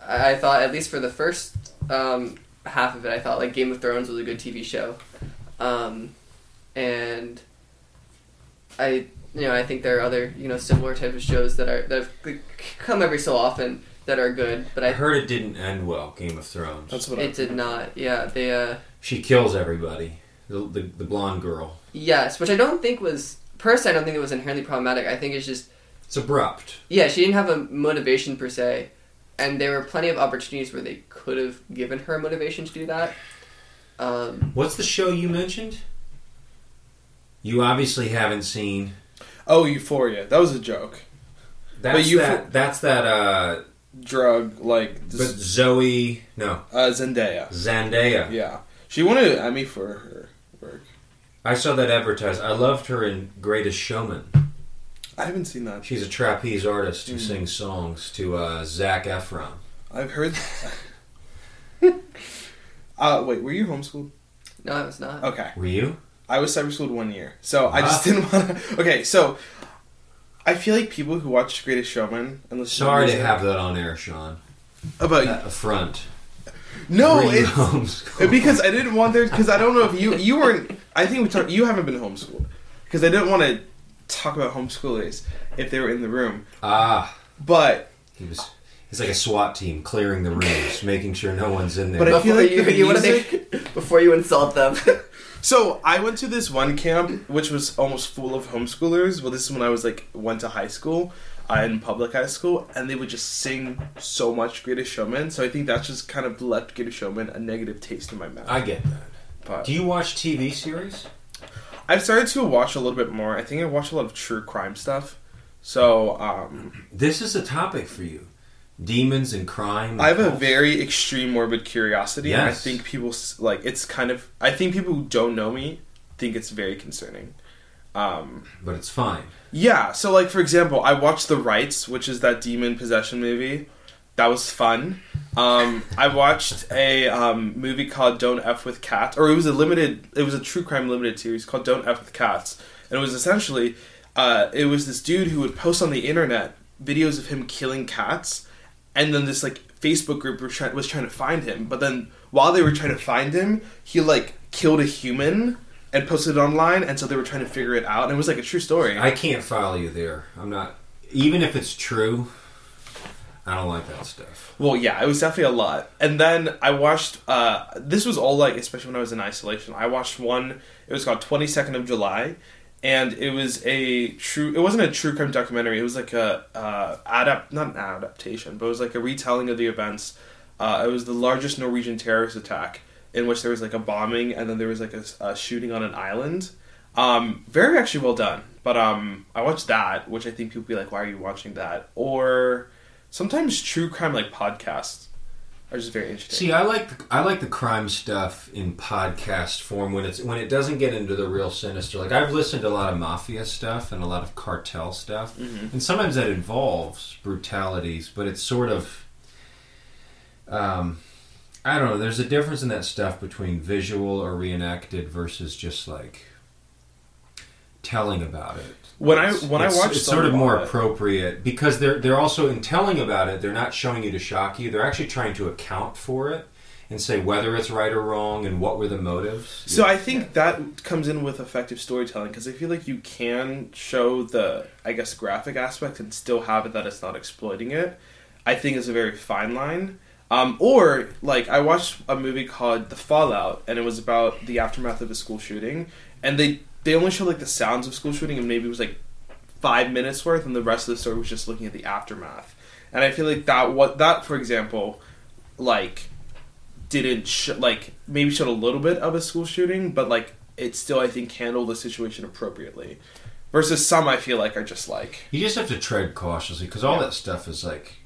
[SPEAKER 5] i, I thought at least for the first um half of it i thought like game of thrones was a good tv show um and i you know i think there are other you know similar types of shows that are that have c- come every so often that are good but
[SPEAKER 1] I
[SPEAKER 5] i
[SPEAKER 1] heard it didn't end well. Game of Thrones.
[SPEAKER 3] That's what I.
[SPEAKER 5] it did not yeah they uh
[SPEAKER 1] she kills everybody. The, the, the blonde girl.
[SPEAKER 5] yes which i don't think was personally i don't think it was inherently problematic i think it's just
[SPEAKER 1] It's abrupt.
[SPEAKER 5] Yeah, she didn't have a motivation per se, and there were plenty of opportunities where they could have given her motivation to do that. Um,
[SPEAKER 1] What's the show you mentioned? You obviously haven't seen.
[SPEAKER 3] Oh, Euphoria. That was a joke.
[SPEAKER 1] That's
[SPEAKER 3] you-
[SPEAKER 1] that. That's that. Uh,
[SPEAKER 3] Drug like
[SPEAKER 1] but
[SPEAKER 3] this,
[SPEAKER 1] Zoe, no
[SPEAKER 3] uh, Zendaya.
[SPEAKER 1] Zendaya.
[SPEAKER 3] Yeah, she won an Emmy for her work.
[SPEAKER 1] I saw that advertised. I loved her in Greatest Showman.
[SPEAKER 3] I haven't seen that.
[SPEAKER 1] She's a trapeze artist
[SPEAKER 3] Mm.
[SPEAKER 1] who sings songs to uh, Zach Efron.
[SPEAKER 3] I've heard. uh, wait, were you homeschooled?
[SPEAKER 5] no, it was not.
[SPEAKER 3] Okay.
[SPEAKER 1] Were you?
[SPEAKER 3] I was cyber schooled one year, so I
[SPEAKER 1] Ah.
[SPEAKER 3] just didn't want to. Okay, so I feel like people who watch Greatest Showman and listen
[SPEAKER 1] Sorry to
[SPEAKER 3] music-
[SPEAKER 1] have that on air, Sean.
[SPEAKER 3] about
[SPEAKER 1] That affront.
[SPEAKER 3] no,
[SPEAKER 1] Were you
[SPEAKER 3] it's
[SPEAKER 1] homeschooled?
[SPEAKER 3] because I didn't want there because I don't know if you you weren't. I think we talked. You haven't been homeschooled because I didn't want to talk about homeschoolers if they were in the room.
[SPEAKER 1] ah,
[SPEAKER 3] But
[SPEAKER 1] he was. It's like a SWAT team clearing the rooms, making sure no one's in there.
[SPEAKER 3] But I- feel
[SPEAKER 5] Before
[SPEAKER 3] like
[SPEAKER 5] you,
[SPEAKER 3] the
[SPEAKER 5] you wanna make- before you insult them.
[SPEAKER 3] so I went to this one camp which was almost full of homeschoolers. Well, this is when I was like went to high school. Uh, in public high school, and they would just sing so much Greatest Showman. So I think that's just kind of left Greatest Showman a negative taste in my mouth.
[SPEAKER 1] I get that.
[SPEAKER 3] But
[SPEAKER 1] Uh, Do you watch TV series?
[SPEAKER 3] I've started to watch a little bit more. I think
[SPEAKER 1] Mm-hmm.
[SPEAKER 3] I watch a lot of true crime stuff. So, um,
[SPEAKER 1] This is a topic for you. demons and crime.
[SPEAKER 3] I have a
[SPEAKER 1] cults.
[SPEAKER 3] very extreme morbid curiosity, and I
[SPEAKER 1] Yes.
[SPEAKER 3] think people s- like it's kind of. I think people who don't know me think it's very concerning. Um,
[SPEAKER 1] but it's fine.
[SPEAKER 3] yeah, so like for example, I watched The Rights, which is that demon possession movie. That was fun. Um, I watched a um, movie called Don't F with Cats, or it was a limited, it was a true crime limited series called Don't F with Cats, and it was essentially, uh, it was this dude who would post on the internet videos of him killing cats, and then this like Facebook group was trying was trying to find him, but then while they were trying to find him, he like killed a human and posted it online, and so they were trying to figure it out, and it was like a true story.
[SPEAKER 1] I can't follow you there. I'm not. Even if it's true, I don't like that stuff.
[SPEAKER 3] Well, yeah, it was definitely a lot. And then I watched. Uh, this was all like, especially when I was in isolation. I watched one. It was called Twenty Second of July, and it was a true. It wasn't a true crime documentary. It was like a uh, adapt, not an adaptation, but it was like a retelling of the events. Uh, it was the largest Norwegian terrorist attack in which there was like a bombing and then there was like a, s- a shooting on an island. Um, very actually well done. But um, I watched that, which I think people be like, "Why are you watching that?" Or sometimes true crime like podcasts are just very interesting.
[SPEAKER 1] See, I like the, I like the crime stuff in podcast form when it's when it doesn't get into the real sinister. Like I've listened to a lot of mafia stuff and a lot of cartel stuff, and sometimes that involves brutalities, but it's sort of. Um, I don't know. There's a difference in that stuff between visual or reenacted versus just like telling about it.
[SPEAKER 3] when I
[SPEAKER 1] It's-
[SPEAKER 3] when I
[SPEAKER 1] it's-
[SPEAKER 3] watch
[SPEAKER 1] it's sort of more
[SPEAKER 3] something-
[SPEAKER 1] appropriate because they're they're also in telling about it. They're not showing you to shock you. They're actually trying to account for it and say whether it's right or wrong and what were the motives.
[SPEAKER 3] So I think that comes in with effective storytelling because I feel like you can show the I guess graphic aspect and still have it that it's not exploiting it. I think is a very fine line. Um, or like I watched a movie called The Fallout and it was about the aftermath of a school shooting and they they only showed like the sounds of school shooting and maybe it was like five minutes worth and the rest of the story was just looking at the aftermath. And I feel like that what that for example like didn't sh- like maybe showed a little bit of a school shooting, but like it still I think handled the situation appropriately. Versus some I feel like are just like
[SPEAKER 1] you just have to tread cautiously because all that stuff is like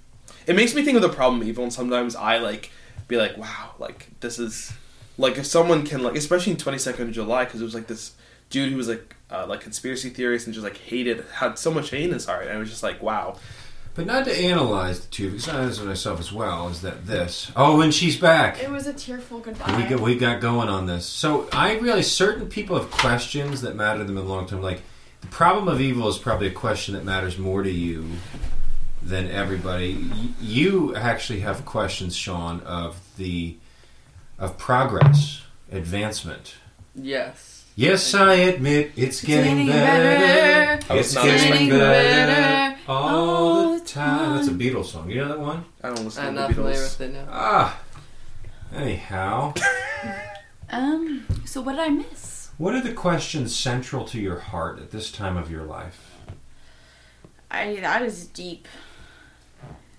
[SPEAKER 3] it makes me think of the problem evil, and sometimes I like be like wow like this is like if someone can like especially in twenty second of July because it was like this dude who was like uh, like conspiracy theorist and just like hated had so much hate in his heart and I was just like wow
[SPEAKER 1] but not to analyze the two because I analyze myself as well is that this oh and she's back
[SPEAKER 2] It was a tearful goodbye.
[SPEAKER 1] we got we got going on this so I realize certain people have questions that matter to them in the long term like the problem of evil is probably a question that matters more to you than everybody. Y- You actually have questions, Sean, of the of progress, advancement.
[SPEAKER 5] Yes.
[SPEAKER 1] Yes, I admit it's getting,
[SPEAKER 2] getting
[SPEAKER 1] better.
[SPEAKER 2] better.
[SPEAKER 3] I was
[SPEAKER 1] It's
[SPEAKER 3] not
[SPEAKER 1] getting
[SPEAKER 3] expecting
[SPEAKER 2] that.
[SPEAKER 1] better all
[SPEAKER 2] all
[SPEAKER 1] the time. That's a Beatles song. You know that one?
[SPEAKER 3] I don't listen
[SPEAKER 5] I'm
[SPEAKER 3] to
[SPEAKER 5] not
[SPEAKER 3] the
[SPEAKER 5] familiar
[SPEAKER 3] Beatles
[SPEAKER 5] with it now.
[SPEAKER 1] Ah. Anyhow,
[SPEAKER 2] Um. So what did I miss?
[SPEAKER 1] what are the questions central to your heart at this time of your life?
[SPEAKER 2] I that is deep.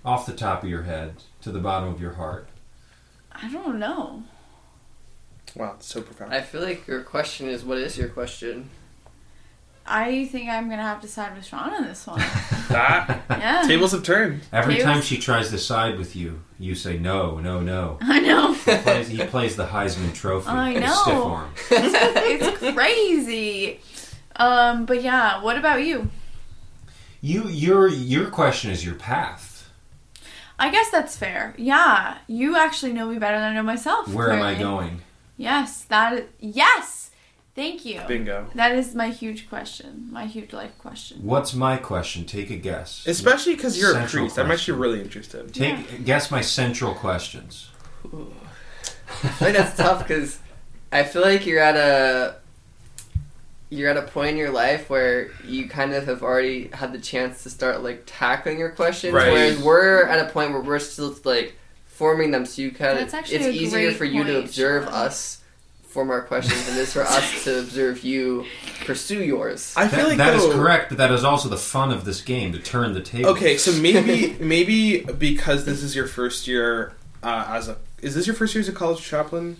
[SPEAKER 1] Off the top of your head, to the bottom of your heart.
[SPEAKER 2] I don't know.
[SPEAKER 3] wow it's so profound
[SPEAKER 5] I feel like your question is what is your question?
[SPEAKER 2] I think I'm gonna have to side with Sean on this one.
[SPEAKER 3] Ah.
[SPEAKER 2] Yeah.
[SPEAKER 3] tables have turned
[SPEAKER 1] Every
[SPEAKER 2] Tails?
[SPEAKER 1] time she tries to side with you, you say no, no, no.
[SPEAKER 2] I know.
[SPEAKER 1] He plays, he plays the Heisman Trophy.
[SPEAKER 2] I
[SPEAKER 1] with
[SPEAKER 2] know.
[SPEAKER 1] Stiff arm.
[SPEAKER 2] it's crazy. Um. But yeah. What about you?
[SPEAKER 1] You, your, your question is your path.
[SPEAKER 2] I guess that's fair. Yeah. You actually know me better than I know myself.
[SPEAKER 1] Where am I
[SPEAKER 2] clearly.
[SPEAKER 1] going?
[SPEAKER 2] Yes. That. Is, yes. Thank you.
[SPEAKER 3] bingo
[SPEAKER 2] That is my huge question. My huge life question.
[SPEAKER 1] What's my question? Take a guess.
[SPEAKER 3] Especially because you're a
[SPEAKER 1] Central
[SPEAKER 3] priest. I'm actually
[SPEAKER 1] question.
[SPEAKER 3] really interested.
[SPEAKER 1] Take guess my central questions.
[SPEAKER 5] I feel like that's tough because I feel like you're at a you're at a point in your life where you kind of have already had the chance to start like tackling your questions,
[SPEAKER 3] Right.
[SPEAKER 5] whereas we're at a point where we're still like forming them. So you kind of
[SPEAKER 2] That's actually
[SPEAKER 5] it's
[SPEAKER 2] a
[SPEAKER 5] easier
[SPEAKER 2] great
[SPEAKER 5] for you to
[SPEAKER 2] point,
[SPEAKER 5] observe
[SPEAKER 2] Sean.
[SPEAKER 5] us form our questions than it is for us to observe you pursue yours.
[SPEAKER 3] I
[SPEAKER 1] That,
[SPEAKER 3] feel like
[SPEAKER 1] that is
[SPEAKER 3] though-
[SPEAKER 1] correct, but that is also the fun of this game to turn the table.
[SPEAKER 3] Okay, so maybe maybe because this is your first year uh, as a is this your first year as a college chaplain?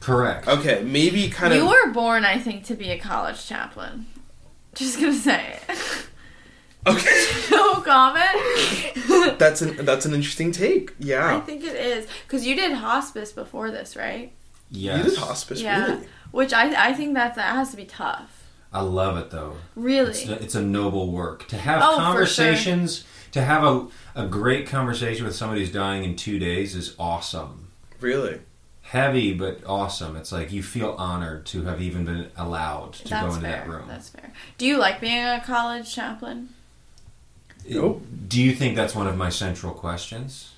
[SPEAKER 1] correct.
[SPEAKER 3] Okay, maybe kind
[SPEAKER 2] you
[SPEAKER 3] of
[SPEAKER 2] were born, I think, to be a college chaplain. Just gonna say it.
[SPEAKER 3] Okay.
[SPEAKER 2] no
[SPEAKER 3] Oh.
[SPEAKER 2] comment.
[SPEAKER 3] That's an that's an interesting take.
[SPEAKER 2] I
[SPEAKER 3] Yeah.
[SPEAKER 2] think it is because you did hospice before this, right?
[SPEAKER 1] Yes.
[SPEAKER 3] You did hospice,
[SPEAKER 2] Yeah.
[SPEAKER 3] really?
[SPEAKER 2] Which I I think that that has to be tough.
[SPEAKER 1] I love it though.
[SPEAKER 2] Really.
[SPEAKER 1] It's, a- it's a noble work to have
[SPEAKER 2] Oh, for sure.
[SPEAKER 1] conversations. To have a a great conversation with somebody who's dying in two days is awesome.
[SPEAKER 3] Really?
[SPEAKER 1] Heavy but awesome. It's like you feel honored to have even been allowed to
[SPEAKER 2] That's
[SPEAKER 1] go into
[SPEAKER 2] fair.
[SPEAKER 1] that room.
[SPEAKER 2] That's fair. Do you like being a college chaplain?
[SPEAKER 3] Nope.
[SPEAKER 1] Do you think that's one of my central questions?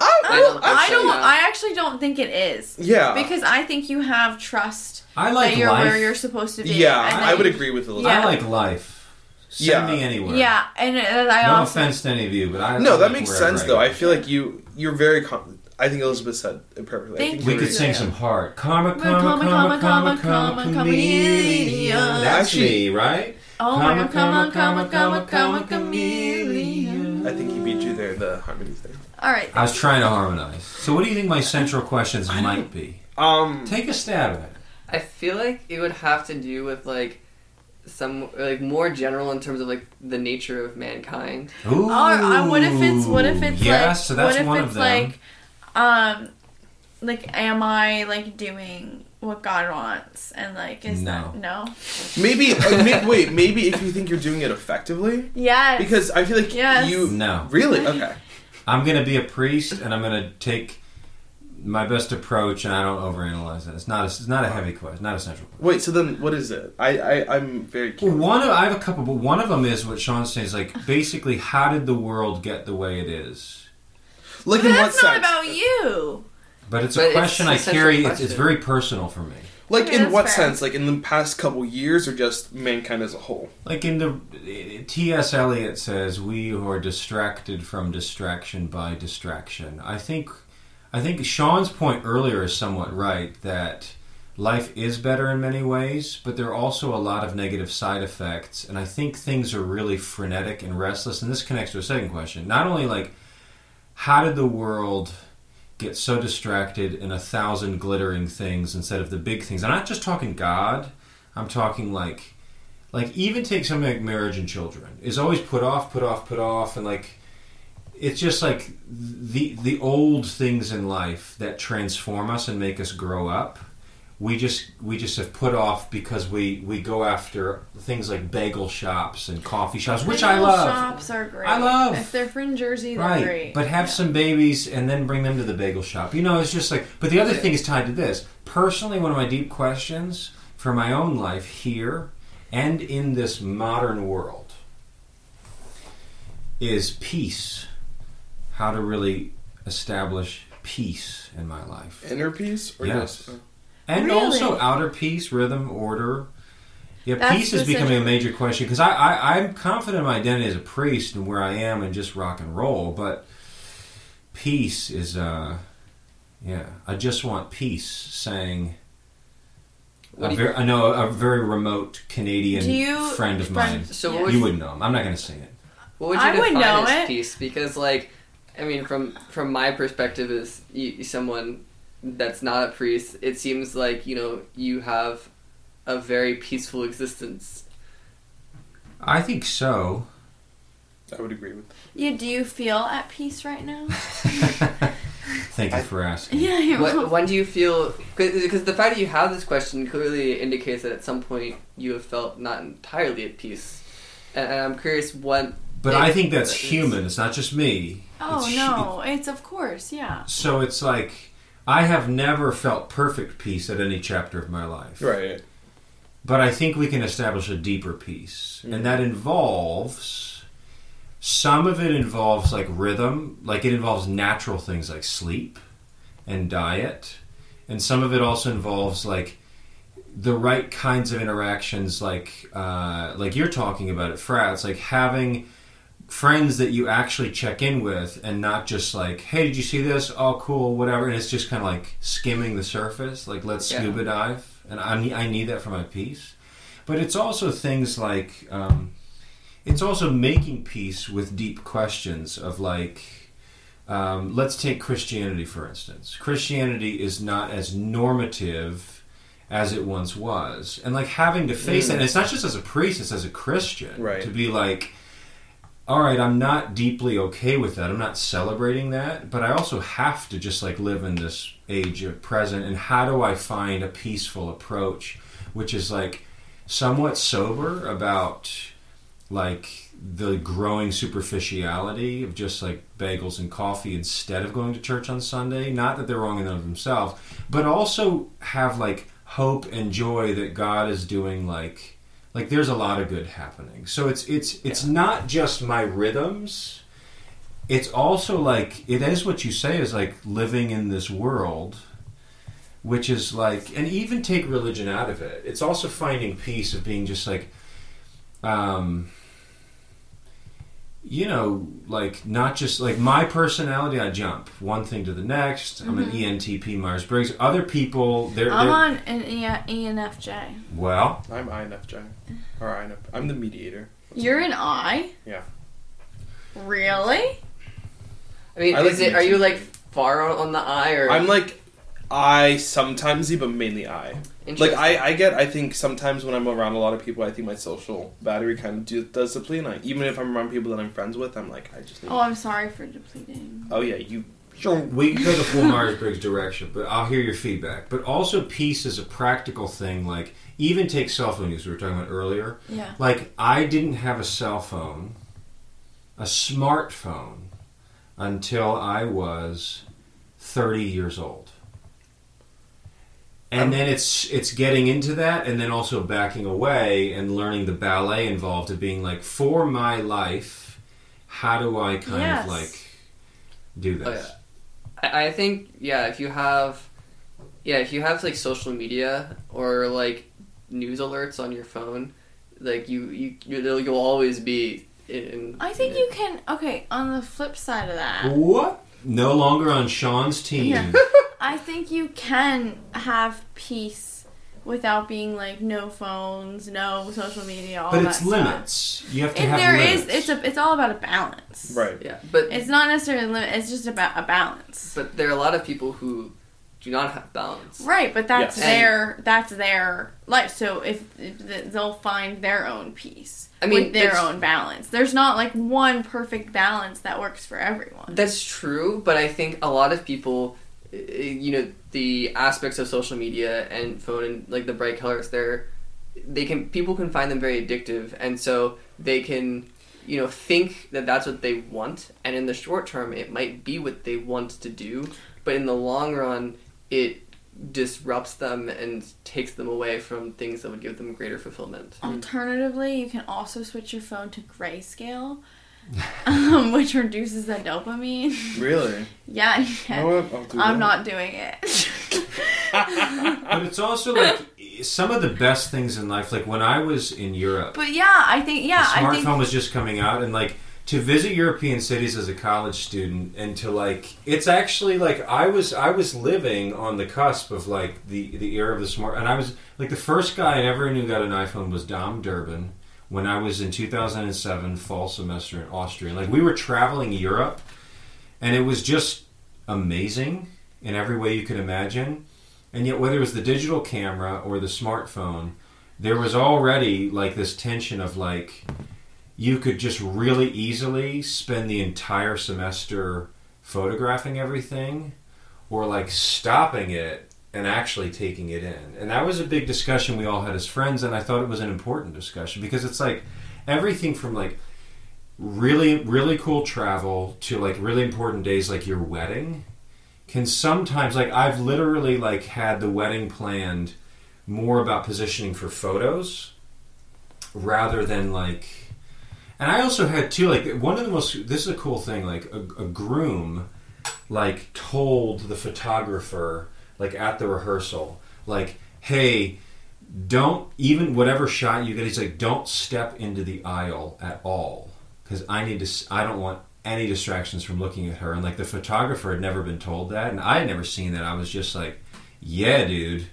[SPEAKER 3] I,
[SPEAKER 2] Oh,
[SPEAKER 3] uh,
[SPEAKER 2] I
[SPEAKER 5] don't
[SPEAKER 2] don't.
[SPEAKER 5] think
[SPEAKER 2] I,
[SPEAKER 5] so, no.
[SPEAKER 2] actually don't think it is
[SPEAKER 3] Oh, yeah.
[SPEAKER 2] because I think you have trust
[SPEAKER 1] I like
[SPEAKER 2] that you're
[SPEAKER 1] life.
[SPEAKER 2] where you're supposed to be.
[SPEAKER 3] yeah,
[SPEAKER 2] and
[SPEAKER 3] I
[SPEAKER 2] that
[SPEAKER 3] would
[SPEAKER 2] you-
[SPEAKER 3] agree with Elizabeth.
[SPEAKER 1] I
[SPEAKER 2] Yeah.
[SPEAKER 1] like life. Send
[SPEAKER 3] Yeah.
[SPEAKER 1] me anywhere.
[SPEAKER 2] Yeah, and uh, I
[SPEAKER 1] No
[SPEAKER 2] also
[SPEAKER 1] offense to any of you, but I
[SPEAKER 3] No, that
[SPEAKER 1] like
[SPEAKER 3] makes
[SPEAKER 1] wherever
[SPEAKER 3] sense though.
[SPEAKER 1] go.
[SPEAKER 3] I feel like you you're very com- I think Elizabeth said it perfectly. I
[SPEAKER 2] Thank
[SPEAKER 3] think
[SPEAKER 1] we
[SPEAKER 3] you're
[SPEAKER 1] could
[SPEAKER 3] very-
[SPEAKER 1] sing
[SPEAKER 2] Yeah.
[SPEAKER 1] some hard karma,
[SPEAKER 2] Well,
[SPEAKER 1] karma,
[SPEAKER 2] karma,
[SPEAKER 1] karma, karma,
[SPEAKER 2] karma,
[SPEAKER 1] karma,
[SPEAKER 2] karma,
[SPEAKER 1] chameleon.
[SPEAKER 2] chameleon.
[SPEAKER 1] That's
[SPEAKER 3] Actually-
[SPEAKER 1] me, right?
[SPEAKER 2] Oh my god, come
[SPEAKER 1] Comma,
[SPEAKER 2] on, come
[SPEAKER 1] comma,
[SPEAKER 2] on, come on,
[SPEAKER 1] comma,
[SPEAKER 2] come on,
[SPEAKER 1] comma, chameleon.
[SPEAKER 2] chameleon.
[SPEAKER 3] I think he beat you there, the harmony thing.
[SPEAKER 2] All right.
[SPEAKER 1] I was trying to harmonize. So, what do you think my central questions might be?
[SPEAKER 3] Um
[SPEAKER 1] Take a stab at it.
[SPEAKER 5] I feel like it would have to do with like some like more general in terms of like the nature of mankind.
[SPEAKER 1] Ooh,
[SPEAKER 2] Or uh, what if it's what if it's
[SPEAKER 1] yeah,
[SPEAKER 2] like
[SPEAKER 1] so that's
[SPEAKER 2] what if
[SPEAKER 1] one
[SPEAKER 2] it's
[SPEAKER 1] of them.
[SPEAKER 2] like um like am I like doing what God wants and like is
[SPEAKER 1] No.
[SPEAKER 2] that no
[SPEAKER 3] maybe uh, may, wait, maybe if you think you're doing it effectively
[SPEAKER 2] yes
[SPEAKER 3] because I feel like
[SPEAKER 2] Yes.
[SPEAKER 3] you
[SPEAKER 1] no,
[SPEAKER 3] Really? Okay.
[SPEAKER 1] I'm gonna be a priest, and I'm gonna take my best approach, and I don't overanalyze it. It's not a, it's not a heavy question, not a central. question.
[SPEAKER 3] Wait, so then what is it? I, I I'm very
[SPEAKER 1] Well,
[SPEAKER 3] curious.
[SPEAKER 1] one of I have a couple, but one of them is what Sean's saying is like basically how did the world get the way it is?
[SPEAKER 3] Like
[SPEAKER 2] but
[SPEAKER 3] in what
[SPEAKER 2] that's not
[SPEAKER 3] sense?
[SPEAKER 2] about
[SPEAKER 1] uh,
[SPEAKER 2] you
[SPEAKER 1] But it's
[SPEAKER 5] But
[SPEAKER 1] a
[SPEAKER 5] it's
[SPEAKER 1] question
[SPEAKER 5] a
[SPEAKER 1] I
[SPEAKER 5] central
[SPEAKER 1] carry. It's, it's
[SPEAKER 5] question.
[SPEAKER 1] very personal for me.
[SPEAKER 3] Like
[SPEAKER 2] Okay,
[SPEAKER 3] in
[SPEAKER 2] that's
[SPEAKER 3] what
[SPEAKER 2] fair.
[SPEAKER 3] sense? Like in the past couple years or just mankind as a whole?
[SPEAKER 1] Like in the T.S. Eliot says, "We who are distracted from distraction by distraction." I think, I think Sean's point earlier is somewhat right that life is better in many ways, but there are also a lot of negative side effects, and I think things are really frenetic and restless. And this connects to a second question: not only like how did the world get so distracted in a thousand glittering things instead of the big things? I'm not just talking God. I'm talking like like even take something like marriage and children is always put off put off put off and like it's just like the the old things in life that transform us and make us grow up we just we just have put off because we we go after things like bagel shops and coffee shops which i
[SPEAKER 2] Bagel
[SPEAKER 1] love
[SPEAKER 2] shops are great
[SPEAKER 1] I love.
[SPEAKER 2] if they're from Jersey they're
[SPEAKER 1] right
[SPEAKER 2] great
[SPEAKER 1] but have
[SPEAKER 2] Yeah.
[SPEAKER 1] some babies and then bring them to the bagel shop you know it's just like but the other thing is tied to this personally one of my deep questions for my own life here and in this modern world is peace how to really establish peace in my life
[SPEAKER 3] Inner peace or
[SPEAKER 1] Yes.
[SPEAKER 3] just uh,
[SPEAKER 1] and
[SPEAKER 2] Really?
[SPEAKER 1] also outer peace, rhythm, order. Yeah,
[SPEAKER 2] That's
[SPEAKER 1] peace is
[SPEAKER 2] the
[SPEAKER 1] becoming a
[SPEAKER 2] central-
[SPEAKER 1] major question because I, I I'm confident in my identity as a priest and where I am and just rock and roll, but peace is uh yeah. I just want peace. Sang
[SPEAKER 5] What
[SPEAKER 1] a
[SPEAKER 5] do you-
[SPEAKER 1] very, I know a very remote Canadian
[SPEAKER 2] Do you-
[SPEAKER 1] friend of mine.
[SPEAKER 5] So
[SPEAKER 2] Yeah.
[SPEAKER 5] what would
[SPEAKER 1] You wouldn't know him. I'm not going to sing it.
[SPEAKER 5] What would you
[SPEAKER 2] I would
[SPEAKER 5] define
[SPEAKER 2] know
[SPEAKER 5] as
[SPEAKER 2] it.
[SPEAKER 5] peace? Because, like, I mean, from from my perspective as you, someone that's not a priest, it seems like you know you have a very peaceful existence.
[SPEAKER 1] I think so.
[SPEAKER 3] I would agree with
[SPEAKER 2] yeah do you feel at peace right now
[SPEAKER 1] Thank you
[SPEAKER 3] I-
[SPEAKER 1] for asking.
[SPEAKER 2] yeah you're
[SPEAKER 5] What,
[SPEAKER 2] welcome.
[SPEAKER 5] when do you feel? Because the fact that you have this question clearly indicates that at some point you have felt not entirely at peace. And, and I'm curious what.
[SPEAKER 1] But I think that's
[SPEAKER 5] It's-
[SPEAKER 1] human. It's not just me.
[SPEAKER 2] oh
[SPEAKER 1] It's hu-
[SPEAKER 2] no it's of course yeah
[SPEAKER 1] So it's like I have never felt perfect peace at any chapter of my life.
[SPEAKER 3] Right.
[SPEAKER 1] But I think we can establish a deeper peace.
[SPEAKER 3] Mhm.
[SPEAKER 1] And that involves some of it involves like rhythm, like it involves natural things like sleep and diet. And some of it also involves like the right kinds of interactions like uh, like you're talking about at frats like having friends that you actually check in with and not just like hey did you see this oh cool whatever and it's just kind of like skimming the surface like let's
[SPEAKER 5] Yeah.
[SPEAKER 1] scuba dive and I need, I need that for my piece but it's also things like um, it's also making peace with deep questions of like um, let's take Christianity for instance Christianity is not as normative as it once was. And like having to face that, and it's not just as a priest, it's as a Christian
[SPEAKER 3] Right.
[SPEAKER 1] to be like, all right, I'm not deeply okay with that. I'm not celebrating that, but I also have to just like live in this age of present. And how do I find a peaceful approach, which is like somewhat sober about like the growing superficiality of just like bagels and coffee instead of going to church on Sunday? Not that they're wrong in and of themselves, but also have like hope and joy that God is doing like like there's a lot of good happening so it's it's it's not just my rhythms it's also like it is what you say is like living in this world which is like and even take religion out of it it's also finding peace of being just like um you know like not just like my personality i jump one thing to the next i'm an E entp myers-briggs other people they're,
[SPEAKER 2] I'm
[SPEAKER 1] they're
[SPEAKER 2] on an E- ENFJ.
[SPEAKER 1] well
[SPEAKER 3] I'm INFJ. Or INF, I'm the mediator.
[SPEAKER 2] You're an I?
[SPEAKER 3] Yeah.
[SPEAKER 2] Really?
[SPEAKER 5] I mean,
[SPEAKER 3] I like
[SPEAKER 5] is it, are you
[SPEAKER 3] YouTube.
[SPEAKER 5] like far on, on the eye or?
[SPEAKER 3] I'm like I sometimes Z, but mainly I. Like
[SPEAKER 5] Interesting.
[SPEAKER 3] I, I get I think sometimes when I'm around a lot of people I think my social battery kind of do, does deplete and I, even if I'm around people that I'm friends with I'm like I just need
[SPEAKER 2] Oh, I'm sorry for depleting.
[SPEAKER 3] oh yeah you
[SPEAKER 1] We can go the full Myers Briggs direction, but I'll hear your feedback. But also, peace is a practical thing. Like, even take cell phone use, we were talking about earlier.
[SPEAKER 2] Yeah.
[SPEAKER 1] Like, I didn't have a cell phone, a smartphone, until I was 30 years old.
[SPEAKER 2] Um,
[SPEAKER 1] And then it's it's getting into that, and then also backing away and learning the ballet involved of being like, for my life, how do I kind
[SPEAKER 2] Yes.
[SPEAKER 1] of like do this?
[SPEAKER 5] Oh, yeah. I, I think yeah, if you have yeah, if you have like social media or like news alerts on your phone, like you you you'll, you'll always be in. in
[SPEAKER 2] I think you can. Okay, on the flip side of that,
[SPEAKER 1] What? No longer on Sean's team.
[SPEAKER 2] Yeah. I think you can have peace without being like no phones, no social media, all
[SPEAKER 1] But
[SPEAKER 2] that
[SPEAKER 1] it's
[SPEAKER 2] stuff.
[SPEAKER 1] limits. You have to
[SPEAKER 2] And
[SPEAKER 1] have
[SPEAKER 2] there is,
[SPEAKER 1] limits.
[SPEAKER 2] it's a, it's all about a balance.
[SPEAKER 3] right
[SPEAKER 5] Yeah, but
[SPEAKER 2] It's not necessarily a limit. It's just about a balance.
[SPEAKER 5] but there are a lot of people who do not have balance.
[SPEAKER 2] Right, but that's
[SPEAKER 5] Yes.
[SPEAKER 2] their that's their life. So if, if th- they'll find their own peace,
[SPEAKER 5] I mean,
[SPEAKER 2] with their
[SPEAKER 5] there's-
[SPEAKER 2] own balance. There's not like one perfect balance that works for everyone.
[SPEAKER 5] That's true, but I think a lot of people, uh, you know, the aspects of social media and phone and like the bright colors, they're they can people can find them very addictive, and so they can, you know, think that that's what they want, and in the short term, it might be what they want to do, but in the long run, it disrupts them and takes them away from things that would give them greater fulfillment.
[SPEAKER 2] Alternatively, you can also switch your phone to grayscale, um, which reduces the dopamine.
[SPEAKER 3] really
[SPEAKER 2] yeah,
[SPEAKER 3] You
[SPEAKER 2] yeah.
[SPEAKER 3] know what? I'll do
[SPEAKER 2] I'm
[SPEAKER 3] that.
[SPEAKER 2] not doing it.
[SPEAKER 1] but it's also like some of the best things in life. Like when I was in Europe,
[SPEAKER 2] but yeah, I think yeah,
[SPEAKER 1] the
[SPEAKER 2] I
[SPEAKER 1] smartphone
[SPEAKER 2] think
[SPEAKER 1] was just coming out, and like to visit European cities as a college student, and to like, it's actually like I was I was living on the cusp of like the the era of the smart, and I was like the first guy I ever knew got an iPhone was Dom Durbin. When I was in 2007 fall semester in Austria, like we were traveling Europe, and it was just amazing in every way you could imagine. And yet, whether it was the digital camera or the smartphone, there was already like this tension of like you could just really easily spend the entire semester photographing everything or like stopping it and actually taking it in. And that was a big discussion we all had as friends and I thought it was an important discussion because it's like everything from like really really cool travel to like really important days like your wedding can sometimes like I've literally like had the wedding planned more about positioning for photos rather than like and I also had too like one of the most this is a cool thing like a, a groom like told the photographer like at the rehearsal like hey don't even whatever shot you get he's like don't step into the aisle at all because I need to s- I don't want any distractions from looking at her and like the photographer had never been told that and I had never seen that I was just like yeah dude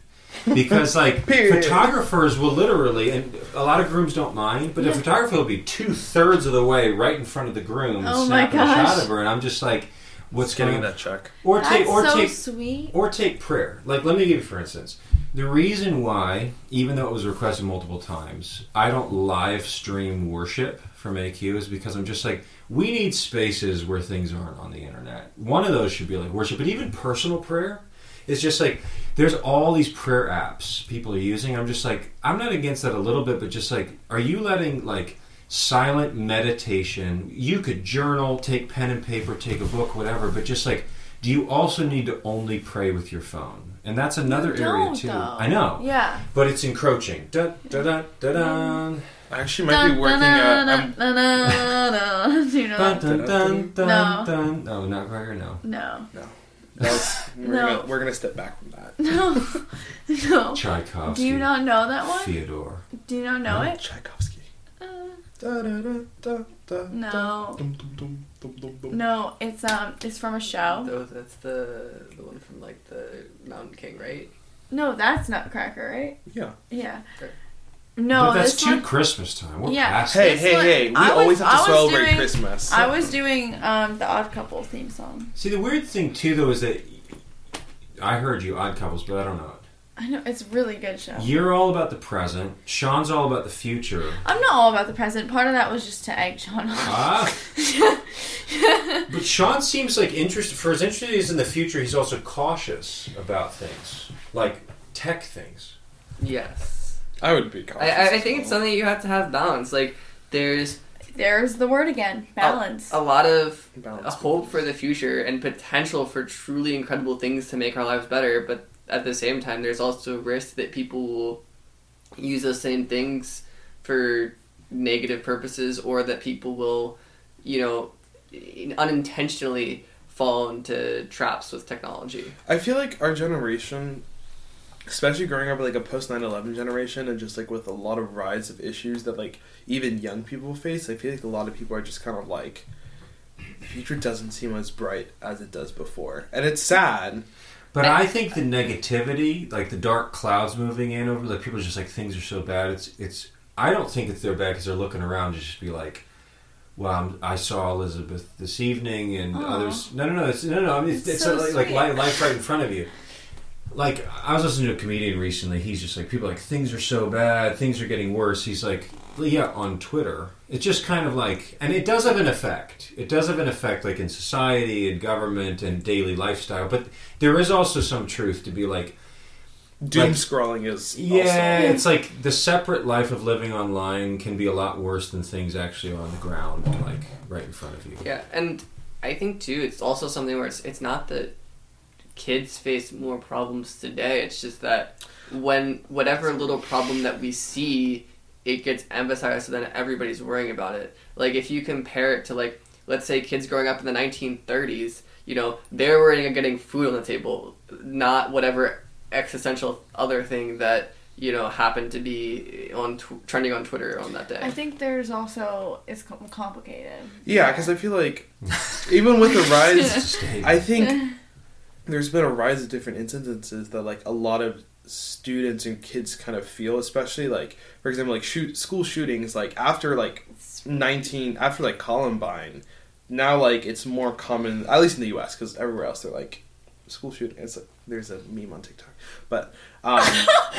[SPEAKER 1] because like
[SPEAKER 3] Period.
[SPEAKER 1] photographers will literally and a lot of grooms don't mind but the photographer will be two-thirds of the way right in front of the groom and
[SPEAKER 2] Oh my
[SPEAKER 1] snapping a shot
[SPEAKER 2] gosh.
[SPEAKER 1] of her and i'm just like what's
[SPEAKER 3] getting
[SPEAKER 1] going on
[SPEAKER 3] that check
[SPEAKER 1] or
[SPEAKER 2] that's
[SPEAKER 1] take or
[SPEAKER 2] so
[SPEAKER 1] take
[SPEAKER 2] sweet.
[SPEAKER 1] or take prayer like let me give you for instance The reason why, even though it was requested multiple times, I don't live stream worship from AQ is because I'm just like, we need spaces where things aren't on the internet. One of those should be like worship, but even personal prayer is just like, there's all these prayer apps people are using. I'm just like, I'm not against that a little bit, but just like, are you letting like silent meditation? You could journal, take pen and paper, take a book, whatever, but just like, do you also need to only pray with your phone? And that's another area
[SPEAKER 2] don't,
[SPEAKER 1] too.
[SPEAKER 2] though.
[SPEAKER 1] I know
[SPEAKER 2] Yeah.
[SPEAKER 1] but it's encroaching. Da, da, da, da,
[SPEAKER 2] Mm-hmm.
[SPEAKER 1] dun.
[SPEAKER 3] I actually might be working um, out. I'm,
[SPEAKER 2] Do you know
[SPEAKER 1] Dun,
[SPEAKER 2] that?
[SPEAKER 1] dun, dun, dun,
[SPEAKER 2] No.
[SPEAKER 1] dun. No, not right here, no.
[SPEAKER 2] No.
[SPEAKER 3] that's- we're,
[SPEAKER 2] No.
[SPEAKER 3] gonna, we're gonna step back from that.
[SPEAKER 2] No. No.
[SPEAKER 1] Tchaikovsky.
[SPEAKER 2] Do you not know that one?
[SPEAKER 1] Theodore.
[SPEAKER 2] Do you not know it?
[SPEAKER 3] Tchaikovsky.
[SPEAKER 4] Uh,
[SPEAKER 3] Da, da, da, da, da,
[SPEAKER 2] No.
[SPEAKER 3] Dum, dum, dum, dum, dum, dum.
[SPEAKER 2] No, it's um it's from a show.
[SPEAKER 5] Though that's the the one from like the Mountain King, right?
[SPEAKER 2] No, that's Nutcracker, right?
[SPEAKER 3] Yeah.
[SPEAKER 2] Yeah.
[SPEAKER 5] Okay.
[SPEAKER 2] No,
[SPEAKER 1] but that's
[SPEAKER 2] this
[SPEAKER 1] too
[SPEAKER 2] one,
[SPEAKER 1] Christmas time. We're
[SPEAKER 2] Yeah.
[SPEAKER 1] past
[SPEAKER 3] Hey,
[SPEAKER 2] This
[SPEAKER 3] hey,
[SPEAKER 2] one-
[SPEAKER 3] hey! We
[SPEAKER 2] I was-
[SPEAKER 3] always have
[SPEAKER 2] I
[SPEAKER 3] to
[SPEAKER 2] was
[SPEAKER 3] celebrate
[SPEAKER 2] doing-
[SPEAKER 3] Christmas.
[SPEAKER 2] I was doing um the Odd Couple theme song.
[SPEAKER 1] See, the weird thing, too, though, is that I heard you, Odd Couples, but I don't know it.
[SPEAKER 2] I know it's a really good show.
[SPEAKER 1] You're all about the present. Sean's all about the future.
[SPEAKER 2] I'm not all about the present. Part of that was just to egg John on.
[SPEAKER 1] Ah, but Sean seems like interested. For as interested as in the future, he's also cautious about things, like tech things.
[SPEAKER 5] Yes.
[SPEAKER 3] I would be cautious.
[SPEAKER 5] I, I, I
[SPEAKER 3] as
[SPEAKER 5] think
[SPEAKER 3] well.
[SPEAKER 5] it's something you have to have balance. Like there's
[SPEAKER 2] There's the word again. Balance.
[SPEAKER 5] a lot of a
[SPEAKER 3] Balance.
[SPEAKER 5] hope for the future and potential for truly incredible things to make our lives better, but at the same time, there's also a risk that people will use those same things for negative purposes or that people will, you know, unintentionally fall into traps with technology.
[SPEAKER 3] I feel like our generation, especially growing up with like a post 9/11 generation, and just like with a lot of rise of issues that like even young people face, I feel like a lot of people are just kind of like, the future doesn't seem as bright as it does before, and it's sad.
[SPEAKER 1] But I, think the negativity, like the dark clouds moving in over, like people are just like things are so bad. It's it's. I don't think it's their bad because they're looking around to just be like, "Well, I'm, I saw Elizabeth this evening and
[SPEAKER 2] Aw.
[SPEAKER 1] others." No, no, no, it's, no, no. I mean, it's, it's,
[SPEAKER 2] That's so
[SPEAKER 1] like, like
[SPEAKER 2] sweet.
[SPEAKER 1] li- life right in front of you. Like I was listening to a comedian recently. He's just like, people are like things are so bad, things are getting worse. He's like, yeah, on Twitter. It's just kind of like, and it does have an effect. It does have an effect, like in society and government and daily lifestyle. But there is also some truth to be like,
[SPEAKER 3] Doom
[SPEAKER 1] Like-
[SPEAKER 3] scrolling is
[SPEAKER 1] yeah,
[SPEAKER 3] also-
[SPEAKER 1] it's like the separate life of living online can be a lot worse than things actually on the ground, like right in front of you.
[SPEAKER 5] Yeah, and I think too, it's also something where it's it's not that kids face more problems today. It's just that when whatever little problem that we see, it gets emphasized, so then everybody's worrying about it. Like if you compare it to like let's say kids growing up in the 1930s, you know, they're worrying about getting food on the table, not whatever existential other thing that you know happened to be on tw- trending on Twitter on that day.
[SPEAKER 2] I think there's also it's com- complicated.
[SPEAKER 3] yeah, because I feel like even with the rise
[SPEAKER 1] It's just-
[SPEAKER 3] I think there's been a rise of different incidences that like a lot of students and kids kind of feel, especially like for example, like shoot school shootings. Like after like nineteen, after like Columbine, now like it's more common, at least in the U.S. Because everywhere else they're like school shooting. It's like there's a meme on TikTok, but um,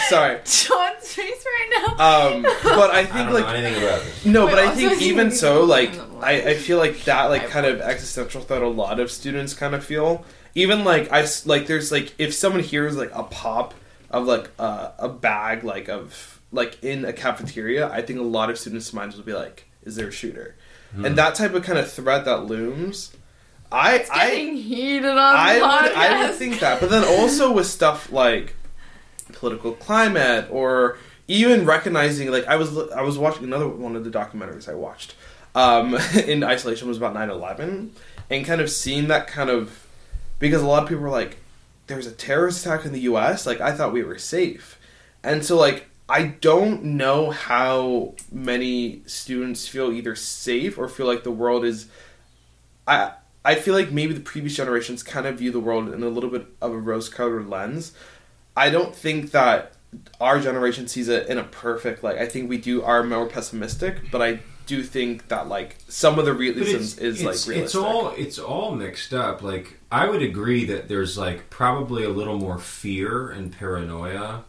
[SPEAKER 3] sorry.
[SPEAKER 2] Sean's face right now.
[SPEAKER 3] Um, but I think
[SPEAKER 1] I don't
[SPEAKER 3] like
[SPEAKER 1] know anything about it.
[SPEAKER 3] no,
[SPEAKER 2] Wait,
[SPEAKER 3] but I
[SPEAKER 2] also
[SPEAKER 3] think
[SPEAKER 2] you
[SPEAKER 3] even
[SPEAKER 2] need
[SPEAKER 3] so,
[SPEAKER 2] to
[SPEAKER 3] like
[SPEAKER 2] learn them, like-
[SPEAKER 3] I, I feel like that like
[SPEAKER 2] I
[SPEAKER 3] kind of existential threat a lot of students kind of feel. Even like I s- like there's like if someone hears like a pop of like uh, a bag like of like in a cafeteria, I think a lot of students' minds will be like, "Is there a shooter?" And that type of kind of threat that looms. I
[SPEAKER 2] It's
[SPEAKER 3] I
[SPEAKER 2] getting heated on
[SPEAKER 3] I
[SPEAKER 2] the podcast.
[SPEAKER 3] would, I would think that. But then also with stuff like political climate or even recognizing like I was I was watching another one of the documentaries I watched um, in isolation was about 9/11 and kind of seeing that kind of because a lot of people were like there was a terrorist attack in the US like I thought we were safe. And so like I don't know how many students feel either safe or feel like the world is I I feel like maybe the previous generations kind of view the world in a little bit of a rose-colored lens. I don't think that our generation sees it in a perfect like. I think we do are more pessimistic, but I do think that like some of the
[SPEAKER 1] But
[SPEAKER 3] realisms is like realistic.
[SPEAKER 1] It's all it's all mixed up. Like I would agree that there's like probably a little more fear and paranoia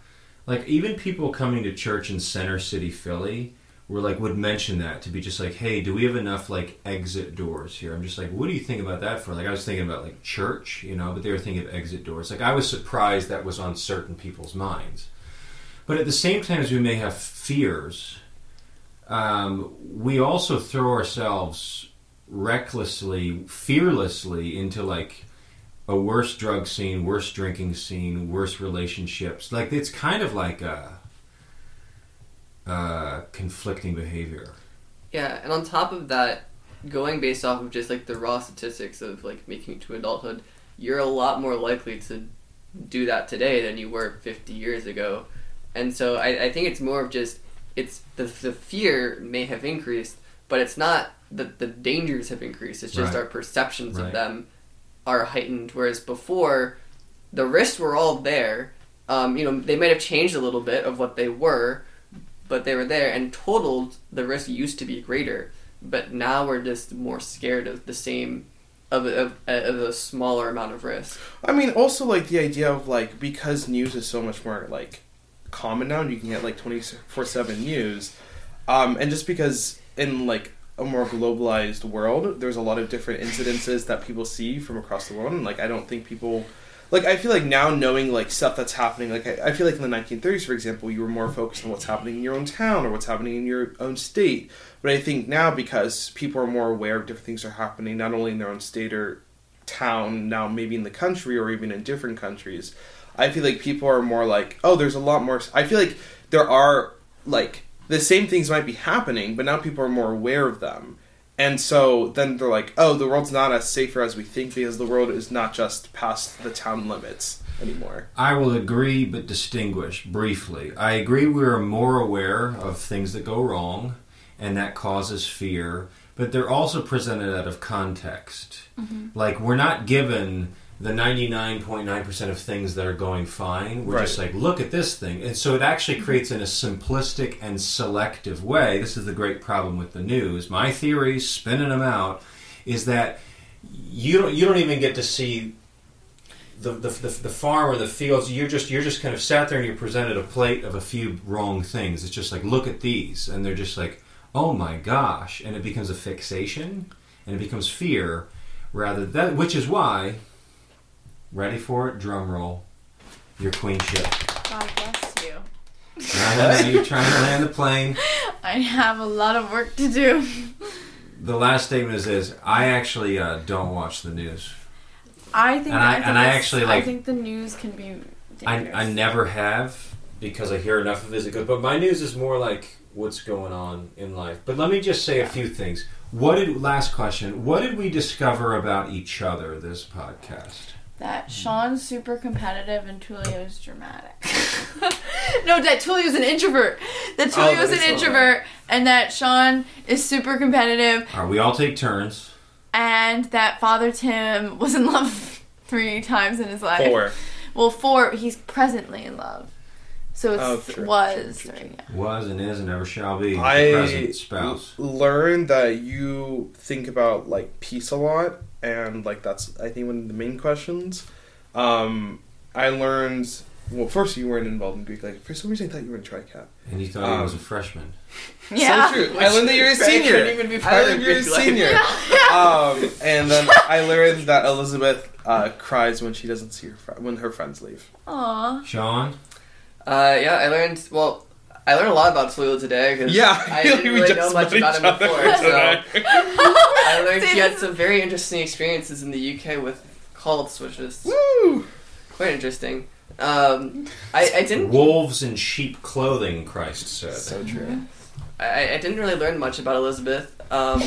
[SPEAKER 1] like even people coming to church in Center City, Philly, were like would mention that to be just like, hey, do we have enough like exit doors here? I'm just like, what do you think about that for? Like I was thinking about like church, you know, but they were thinking of exit doors. Like I was surprised that was on certain people's minds. But at the same time as we may have fears, um, we also throw ourselves recklessly, fearlessly into like a worse drug scene, worse drinking scene, worse relationships. Like it's kind of like a, uh, conflicting behavior.
[SPEAKER 5] Yeah, and on top of that, going based off of just like the raw statistics of like making it to adulthood, you're a lot more likely to do that today than you were 50 years ago. And so I, I think it's more of just it's the the fear may have increased, but it's not that the dangers have increased. It's just
[SPEAKER 1] Right.
[SPEAKER 5] our perceptions
[SPEAKER 1] Right.
[SPEAKER 5] of them are heightened. Whereas before, the risks were all there. Um, you know, they might have changed a little bit of what they were, but they were there. And totaled, the risk used to be greater. But now we're just more scared of the same, of of, of a smaller amount of risk.
[SPEAKER 3] I mean, also like the idea of like because news is so much more like common now, and you can get like twenty four seven news, um, and just because in like a more globalized world, there's a lot of different incidences that people see from across the world, and like I don't think people. Like I feel like now knowing like stuff that's happening, like I, I feel like in the 1930s, for example, you were more focused on what's happening in your own town or what's happening in your own state. But I think now because people are more aware of different things that are happening, not only in their own state or town now maybe in the country or even in different countries i feel like people are more like oh there's a lot more i feel like there are like the same things might be happening but now people are more aware of them and so then they're like oh the world's not as safer as we think because the world is not just past the town limits anymore
[SPEAKER 1] I will agree but distinguish briefly. I agree we are more aware of things that go wrong and that causes fear, but they're also presented out of context. Like, we're not given the 99.9% of things that are going fine. We're just like, look at this thing. And so it actually creates in a simplistic and selective way. This is the great problem with the news. My theory, spinning them out, is that you don't, you don't even get to see the, the, the, the farm or the fields you're just you're just kind of sat there and you're presented a plate of a few wrong things it's just like look at these and they're just like oh my gosh and it becomes a fixation and it becomes fear rather than which is why ready for it drum roll your queenship
[SPEAKER 2] God bless you.
[SPEAKER 1] I know you're trying to land the plane
[SPEAKER 2] I have a lot of work to do.
[SPEAKER 1] the last statement is this i actually uh, don't watch the news
[SPEAKER 2] I think
[SPEAKER 1] And I-
[SPEAKER 2] think
[SPEAKER 1] and I
[SPEAKER 2] it's-
[SPEAKER 1] actually,
[SPEAKER 2] I
[SPEAKER 1] like-
[SPEAKER 2] think the news can be
[SPEAKER 1] I,
[SPEAKER 2] dangerous.
[SPEAKER 1] I never have because I hear enough of it as it goes. But my news is more like what's going on in life. But let me just say a few things. What did last question? What did we discover about each other this podcast? Mm.
[SPEAKER 2] that Sean's super competitive and Tulio's dramatic. no, that Tulio's an introvert. That
[SPEAKER 3] Oh,
[SPEAKER 2] Tulio's
[SPEAKER 3] that
[SPEAKER 2] an
[SPEAKER 3] is so
[SPEAKER 2] introvert and that Sean is super competitive
[SPEAKER 1] All right, we all take turns.
[SPEAKER 2] and that Father Tim was in love three times in his life.
[SPEAKER 3] or
[SPEAKER 2] Well, four. He's presently in love. So it's
[SPEAKER 3] Oh, true,
[SPEAKER 2] was.
[SPEAKER 3] true, true,
[SPEAKER 2] right, yeah.
[SPEAKER 1] Was and is and never shall be. the
[SPEAKER 3] i
[SPEAKER 1] present spouse.
[SPEAKER 3] l- learned that you think about like peace a lot and like that's i think one of the main questions um i learned well first you weren't involved in greek like for some reason i thought you were in tricap
[SPEAKER 1] And you thought he
[SPEAKER 3] Um,
[SPEAKER 1] was a freshman.
[SPEAKER 2] Yeah.
[SPEAKER 3] so true i learned that you're a
[SPEAKER 5] Right,
[SPEAKER 3] senior
[SPEAKER 5] couldn't even be part
[SPEAKER 3] i
[SPEAKER 5] of
[SPEAKER 3] learned you're a
[SPEAKER 5] Greek life.
[SPEAKER 3] senior um and then i learned that elizabeth uh cries when she doesn't see her fr- when her friends leave
[SPEAKER 2] Aw.
[SPEAKER 1] Sean,
[SPEAKER 5] Uh, yeah, I learned. Well, I learned a lot about Tulio today because
[SPEAKER 3] yeah
[SPEAKER 5] I didn't really know much about him before. So I learned
[SPEAKER 2] See,
[SPEAKER 5] he had
[SPEAKER 2] this-
[SPEAKER 5] some very interesting experiences in the UK with cults, which was
[SPEAKER 3] Woo!
[SPEAKER 5] quite interesting. Um, I, I didn't.
[SPEAKER 1] wolves in sheep clothing. Christ said.
[SPEAKER 3] so true
[SPEAKER 5] I, I didn't really learn much about Elizabeth. Um,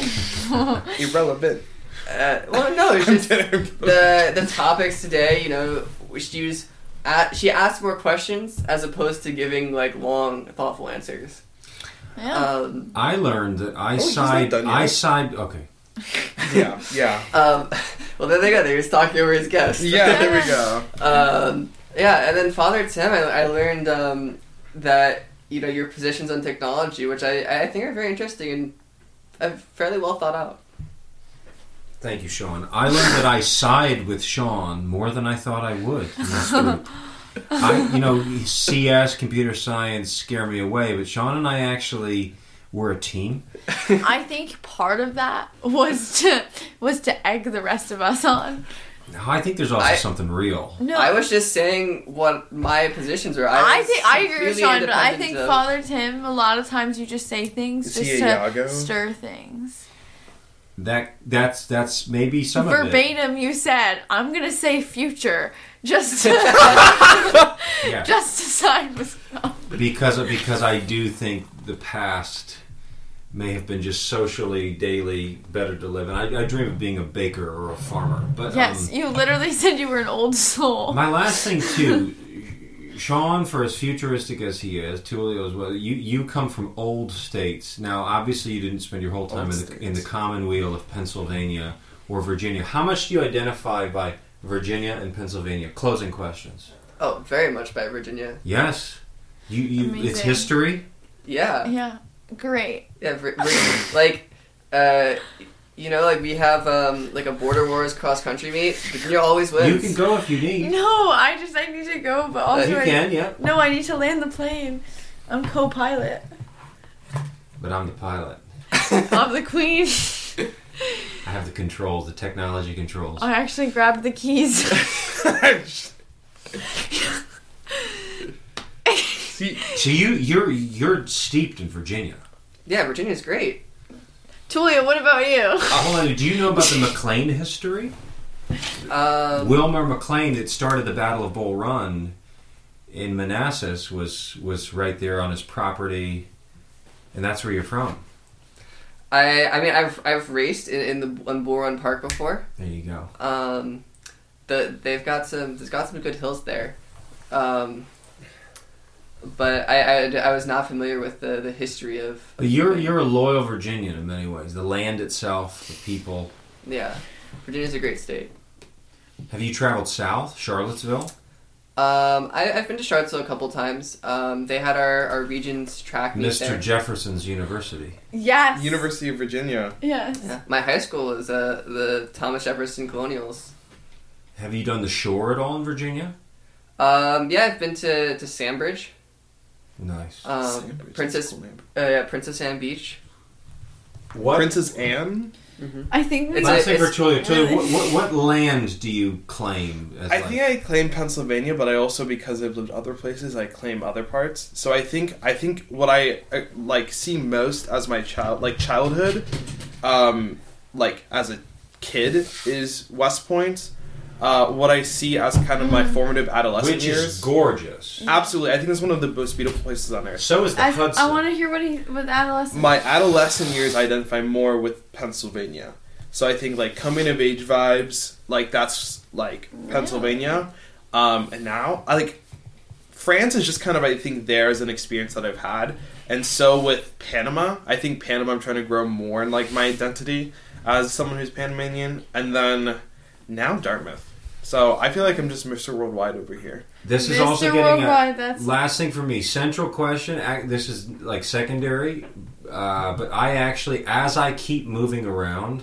[SPEAKER 3] irrelevant
[SPEAKER 5] uh, well, no, it's just the the topics today. You know, she was at, she asked more questions as opposed to giving like long, thoughtful answers.
[SPEAKER 2] yeah.
[SPEAKER 5] Um,
[SPEAKER 1] I learned that I
[SPEAKER 3] Oh, he's not
[SPEAKER 1] side.
[SPEAKER 3] done yet.
[SPEAKER 1] I side. Okay.
[SPEAKER 3] yeah yeah
[SPEAKER 5] um, well, there they go. They was talking over his guests.
[SPEAKER 3] Yeah, there we go.
[SPEAKER 5] um, yeah, and then Father Tim, I, I learned um, that you know your positions on technology, which I, I think are very interesting and uh, fairly well thought out.
[SPEAKER 1] Thank you, Sean. I learned that I side with Sean more than I thought I would. in this group. I, you know, CS, computer science scare me away, but Sean and I actually were a team.
[SPEAKER 2] I think part of that was to was to egg the rest of us on.
[SPEAKER 1] Now, I think there's also
[SPEAKER 5] I-
[SPEAKER 1] something real.
[SPEAKER 2] No,
[SPEAKER 5] I was just saying what my positions were. I,
[SPEAKER 2] I
[SPEAKER 5] was
[SPEAKER 2] think I agree with
[SPEAKER 5] completely
[SPEAKER 2] Sean, but I
[SPEAKER 5] independent
[SPEAKER 2] think
[SPEAKER 5] of-
[SPEAKER 2] Father Tim. A lot of times you just say things
[SPEAKER 3] Is
[SPEAKER 2] just
[SPEAKER 3] he a
[SPEAKER 2] to
[SPEAKER 3] Yago?
[SPEAKER 2] stir things.
[SPEAKER 1] That that's that's maybe some of
[SPEAKER 2] Verbatim, you said, "I'm gonna say future," just to,
[SPEAKER 1] it. Yeah.
[SPEAKER 2] just to sign with.
[SPEAKER 1] because because I do think the past may have been just socially daily better to live. And I, I dream of being a baker or a farmer. But
[SPEAKER 2] Yes,
[SPEAKER 1] um,
[SPEAKER 2] you literally said you were an old soul.
[SPEAKER 1] my last thing too, Sean, for as futuristic as he is, Tulio as well. You you come from old states. Now, obviously, you didn't spend your whole time
[SPEAKER 3] Old
[SPEAKER 1] in the, in the
[SPEAKER 3] states.
[SPEAKER 1] Commonweal of Pennsylvania or Virginia. How much do you identify by Virginia and Pennsylvania? Closing questions.
[SPEAKER 5] Oh, very much by Virginia.
[SPEAKER 1] Yes. You, you it's
[SPEAKER 2] Amazing.
[SPEAKER 1] history.
[SPEAKER 5] Yeah.
[SPEAKER 2] Yeah, great.
[SPEAKER 5] Yeah, Vir- Vir- like, uh, you know, like we have um, like a border wars cross country meet. Virginia always wins.
[SPEAKER 1] You can go if you need.
[SPEAKER 2] No, I just I need to go, but
[SPEAKER 5] Uh,
[SPEAKER 1] You
[SPEAKER 2] also I,
[SPEAKER 1] can, yeah.
[SPEAKER 2] no, I need to land the plane. I'm co-pilot.
[SPEAKER 1] But I'm the pilot.
[SPEAKER 2] I'm the queen.
[SPEAKER 1] I have the controls, the technology controls.
[SPEAKER 2] I actually grabbed the keys.
[SPEAKER 3] See,
[SPEAKER 1] So you you're you're steeped in Virginia.
[SPEAKER 5] yeah, Virginia's great.
[SPEAKER 2] Julia, what about you?
[SPEAKER 1] Hold on, do you know about the McLean history?
[SPEAKER 5] Um,
[SPEAKER 1] Wilmer McLean that started the Battle of Bull Run in Manassas was was right there on his property and that's where you're from.
[SPEAKER 5] I I mean I've I've raced in, in the on Bull Run Park before.
[SPEAKER 1] There you go.
[SPEAKER 5] Um, the they've got some there's got some good hills there. Um, but I, I, I was not familiar with the, the history of. of
[SPEAKER 1] But you're
[SPEAKER 5] Virginia.
[SPEAKER 1] you're a loyal Virginian in many ways. The land itself, the people.
[SPEAKER 5] yeah. Virginia's a great state.
[SPEAKER 1] Have you traveled south, Charlottesville?
[SPEAKER 5] Um, I, I've been to Charlottesville a couple times. Um, they had our, our region's track meet
[SPEAKER 1] Mr.
[SPEAKER 5] there.
[SPEAKER 1] Jefferson's University.
[SPEAKER 2] Yes.
[SPEAKER 3] University of Virginia.
[SPEAKER 2] Yes.
[SPEAKER 5] Yeah. My high school is uh, the Thomas Jefferson Colonials.
[SPEAKER 1] Have you done the shore at all in Virginia?
[SPEAKER 5] Um, yeah, I've been to, to Sandbridge,
[SPEAKER 1] Nice.
[SPEAKER 5] um,
[SPEAKER 3] Sandbridge, that's
[SPEAKER 5] Princess
[SPEAKER 3] a cool name.
[SPEAKER 5] uh, yeah, Princess Anne Beach.
[SPEAKER 1] What
[SPEAKER 3] Princess Anne.
[SPEAKER 2] I think we
[SPEAKER 5] It's
[SPEAKER 1] Last
[SPEAKER 5] a-
[SPEAKER 1] thing for Tulio. Tulio,
[SPEAKER 2] really-
[SPEAKER 1] what, what, what land do you claim? As
[SPEAKER 3] I
[SPEAKER 1] like,
[SPEAKER 3] think I claim Pennsylvania, but I also because I've lived other places, I claim other parts. So I think I think what I uh, like see most as my child, like childhood, um, like as a kid, is West Point. Uh, what I see as kind of
[SPEAKER 5] Mm.
[SPEAKER 3] my formative adolescent
[SPEAKER 1] which
[SPEAKER 3] years.
[SPEAKER 1] is gorgeous.
[SPEAKER 3] Absolutely, I think it's one of the most beautiful places on earth.
[SPEAKER 1] So is the
[SPEAKER 2] I,
[SPEAKER 1] Hudson.
[SPEAKER 2] I want to hear what he with adolescent.
[SPEAKER 3] my adolescent years identify more with Pennsylvania. So I think like coming of age vibes, like that's like Pennsylvania. Um, and now I like France is just kind of I think there is an experience that I've had. And so with Panama, I think Panama I'm trying to grow more in like my identity as someone who's Panamanian. And then now Dartmouth. So I feel like I'm just Mr. Worldwide over here.
[SPEAKER 1] this is
[SPEAKER 2] Mr.
[SPEAKER 1] also getting a,
[SPEAKER 2] Worldwide, that's
[SPEAKER 1] last thing for me. Central question. ac- This is like secondary, uh, but I actually, as I keep moving around,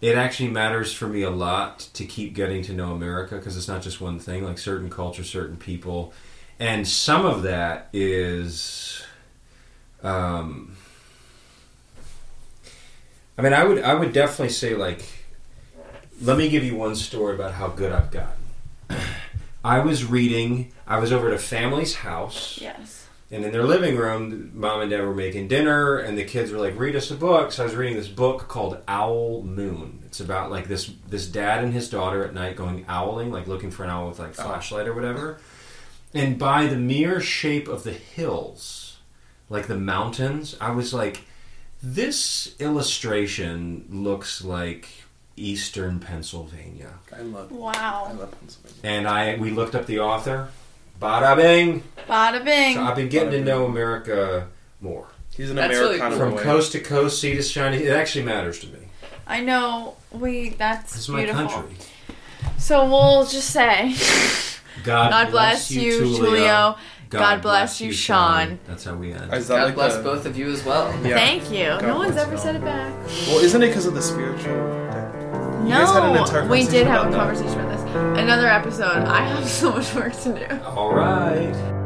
[SPEAKER 1] it actually matters for me a lot to keep getting to know America because it's not just one thing. Like certain cultures, certain people, and some of that is. Um, I mean, I would I would definitely say like, let me give you one story about how good I've gotten. I was reading. I was over at a family's house,
[SPEAKER 2] yes.
[SPEAKER 1] and in their living room, mom and dad were making dinner, and the kids were like, "Read us a book." So I was reading this book called Owl Moon. It's about like this this dad and his daughter at night going owling, like looking for an owl with like flashlight or whatever. And by the mere shape of the hills, like the mountains, I was like, "This illustration looks like Eastern Pennsylvania."
[SPEAKER 3] I love I
[SPEAKER 2] Wow.
[SPEAKER 3] love Pennsylvania.
[SPEAKER 1] And I we looked up the author. Bada bing.
[SPEAKER 2] Bada bing.
[SPEAKER 1] So I've been getting to know America more.
[SPEAKER 3] He's an
[SPEAKER 5] That's really
[SPEAKER 3] Americana
[SPEAKER 5] cool.
[SPEAKER 1] From
[SPEAKER 3] boy.
[SPEAKER 1] coast to coast, sea to shiny, it actually matters to me.
[SPEAKER 2] I know. We. That's
[SPEAKER 1] It's my
[SPEAKER 2] beautiful.
[SPEAKER 1] country.
[SPEAKER 2] So we'll just say,
[SPEAKER 1] God,
[SPEAKER 2] God bless you, Julio. God bless you, Sean.
[SPEAKER 1] That's how we end.
[SPEAKER 3] Is that
[SPEAKER 5] God
[SPEAKER 3] like
[SPEAKER 5] bless
[SPEAKER 3] the-
[SPEAKER 5] both of you as well.
[SPEAKER 3] Yeah.
[SPEAKER 2] Thank you. no one's
[SPEAKER 1] bless
[SPEAKER 2] ever
[SPEAKER 1] y'all.
[SPEAKER 2] said it back.
[SPEAKER 3] Well, isn't it because of the spiritual? thing?
[SPEAKER 2] no,
[SPEAKER 3] guys had an entire
[SPEAKER 2] we
[SPEAKER 3] conversation
[SPEAKER 2] did have a
[SPEAKER 3] about that.
[SPEAKER 2] conversation about this. another episode. I have so much work to do.
[SPEAKER 1] All right.